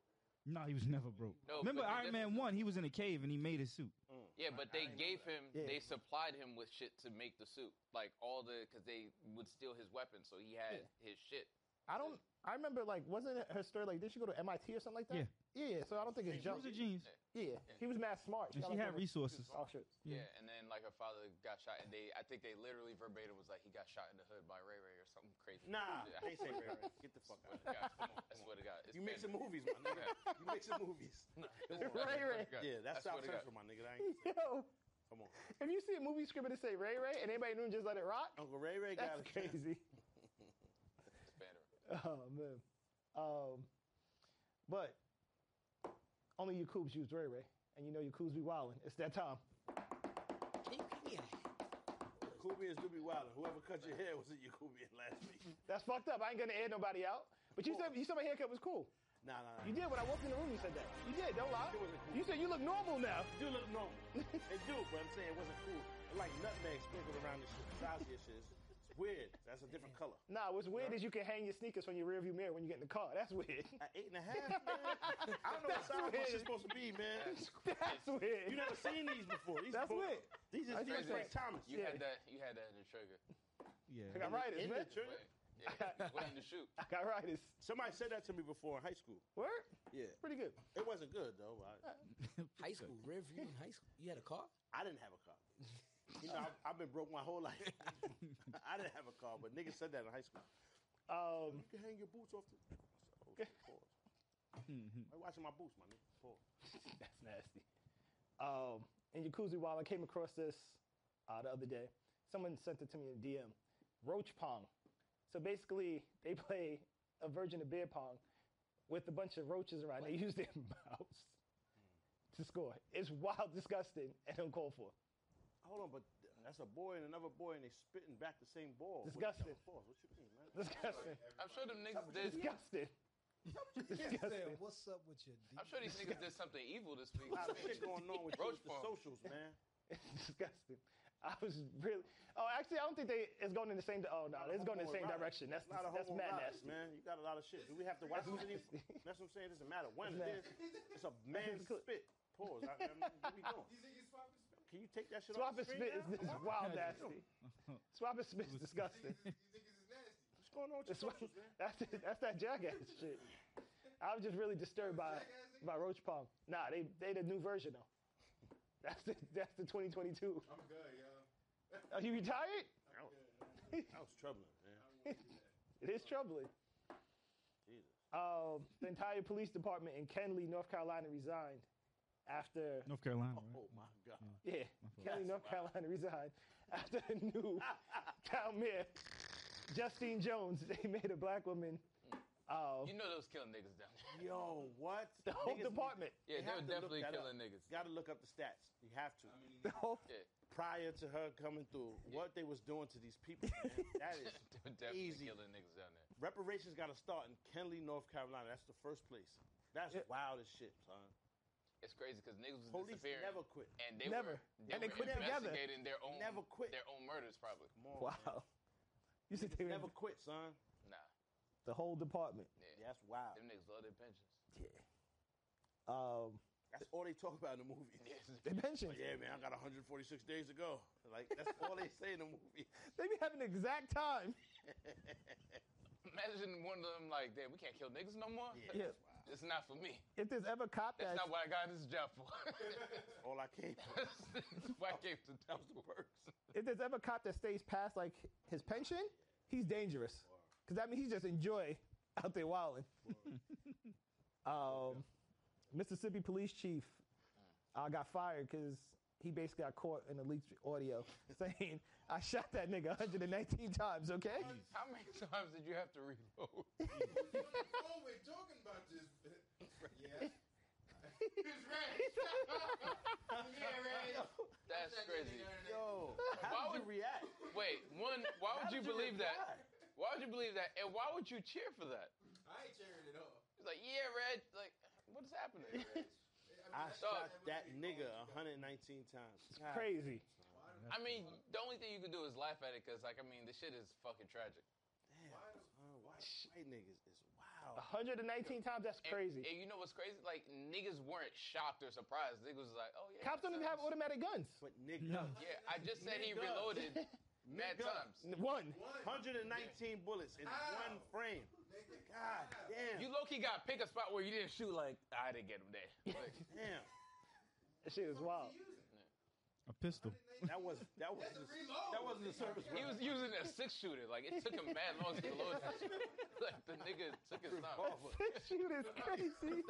S6: No, he was never broke.
S3: No,
S6: Remember
S3: but the
S6: Iron Man one?
S3: difference-
S6: He was in a cave and he made his suit.
S2: Mm.
S3: Yeah, but they gave him,
S4: Yeah.
S3: they supplied him with shit to make the suit. Like all the, because they would steal his weapons, so he had his shit.
S4: I don't. I remember like wasn't it her story like did she go to MIT or something like that? Yeah. Yeah. So I don't think it's
S6: He was
S4: junk.
S6: a genius,
S4: Yeah. He was mad smart.
S6: and
S4: got,
S6: she
S4: like,
S6: had
S4: over-
S6: resources.
S4: Oh shit.
S3: Yeah.
S6: Yeah.
S3: and then like her father got shot, and they, I think they literally verbatim was like, he got shot in the hood by Ray Ray or something crazy.
S2: Nah,
S3: Yeah,
S2: I ain't saying Ray Ray. Get the fuck
S3: swear
S2: out.
S3: to God, come on, I swear to God, it's
S2: You make some
S3: pandering.
S2: movies, my nigga.
S3: Yeah.
S2: You
S7: *laughs*
S2: *laughs* make some movies.
S3: I
S4: Ray
S3: swear
S4: Ray.
S3: to God.
S2: Yeah,
S3: I
S2: that's
S3: swear
S2: South
S3: to God.
S2: Central, my nigga. I ain't,
S4: *laughs* Yo,
S2: come on,
S4: if you see a movie script and it say Ray Ray and anybody knew just let it rock,
S2: Uncle Ray Ray got
S4: that's
S2: it.
S4: crazy.
S3: It's pandering.
S4: Oh man. Um, but only your coops used Ray Ray. and you know your coos be wilding. It's that time.
S10: Can you give me a
S2: Kubians do be wild. Whoever cut your hair was a Yakubian last week.
S4: That's fucked up. I ain't gonna air nobody out. But you said you said my haircut was cool.
S2: Nah, nah, nah.
S4: *laughs* You did when I walked in the room. You said that. You did. Don't lie.
S2: It wasn't cool.
S4: You said you look normal now.
S2: do look normal. it do, but I'm saying it wasn't cool. It like nutmeg sprinkled around this shit. Besides this shit, it's, it's weird. That's a different color.
S4: Nah, what's weird is you can hang your sneakers from your rearview mirror when you get in the car. That's weird.
S2: At eight and a
S4: *laughs*
S2: half, man. I don't know what
S4: That's
S2: size my
S4: weird.
S2: shit's supposed to be, man.
S4: That's weird.
S2: You never seen these before. These
S4: That's
S2: supposed-
S4: weird.
S2: These is
S4: I think
S2: these
S3: that's-
S2: Frank Thomas.
S3: You had that. You had that in the trigger.
S4: I
S6: Yeah.
S2: In
S4: got riders,
S2: the
S4: man.
S2: trigger? *laughs*
S3: Yeah, he's waiting to shoot.
S4: I got riders.
S2: Somebody said that to me before in high school.
S4: Word?
S2: Yeah.
S4: Pretty good. Uh,
S2: It wasn't good though. I,
S10: *laughs* high school rear view in high school? You had a car?
S2: I didn't have a car. You know, I've, I've been broke my whole life. *laughs* I didn't have a car, but niggas said that in high school.
S4: Um,
S2: You can hang your boots off the. Oh, shit, pause. Why you watching my boots, my nigga?
S10: *laughs*
S2: Pause.
S4: that's nasty. Um, in Jacuzzi, while I came across this uh, the other day, someone sent it to me in DM. Roach Pong. So basically, they *laughs* play a version of beer pong with a bunch of roaches around. They use their *laughs* mouths to score. It's wild, disgusting, and uncalled for.
S2: Hold on, but th- that's a boy and another boy, and they spitting back the same ball. What-
S4: Disgusting.
S2: Pause. What you mean, man?
S4: Disgusting.
S3: I'm sure them niggas did.
S4: Disgusting.
S5: He said,
S4: Disgusting.
S5: what's up with your D?
S3: I'm sure
S2: *laughs*
S3: these niggas did something evil this week.
S2: Lot of shit going on with you
S3: Roach
S2: with the
S3: farm.
S2: socials, man.
S4: disgusting. I was really. Oh, actually, I don't think they. It's going in the same. di- Oh no, it's going in the
S2: Homo
S4: same
S2: erotic.
S4: direction. That's
S2: Lot of
S4: that's
S2: homo
S4: madness.
S2: erotics, man. You got a lot of shit. Do we have to watch this anymore? That's what I'm saying. It doesn't matter when it is.
S4: That's
S2: It's a man's
S4: Good.
S2: spit. Pause. I, I mean, what we doing? Can you take that shit
S4: Swap
S2: off the
S4: and
S2: screen
S4: spit is,
S2: now?
S4: is wild nasty. *laughs* Swap and spit is
S6: *laughs*
S4: disgusting.
S2: What's going on with your
S4: That's, what-
S2: socials, man?
S4: that's, that's that jackass shit. I was just really disturbed by by Roach Pong. Nah, they they the new version though. That's the that's the
S7: I'm
S4: 2022.
S7: good, yo.
S4: Are you retired?
S2: That was, that was troubling, man.
S4: It is troubling.
S2: Jesus.
S4: Um, the entire police department in Kenley, North Carolina, resigned after
S6: North Carolina.
S2: Oh my God.
S4: Yeah, Kelly, North Carolina resigned after the *laughs* new town mayor, Justine Jones. *laughs* They made a black woman. Uh,
S3: You know those killing niggas down there.
S2: Oh. Yo, what?
S4: the whole
S2: Niggas-
S4: department.
S3: Yeah, they
S2: You
S3: were
S2: have to look
S3: definitely
S2: that
S3: killing
S2: up.
S3: niggas.
S2: Got to look up the stats. You have to.
S4: The whole,
S3: Yeah,
S2: *laughs* Prior to her coming through, what they was doing to these people, man, that
S3: *laughs*
S2: is
S3: they were definitely
S2: Easy.
S3: killing niggas down there.
S2: reparations. Got to start in Kenley, North Carolina. That's the first place. That's wild as shit, son.
S3: It's crazy because niggas was
S2: Police
S3: disappearing.
S2: never quit.
S3: and they
S4: Never.
S3: were, they
S4: And they
S3: were
S4: quit together.
S3: investigating their own
S2: Never quit.
S3: their own murders probably.
S2: Come on,
S4: wow.
S2: man.
S4: You said they
S2: Never
S4: never.
S2: quit, son.
S3: Nah,
S4: The whole department.
S3: yeah,
S2: That's wild.
S3: them niggas love their pensions.
S4: Um,
S2: That's all they talk about in the movies.
S3: Yeah,
S4: *laughs* they mentioned.
S2: But yeah, man, I got 146 days to go. Like that's all they say in the movie.
S4: They be having the exact time.
S3: imagine one of them like, damn, we can't kill niggas no more. *laughs*
S4: Yeah.
S3: it's not for me.
S4: If there's ever a cop
S3: That's
S4: that
S3: not what I got this job for.
S2: *laughs* All I came. for.
S3: That's *laughs* why I came to that was the perks.
S4: if there's ever a cop that stays past like his pension, he's dangerous. Cause that means he just enjoy out there wilding. *laughs* um, Mississippi police chief uh, got fired because he basically got caught in a leaked audio *laughs* saying, "I shot that nigga 119 times." Okay,
S3: How many times did you have to reload?
S7: Oh, we're talking about this. yeah. It's Ray. yeah, Ray.
S3: That's crazy.
S2: Yo, how
S3: Why
S2: would you
S3: would-
S2: react?
S3: Wait, one. Why would you believe that? Why would you believe that? And why would you cheer for that?
S7: I ain't cheering it up.
S3: It's like, *laughs* yeah, Red. Like, what is happening?
S2: I
S7: mean,
S2: shot
S7: would
S2: that
S7: be
S2: nigga
S7: all you got.
S2: 119 times. God.
S4: crazy.
S3: I mean, the only thing you can do is laugh at it, cause like, I mean, the shit is fucking tragic.
S2: Damn, son, white, white niggas is wow.
S4: 119 times. That's
S3: And-
S4: crazy.
S3: And you know what's crazy? Like niggas weren't shocked or surprised. Niggas was like, oh yeah.
S4: Cops don't even have
S3: sounds-
S4: automatic guns.
S2: But nigga,
S4: *laughs*
S3: Yeah, I just said he
S2: Niggas.
S3: reloaded mad
S2: Niggas.
S3: times.
S4: One.
S7: One.
S2: 119 bullets in one frame. God damn.
S3: You low key got pick a spot where you didn't shoot. Like I didn't get him there. Like,
S2: damn.
S4: That shit is wild.
S6: A pistol.
S2: That was that was
S7: That's a reload.
S2: that wasn't the service.
S3: he was using a six shooter. Like it took him mad long to
S2: *laughs*
S3: reload. *laughs* that shit. like the nigga took his time.
S2: revolver.
S4: This shit
S3: *laughs*
S4: is crazy.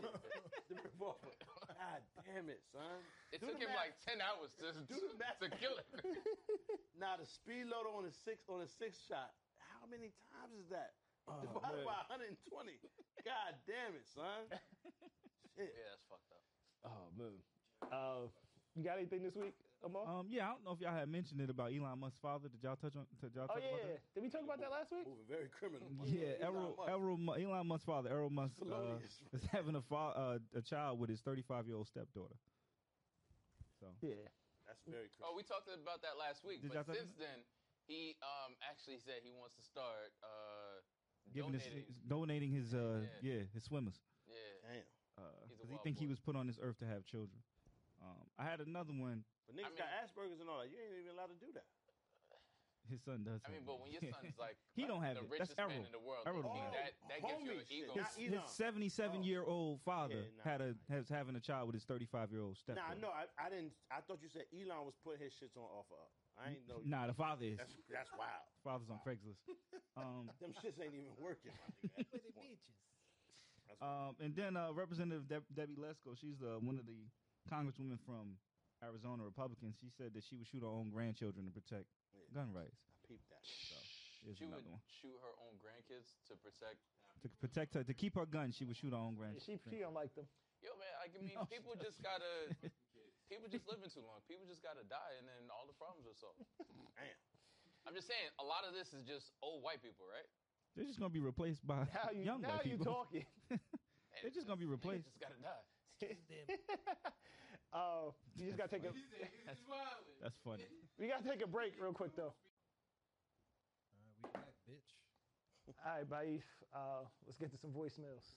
S2: The revolver. God damn it, son.
S3: It
S2: Do
S3: took
S2: the
S3: him like
S2: math.
S3: ten hours to
S2: Do the math.
S3: to kill it.
S2: Now the speed loader on the six on the six shot. How many times is that?
S6: Oh,
S2: *laughs* Divided by
S6: *laughs*
S2: 120. God damn it, son. Shit.
S3: Yeah, that's fucked up.
S4: Oh man. Uh, you got anything this week, Amar?
S6: Um, yeah, I don't know if y'all had mentioned it about Elon Musk's father. Did y'all touch on? Did y'all
S4: oh
S6: touch
S4: yeah,
S6: about that?
S4: did we talk about that last week?
S2: Moving very criminal.
S6: *laughs* Yeah,
S2: Elon
S6: Errol,
S2: Musk.
S6: Errol, Mu- Elon Musk's father, Errol Musk, uh,
S2: Felonious.
S6: is having a, fa- uh, a child with his 35 year old stepdaughter. So
S4: Yeah.
S2: That's very
S3: Oh,
S2: criminal.
S3: we talked about that last week.
S6: Did y'all
S3: but
S6: talk
S3: since
S6: about
S3: then, he um actually said he wants to start uh
S6: giving his,
S3: donating.
S6: donating his uh yeah,
S3: Yeah.
S6: his swimmers
S3: yeah. Uh,
S2: Damn.
S3: He's a
S6: because he
S3: wild
S6: think he
S3: boy.
S6: was put on this earth to have children. Um, I had another one.
S2: But niggas
S3: I
S2: got
S3: mean-
S2: Asperger's and all that. You ain't even allowed to do that.
S6: His son does.
S3: I mean,
S6: have
S3: but
S6: one.
S3: when your son's like
S6: *laughs* He don't have
S3: the
S6: it. That's
S3: richest man
S6: Errol.
S3: in the world,
S6: Errol
S3: low-key,
S6: don't have
S3: that
S2: it.
S3: that gives you
S2: Homie
S3: an
S2: shit.
S3: ego.
S2: Not
S6: his, his
S2: Oh, Elon.
S6: 77 year old father
S2: Yeah, nah,
S6: had a
S2: nah.
S6: has having a child with his 35 year old stepdaughter.
S2: Nah, no, I, I didn't. I thought you said Elon was putting his shits on offer up. I ain't know.
S6: Nah, the father is.
S2: That's that's wild.
S6: Father's on Craigslist.
S2: *laughs*
S6: Um,
S2: Them shits ain't even working. My
S4: *laughs*
S2: nigga, at
S11: With the
S2: this point.
S11: bitches.
S2: That's wild.
S6: Um, and then uh, Representative Deb- Debbie Lesko, she's the, one of the congresswomen from Arizona Republicans. She said that she would shoot her own grandchildren to protect
S2: Yeah.
S6: gun rights,
S2: I peeped that.
S6: Here's
S3: she would
S6: another one.
S3: shoot her own grandkids to protect.
S6: to protect her, to keep her gun. She would shoot her own
S4: She
S6: grandchildren.
S4: she don't like them.
S3: Yo, man, like,
S12: *laughs*
S3: I mean,
S6: No, she
S3: people just gotta. people just living too long. People just gotta die, and then all the problems are solved.
S2: Damn.
S3: I'm just saying, a lot of this is just old white people, right?
S6: They're just gonna be replaced by
S4: Now you
S6: young
S4: now
S6: white
S4: you
S6: people.
S4: talking.
S6: *laughs*
S3: Hey,
S6: They're just gonna be
S3: niggas
S6: replaced.
S3: Just gotta
S4: *laughs*
S3: die.
S4: uh, you just gotta take a *laughs*
S6: That's funny.
S4: we gotta take a break real quick though.
S5: we back, bitch.
S4: *laughs* All right, Baif, uh, let's get to some voicemails.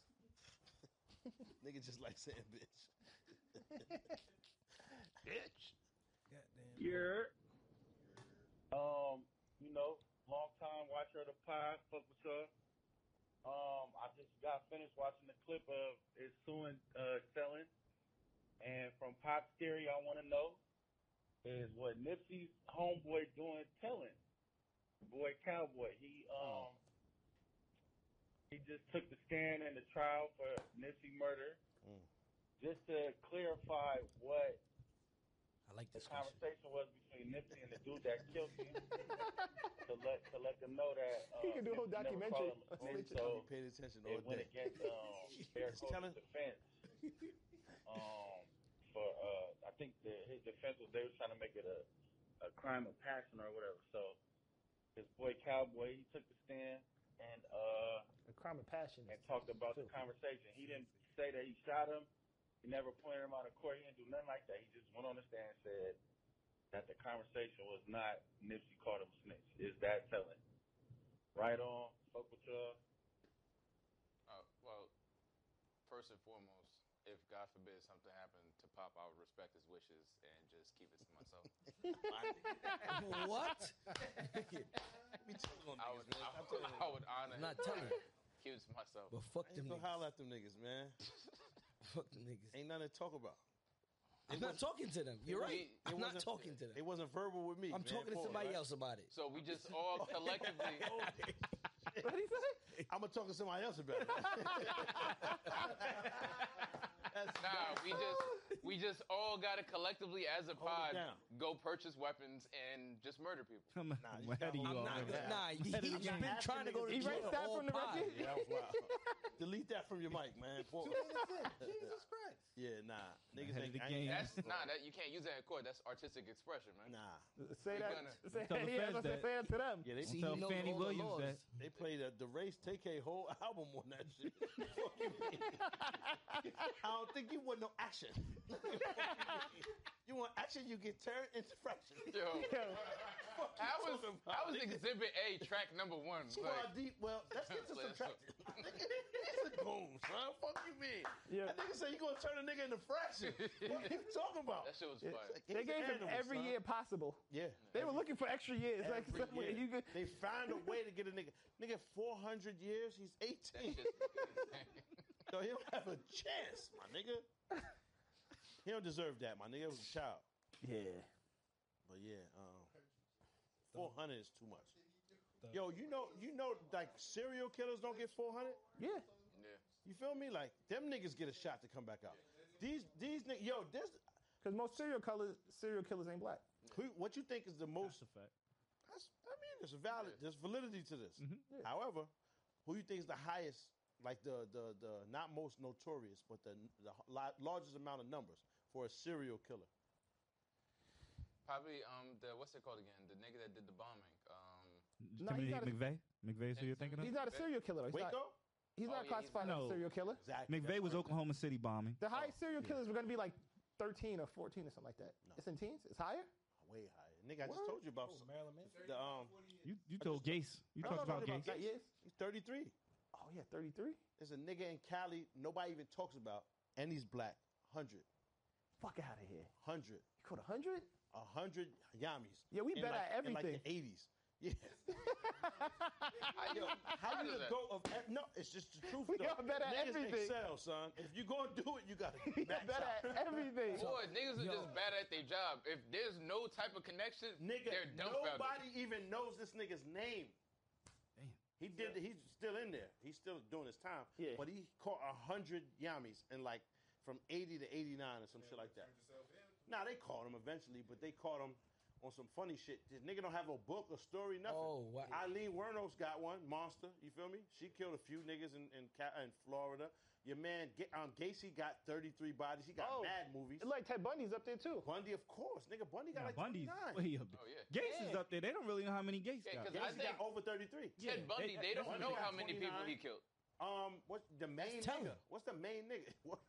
S2: Nigga just like saying bitch.
S5: Goddamn.
S13: Yeah.
S6: *laughs*
S13: Um, you know, long time watcher of the pod, fuck with her. Um, I just got finished watching the clip of is suing uh selling. And from Pop Theory I wanna know is what Nipsey's homeboy doing telling. Boy Cowboy. He um
S2: Oh.
S13: he just took the stand in the trial for Nipsey murder.
S2: Mm.
S13: Just to clarify what
S12: I like
S13: the
S12: this question.
S13: conversation was between Nipsey and the dude that killed him to let to let them know that uh,
S4: He can do a whole
S13: Nipsey never
S4: documentary.
S13: called him a
S2: Nigga
S13: snitch,
S2: tell me
S13: so
S2: paid attention
S13: it
S2: all
S13: went
S2: day. *laughs*
S13: against um, their
S2: Just tell him.
S13: defense. Um, for uh, I think the, his defense was they were trying to make it a a crime of passion or whatever. So his boy Cowboy he took the stand and uh
S4: A crime of passion.
S13: and talked about the
S4: Filthy.
S13: conversation. He didn't say that he shot him. He never pointed him out in court. He didn't do nothing like that. He just went on the stand and said that the conversation was not Nipsey called him a snitch. Is that telling? Right on. Fuck with y'all.
S3: Uh, well, first and foremost, if God forbid something happened to Pop, I would respect his wishes and just keep it to
S2: *laughs*
S3: myself.
S12: what?
S2: We telling them
S3: I
S2: niggas,
S3: would,
S2: man.
S3: I would,
S2: I'm telling
S3: I
S2: them.
S3: would honor
S12: I'm not
S3: him.
S12: telling.
S3: Keep it to myself.
S12: But fuck
S2: I
S12: them
S2: ain't gonna holler
S12: niggas.
S2: at them niggas, *laughs* man.
S12: Fuck them niggas.
S2: Ain't nothing to talk about.
S12: I'm not talking to them. You're right.
S3: It
S12: I'm not
S2: wasn't-
S12: talking to them.
S2: It wasn't verbal with me.
S12: I'm
S2: man.
S12: talking to
S2: Pause,
S12: somebody
S2: right? Oh,
S12: else about
S2: *laughs*
S12: it.
S3: So we just all collectively.
S4: What he say?
S2: I'm gonna talk to somebody else about it. That's
S3: Nah, we just we just all gotta collectively as a
S2: Hold it
S3: pod
S2: down.
S3: go purchase weapons and just murder people.
S6: I'm
S2: Nah, you
S6: ahead
S2: got
S6: of you
S2: one.
S12: I'm
S2: Oh,
S12: not.
S6: already.
S2: gonna-
S12: *laughs*
S2: yeah. *laughs*
S12: Nah, he,
S6: Better
S12: he's
S6: than
S12: been
S6: that.
S12: trying to go to
S4: He
S12: jail.
S4: writes that
S12: all
S4: from the
S12: pod.
S4: record?
S2: Yeah, that was wild. *laughs* Delete that from your mic, man. Pause.
S12: *laughs*
S3: *laughs*
S5: Jesus Christ.
S2: Yeah, nah. Niggas
S6: Ahead of
S2: ain't,
S6: the
S2: I ain't-
S6: game.
S3: That's nah, that you can't use that in court. That's artistic expression, man.
S2: Nah.
S4: Say
S3: We
S4: that.
S3: gonna-
S4: Say
S6: Tell
S4: that.
S6: the
S4: Yeah,
S6: feds
S4: that's what I
S6: that.
S4: say that to them.
S2: Yeah, they
S12: See,
S6: Tell
S12: he knows
S6: Fannie
S12: all the
S6: Williams
S12: laws.
S6: that.
S2: They played a, the race take a whole *laughs* album on that shit. *laughs* Fuck you mean?
S4: *laughs*
S2: I don't think you want no action. *laughs* you want action, you get turned into fraction.
S3: Yo,
S4: *laughs* Yo,
S2: Fuck you
S3: I was
S2: talking about,
S3: I was
S2: nigga?
S3: exhibit A track number one.
S2: Too
S3: Like,
S2: hard deep. Well,
S3: *laughs*
S2: let's get to
S3: Play that
S2: subtraction. *laughs* Nigga, He's a goon, son. Fuck you mean?
S4: Yeah.
S2: That nigga said you gonna turn a nigga into fraction. what you talking about?
S3: that shit was
S2: It's
S3: fire.
S2: like,
S4: They
S2: he's an
S4: gave him
S2: animal,
S4: every
S2: son.
S4: year possible.
S2: Yeah.
S4: They were looking for extra years. Like
S2: Every
S4: *laughs* somewhere
S2: year.
S4: you could.
S2: They find a way to get a nigga. Nigga, 400 years, he's 18.
S3: Just-
S2: *laughs* Yo, he don't have a chance, my nigga. He don't deserve that, my nigga. It was a child.
S4: Yeah.
S2: But yeah, um, 400 is too much. Yo, you know, you know, like serial killers don't get 400.
S4: Yeah.
S3: yeah.
S2: You feel me? Like them niggas get a shot to come back out. These, these niggas, yo, this.
S4: Because most serial killers, serial killers ain't black.
S2: Who, what you think is the most?
S6: That's a fact.
S2: That's, I mean, there's valid, there's validity to this.
S4: Yeah.
S2: However, who you think is the highest, like the the the not most notorious, but the the h- la- largest amount of numbers? for a serial killer?
S3: Probably um the what's it called again? The nigga that did the bombing. Um,
S4: No,
S6: Timothy
S4: he's not a-
S6: McVeigh? McVeigh is who you're thinking of?
S4: He's not a serial killer. He's not,
S3: Waco? Oh,
S4: he's
S3: yeah,
S4: not
S3: he's
S4: classified as
S6: not.
S4: a serial killer.
S6: McVeigh was Oklahoma City bombing.
S4: The
S2: Oh,
S4: highest serial killers were going to be like 13 or 14 or something like that. It's in teens? It's higher?
S2: Way higher. Nigga, I just told you about some- the um.
S6: You you told Gase. You
S2: I
S6: talked
S2: just told
S6: about Gase.
S2: that, yes. He's 33.
S4: Oh yeah, 33.
S2: There's a nigga in Cali nobody even talks about, and he's black. Hundred.
S4: Fuck out of here.
S2: Hundred.
S4: You caught hundred?
S2: A hundred Yamis.
S4: Yeah, we
S2: In
S4: better
S2: like-
S4: at
S2: in like the
S4: everything.
S2: eighties.
S4: *laughs*
S2: Yeah. Yo, how you the goat of ev- no? It's just the truth.
S4: We
S2: though.
S4: are better at
S2: Niggas
S4: everything.
S2: excel, son. If you gonna do it, you gotta
S4: *laughs* We
S2: max
S4: better
S2: out.
S4: at everything.
S3: Boy, niggas are
S2: Yo.
S3: just bad at their job. If there's no type of connection,
S2: Nigga,
S3: they're dumbfounded.
S2: nobody even knows this nigga's name. He did. He's still in there. He's still doing his time.
S4: Yeah.
S2: But he caught hundred yamis and like from eighty to eighty nine or some shit like that. Now nah, they caught him eventually, but they caught him on some funny shit. This nigga don't have a book, a story, nothing.
S8: Oh, wow.
S2: Eileen Wernos got one monster. You feel me? She killed a few niggas in in, Ca- in Florida. Your man, Ga- um, Gacy got thirty three bodies. He got
S4: Oh.
S2: mad movies.
S4: It's like Ted Bundy's up there too.
S2: Bundy, of course, nigga. Bundy got
S6: Nah,
S2: like
S6: Bundy's
S2: 29.
S6: way up there.
S3: Oh, yeah.
S6: Gates is
S2: Yeah.
S6: up there. They don't really know how many Gates
S3: Yeah,
S6: got.
S3: 'cause I
S2: Gacy got
S3: think-
S2: over thirty three.
S6: Yeah,
S3: Ted Bundy,
S6: that-
S3: they, don't
S2: that's
S3: know
S2: what
S3: how
S2: he
S3: many
S2: got,
S3: people he
S2: 29.
S3: killed.
S2: Um, what's the main
S8: Tell
S2: nigga?
S8: him.
S2: What's the main nigga? *laughs*
S6: *laughs*
S2: What?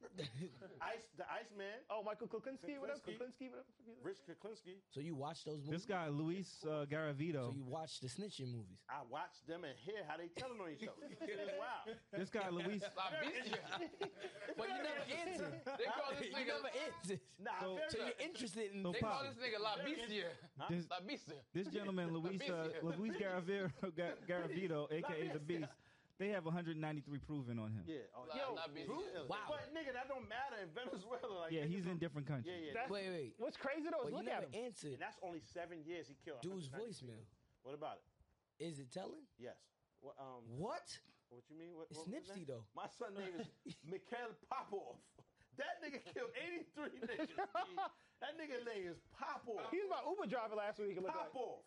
S2: Ice, the Iceman,
S4: Oh, Michael Kuklinski, what up?
S2: Kuklinski.
S4: Kuklinski, what up?
S2: Rich Kuklinski.
S8: So you watch those movies?
S6: This guy Luis uh, Garavito.
S8: So you watch the snitching movies?
S2: I watch them and hear how they telling on each other. It is wild.
S6: this guy Luis.
S3: La
S2: *laughs*
S3: Bestia. *laughs*
S8: But you never answer.
S3: They call this
S8: You
S3: nigga.
S8: never *laughs* answer.
S2: Nah,
S6: So-
S2: very
S8: So
S2: good.
S8: you're interested in
S6: So
S3: They call
S6: Pop,
S3: this nigga La Bestia.
S6: this,
S3: La Bestia.
S6: this gentleman
S3: *laughs*
S6: Luis uh,
S3: Beast.
S6: Luis
S3: *laughs*
S6: Garavito, Ga- Garavito, aka the
S2: Beast.
S6: Beast. They have 193 proven on him.
S2: yeah. Oh,
S3: La,
S2: yo,
S3: La Bestia.
S8: Wow.
S2: But nigga, that don't matter in Venezuela. Like,
S6: Yeah,
S2: niggas
S6: he's in
S2: don't-
S6: different countries.
S2: Yeah, yeah.
S4: That's-
S8: Wait, wait.
S4: What's crazy though
S8: But you
S4: is look at
S8: never
S4: him.
S8: answered
S2: and that's only seven years he killed.
S8: dude's
S2: 190
S8: voicemail.
S2: people. What about it?
S8: Is it telling?
S2: Yes. What? Um.
S8: What?
S2: What you mean? What,
S8: It's
S2: what was his
S8: Nipsey,
S2: name?
S8: though.
S2: My son name is Mikhail Popov. That nigga killed 83 niggas. G. That nigga name is Popov.
S4: He was my Uber driver last week. It looked like.
S2: Pop off.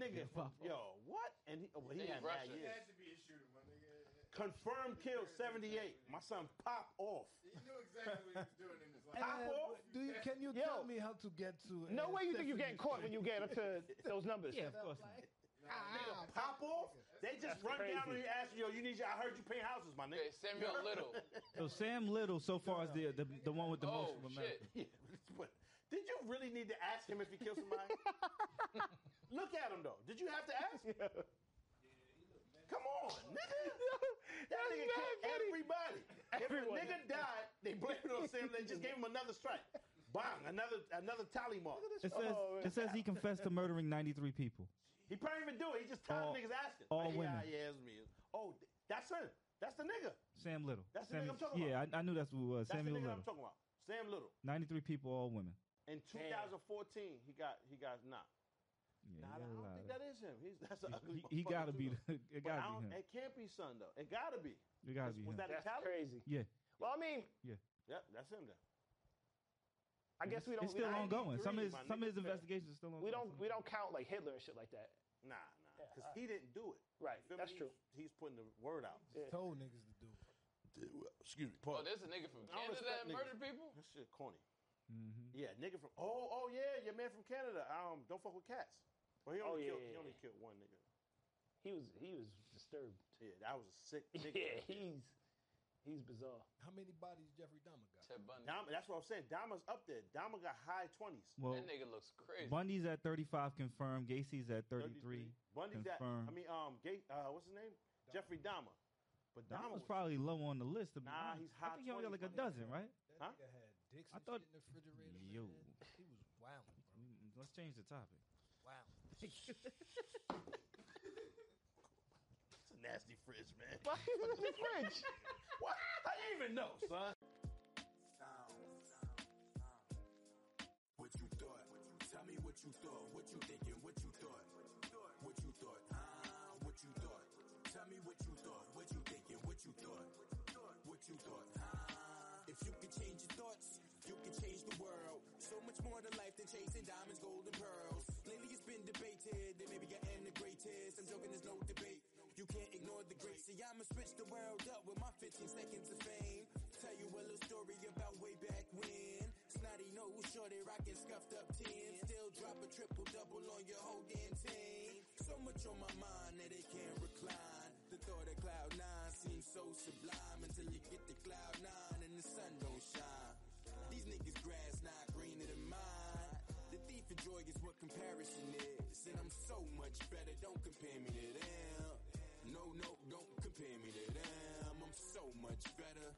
S2: Nigga, yo, what? And he, well, he
S3: Nigga
S2: had mad
S3: Russia.
S2: years.
S7: to be a shooter, my nigga.
S2: Confirmed kill 78. My son, pop off.
S7: He knew exactly what he was doing in his life.
S2: Pop
S5: And
S2: off.
S5: Uh, Do you, can you
S4: Yo.
S5: tell me how to get to? uh, an
S4: No way you think you're getting
S5: accessory
S4: caught when you get up to those numbers.
S6: Yeah, of course. not.
S2: Nigga, pop off. They just
S4: That's
S2: run down on
S4: crazy.
S2: you, ask you, yo, you need your, I heard you paint houses, my nigga.
S3: Okay, Samuel Little.
S6: So Sam Little, so far is the the, the one with the most
S3: Oh,
S6: from America.
S3: shit.
S2: Yeah, *laughs* but did you really need to ask him if he killed
S4: *laughs*
S2: somebody? Look at him though. Did you have to ask?
S4: Yeah.
S2: Come on,
S4: *laughs*
S2: nigga. That
S4: That's
S2: nigga
S4: mad
S2: killed
S4: funny.
S2: everybody.
S4: Everyone.
S2: If a nigga died, they blamed it on Sam. They just gave him another strike. Bang, another another tally mark.
S6: It says
S4: Oh,
S6: it says he confessed to murdering 93 people.
S2: He probably even do it. He just tired
S6: All-
S2: of niggas asking.
S6: all
S2: yeah,
S6: women.
S2: Yeah, it's me. Oh, th- that's him. That's the nigga.
S6: Sam Little.
S2: That's the
S6: Sam,
S2: nigga I'm talking
S6: yeah, I, I knew that's who it was.
S2: That's
S6: Samuel
S2: the nigga
S6: Little.
S2: I'm talking about. Sam Little.
S6: 93 people, all women.
S2: In 2014, he got he got knocked.
S6: Yeah, he got a
S2: Nah, I don't
S6: lot
S2: think
S6: of-
S2: that is him. He's that's an ugly.
S6: he, he
S2: motherfucker,
S6: gotta
S2: too,
S6: be.
S2: though.
S6: The, *laughs* it
S2: But I
S6: gotta be
S2: don't-
S6: him.
S2: It can't be son though. It gotta be.
S6: It gotta be
S2: Was
S6: him.
S2: that a
S4: That's
S2: Cali?
S4: crazy.
S6: Yeah.
S4: Well, I mean,
S2: Yep, that's him then.
S4: I guess we don't.
S6: Mm-hmm. It's
S4: We
S6: still
S4: don't,
S6: ongoing. Some of his
S2: 93, my
S6: some of his
S2: nigga.
S6: investigations are still ongoing.
S4: we don't.
S6: Some-
S4: We don't count like Hitler and shit like that.
S2: Nah, nah,
S4: Yeah,
S2: because
S4: all right.
S2: he didn't do it.
S4: Right.
S2: Feel me?
S4: That's
S2: He's-
S4: true.
S2: He's putting the word out.
S4: Yeah.
S5: Told niggas to do. it.
S2: Excuse me.
S3: Oh,
S2: Pause.
S3: there's a nigga from
S2: I don't
S3: Canada
S2: respect
S3: that murdered people?
S2: That shit corny.
S6: Mhm.
S2: Yeah, nigga from oh oh yeah, your man from Canada. Um, don't fuck with cats. Well, he
S4: Oh,
S2: only
S4: yeah,
S2: killed
S4: yeah,
S2: he only
S4: yeah.
S2: killed one nigga.
S4: He was. He was disturbed.
S2: Yeah, that was a
S4: *laughs*
S2: sick nigga.
S4: Yeah. He's. He's bizarre.
S5: How many bodies Jeffrey Dahmer got?
S3: Ted Bundy.
S2: Dama, that's what I'm saying. Dama's up there. Dama got high twenties.
S6: Well,
S3: That nigga looks crazy.
S6: Bundy's at 35 confirmed. Gacy's at 33.
S2: Bundy's that. I
S6: confirmed.
S2: mean, um, Gate. Uh, what's his name? Jeffrey Dama. But
S6: That
S2: Dama
S6: was probably low on the list. To be
S2: Nah,
S6: honest.
S2: he's
S6: I
S2: hot
S6: think he only got like a
S2: 20, my nigga.
S6: dozen, right?
S5: That
S2: Huh?
S5: nigga had
S6: I
S5: dicks and
S6: thought-
S5: shit in the
S6: Yo.
S5: refrigerator. man. he was wild, bro.
S6: Mm, Let's change the topic.
S5: Wow.
S6: *laughs*
S2: It's a nasty fridge, man.
S4: Why is it in the fridge?
S2: *laughs* What? How you even know, son?
S7: What you thought? Tell me what you thought. What you thinking? What you thought? What you thought? Ah, what you thought? Tell me what you thought. What you thinking? What you thought? What you thought? Ah, if you could change your thoughts, you could change the world. So much more to life than chasing diamonds, gold, and pearls. Lately it's been debated that maybe I am the greatest. I'm joking, there's no debate. You can't ignore the great. See, I'ma switch the world up with my 15 seconds of fame. Tell you a little story about way back when. Snotty
S1: know who shorty rockin' scuffed up ten. Still drop a triple double on your whole damn team. So much on my mind that it can't recline. The thought of cloud nine seems so sublime until you get to cloud nine and the sun don't shine. These niggas grass not greener than mine. The thief of joy is what comparison is, and I'm so much better. Don't compare me to them. No, no, don't compare me to them. I'm so much better.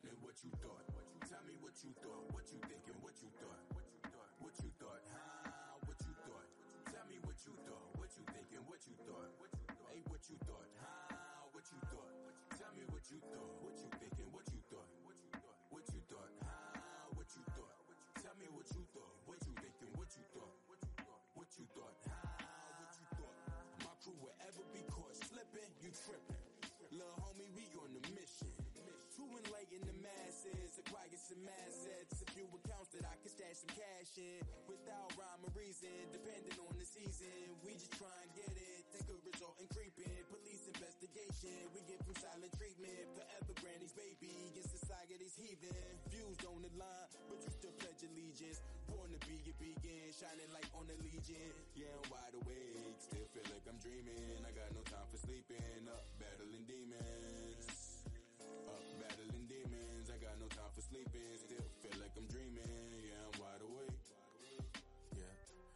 S1: Than what you thought. What you tell me what you thought. What you thinking? What you thought? What you thought? What you thought? Huh? What you thought? Tell me what you thought. What you thinking? What you thought? What you thought? Hey, what you thought? Huh? What you thought? Tell me what you thought. What you thinking? What you thought? What you thought? What you thought? Huh? What you thought? Tell me what you thought. What you thinking? What you thought? What you thought? Huh? What you thought? My crew will ever be caught slipping. You tripping? Lil' homie, we on the mission. To enlighten the masses, acquire some assets. A few accounts that I can stash some cash in. Without rhyme or reason, depending on the season. We just try and get it. That could result in creeping. Police investigation. We get from silent treatment. Forever granny's baby. Get society's heathen. Views on the line, but you still pledge allegiance. Born to be a beacon. Shining light on the legion. Yeah, I'm wide awake. Still feel like I'm dreaming. I got no time for sleeping. Up battling demons. Up battling demons, I got no time for sleeping. Still feel like I'm dreaming. Yeah, I'm wide awake. Yeah,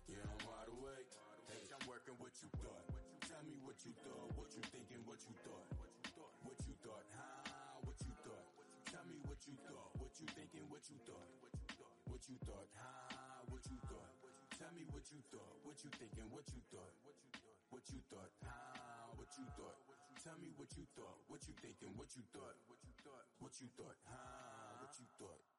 S1: yeah, I'm wide awake. Bitch, I'm working what you thought. Tell me what you thought, what you thinking, what you thought, what you thought, what you thought, huh? What you thought? Tell me what you thought, what you thinking, what you thought, what you thought, what you thought, huh? What you thought? Tell me what you thought, what you thinking, what you thought, what you thought, what you thought, huh? What you thought? Tell me what you thought, what you thinking, what you thought, what you thought, what you thought, huh? What you thought?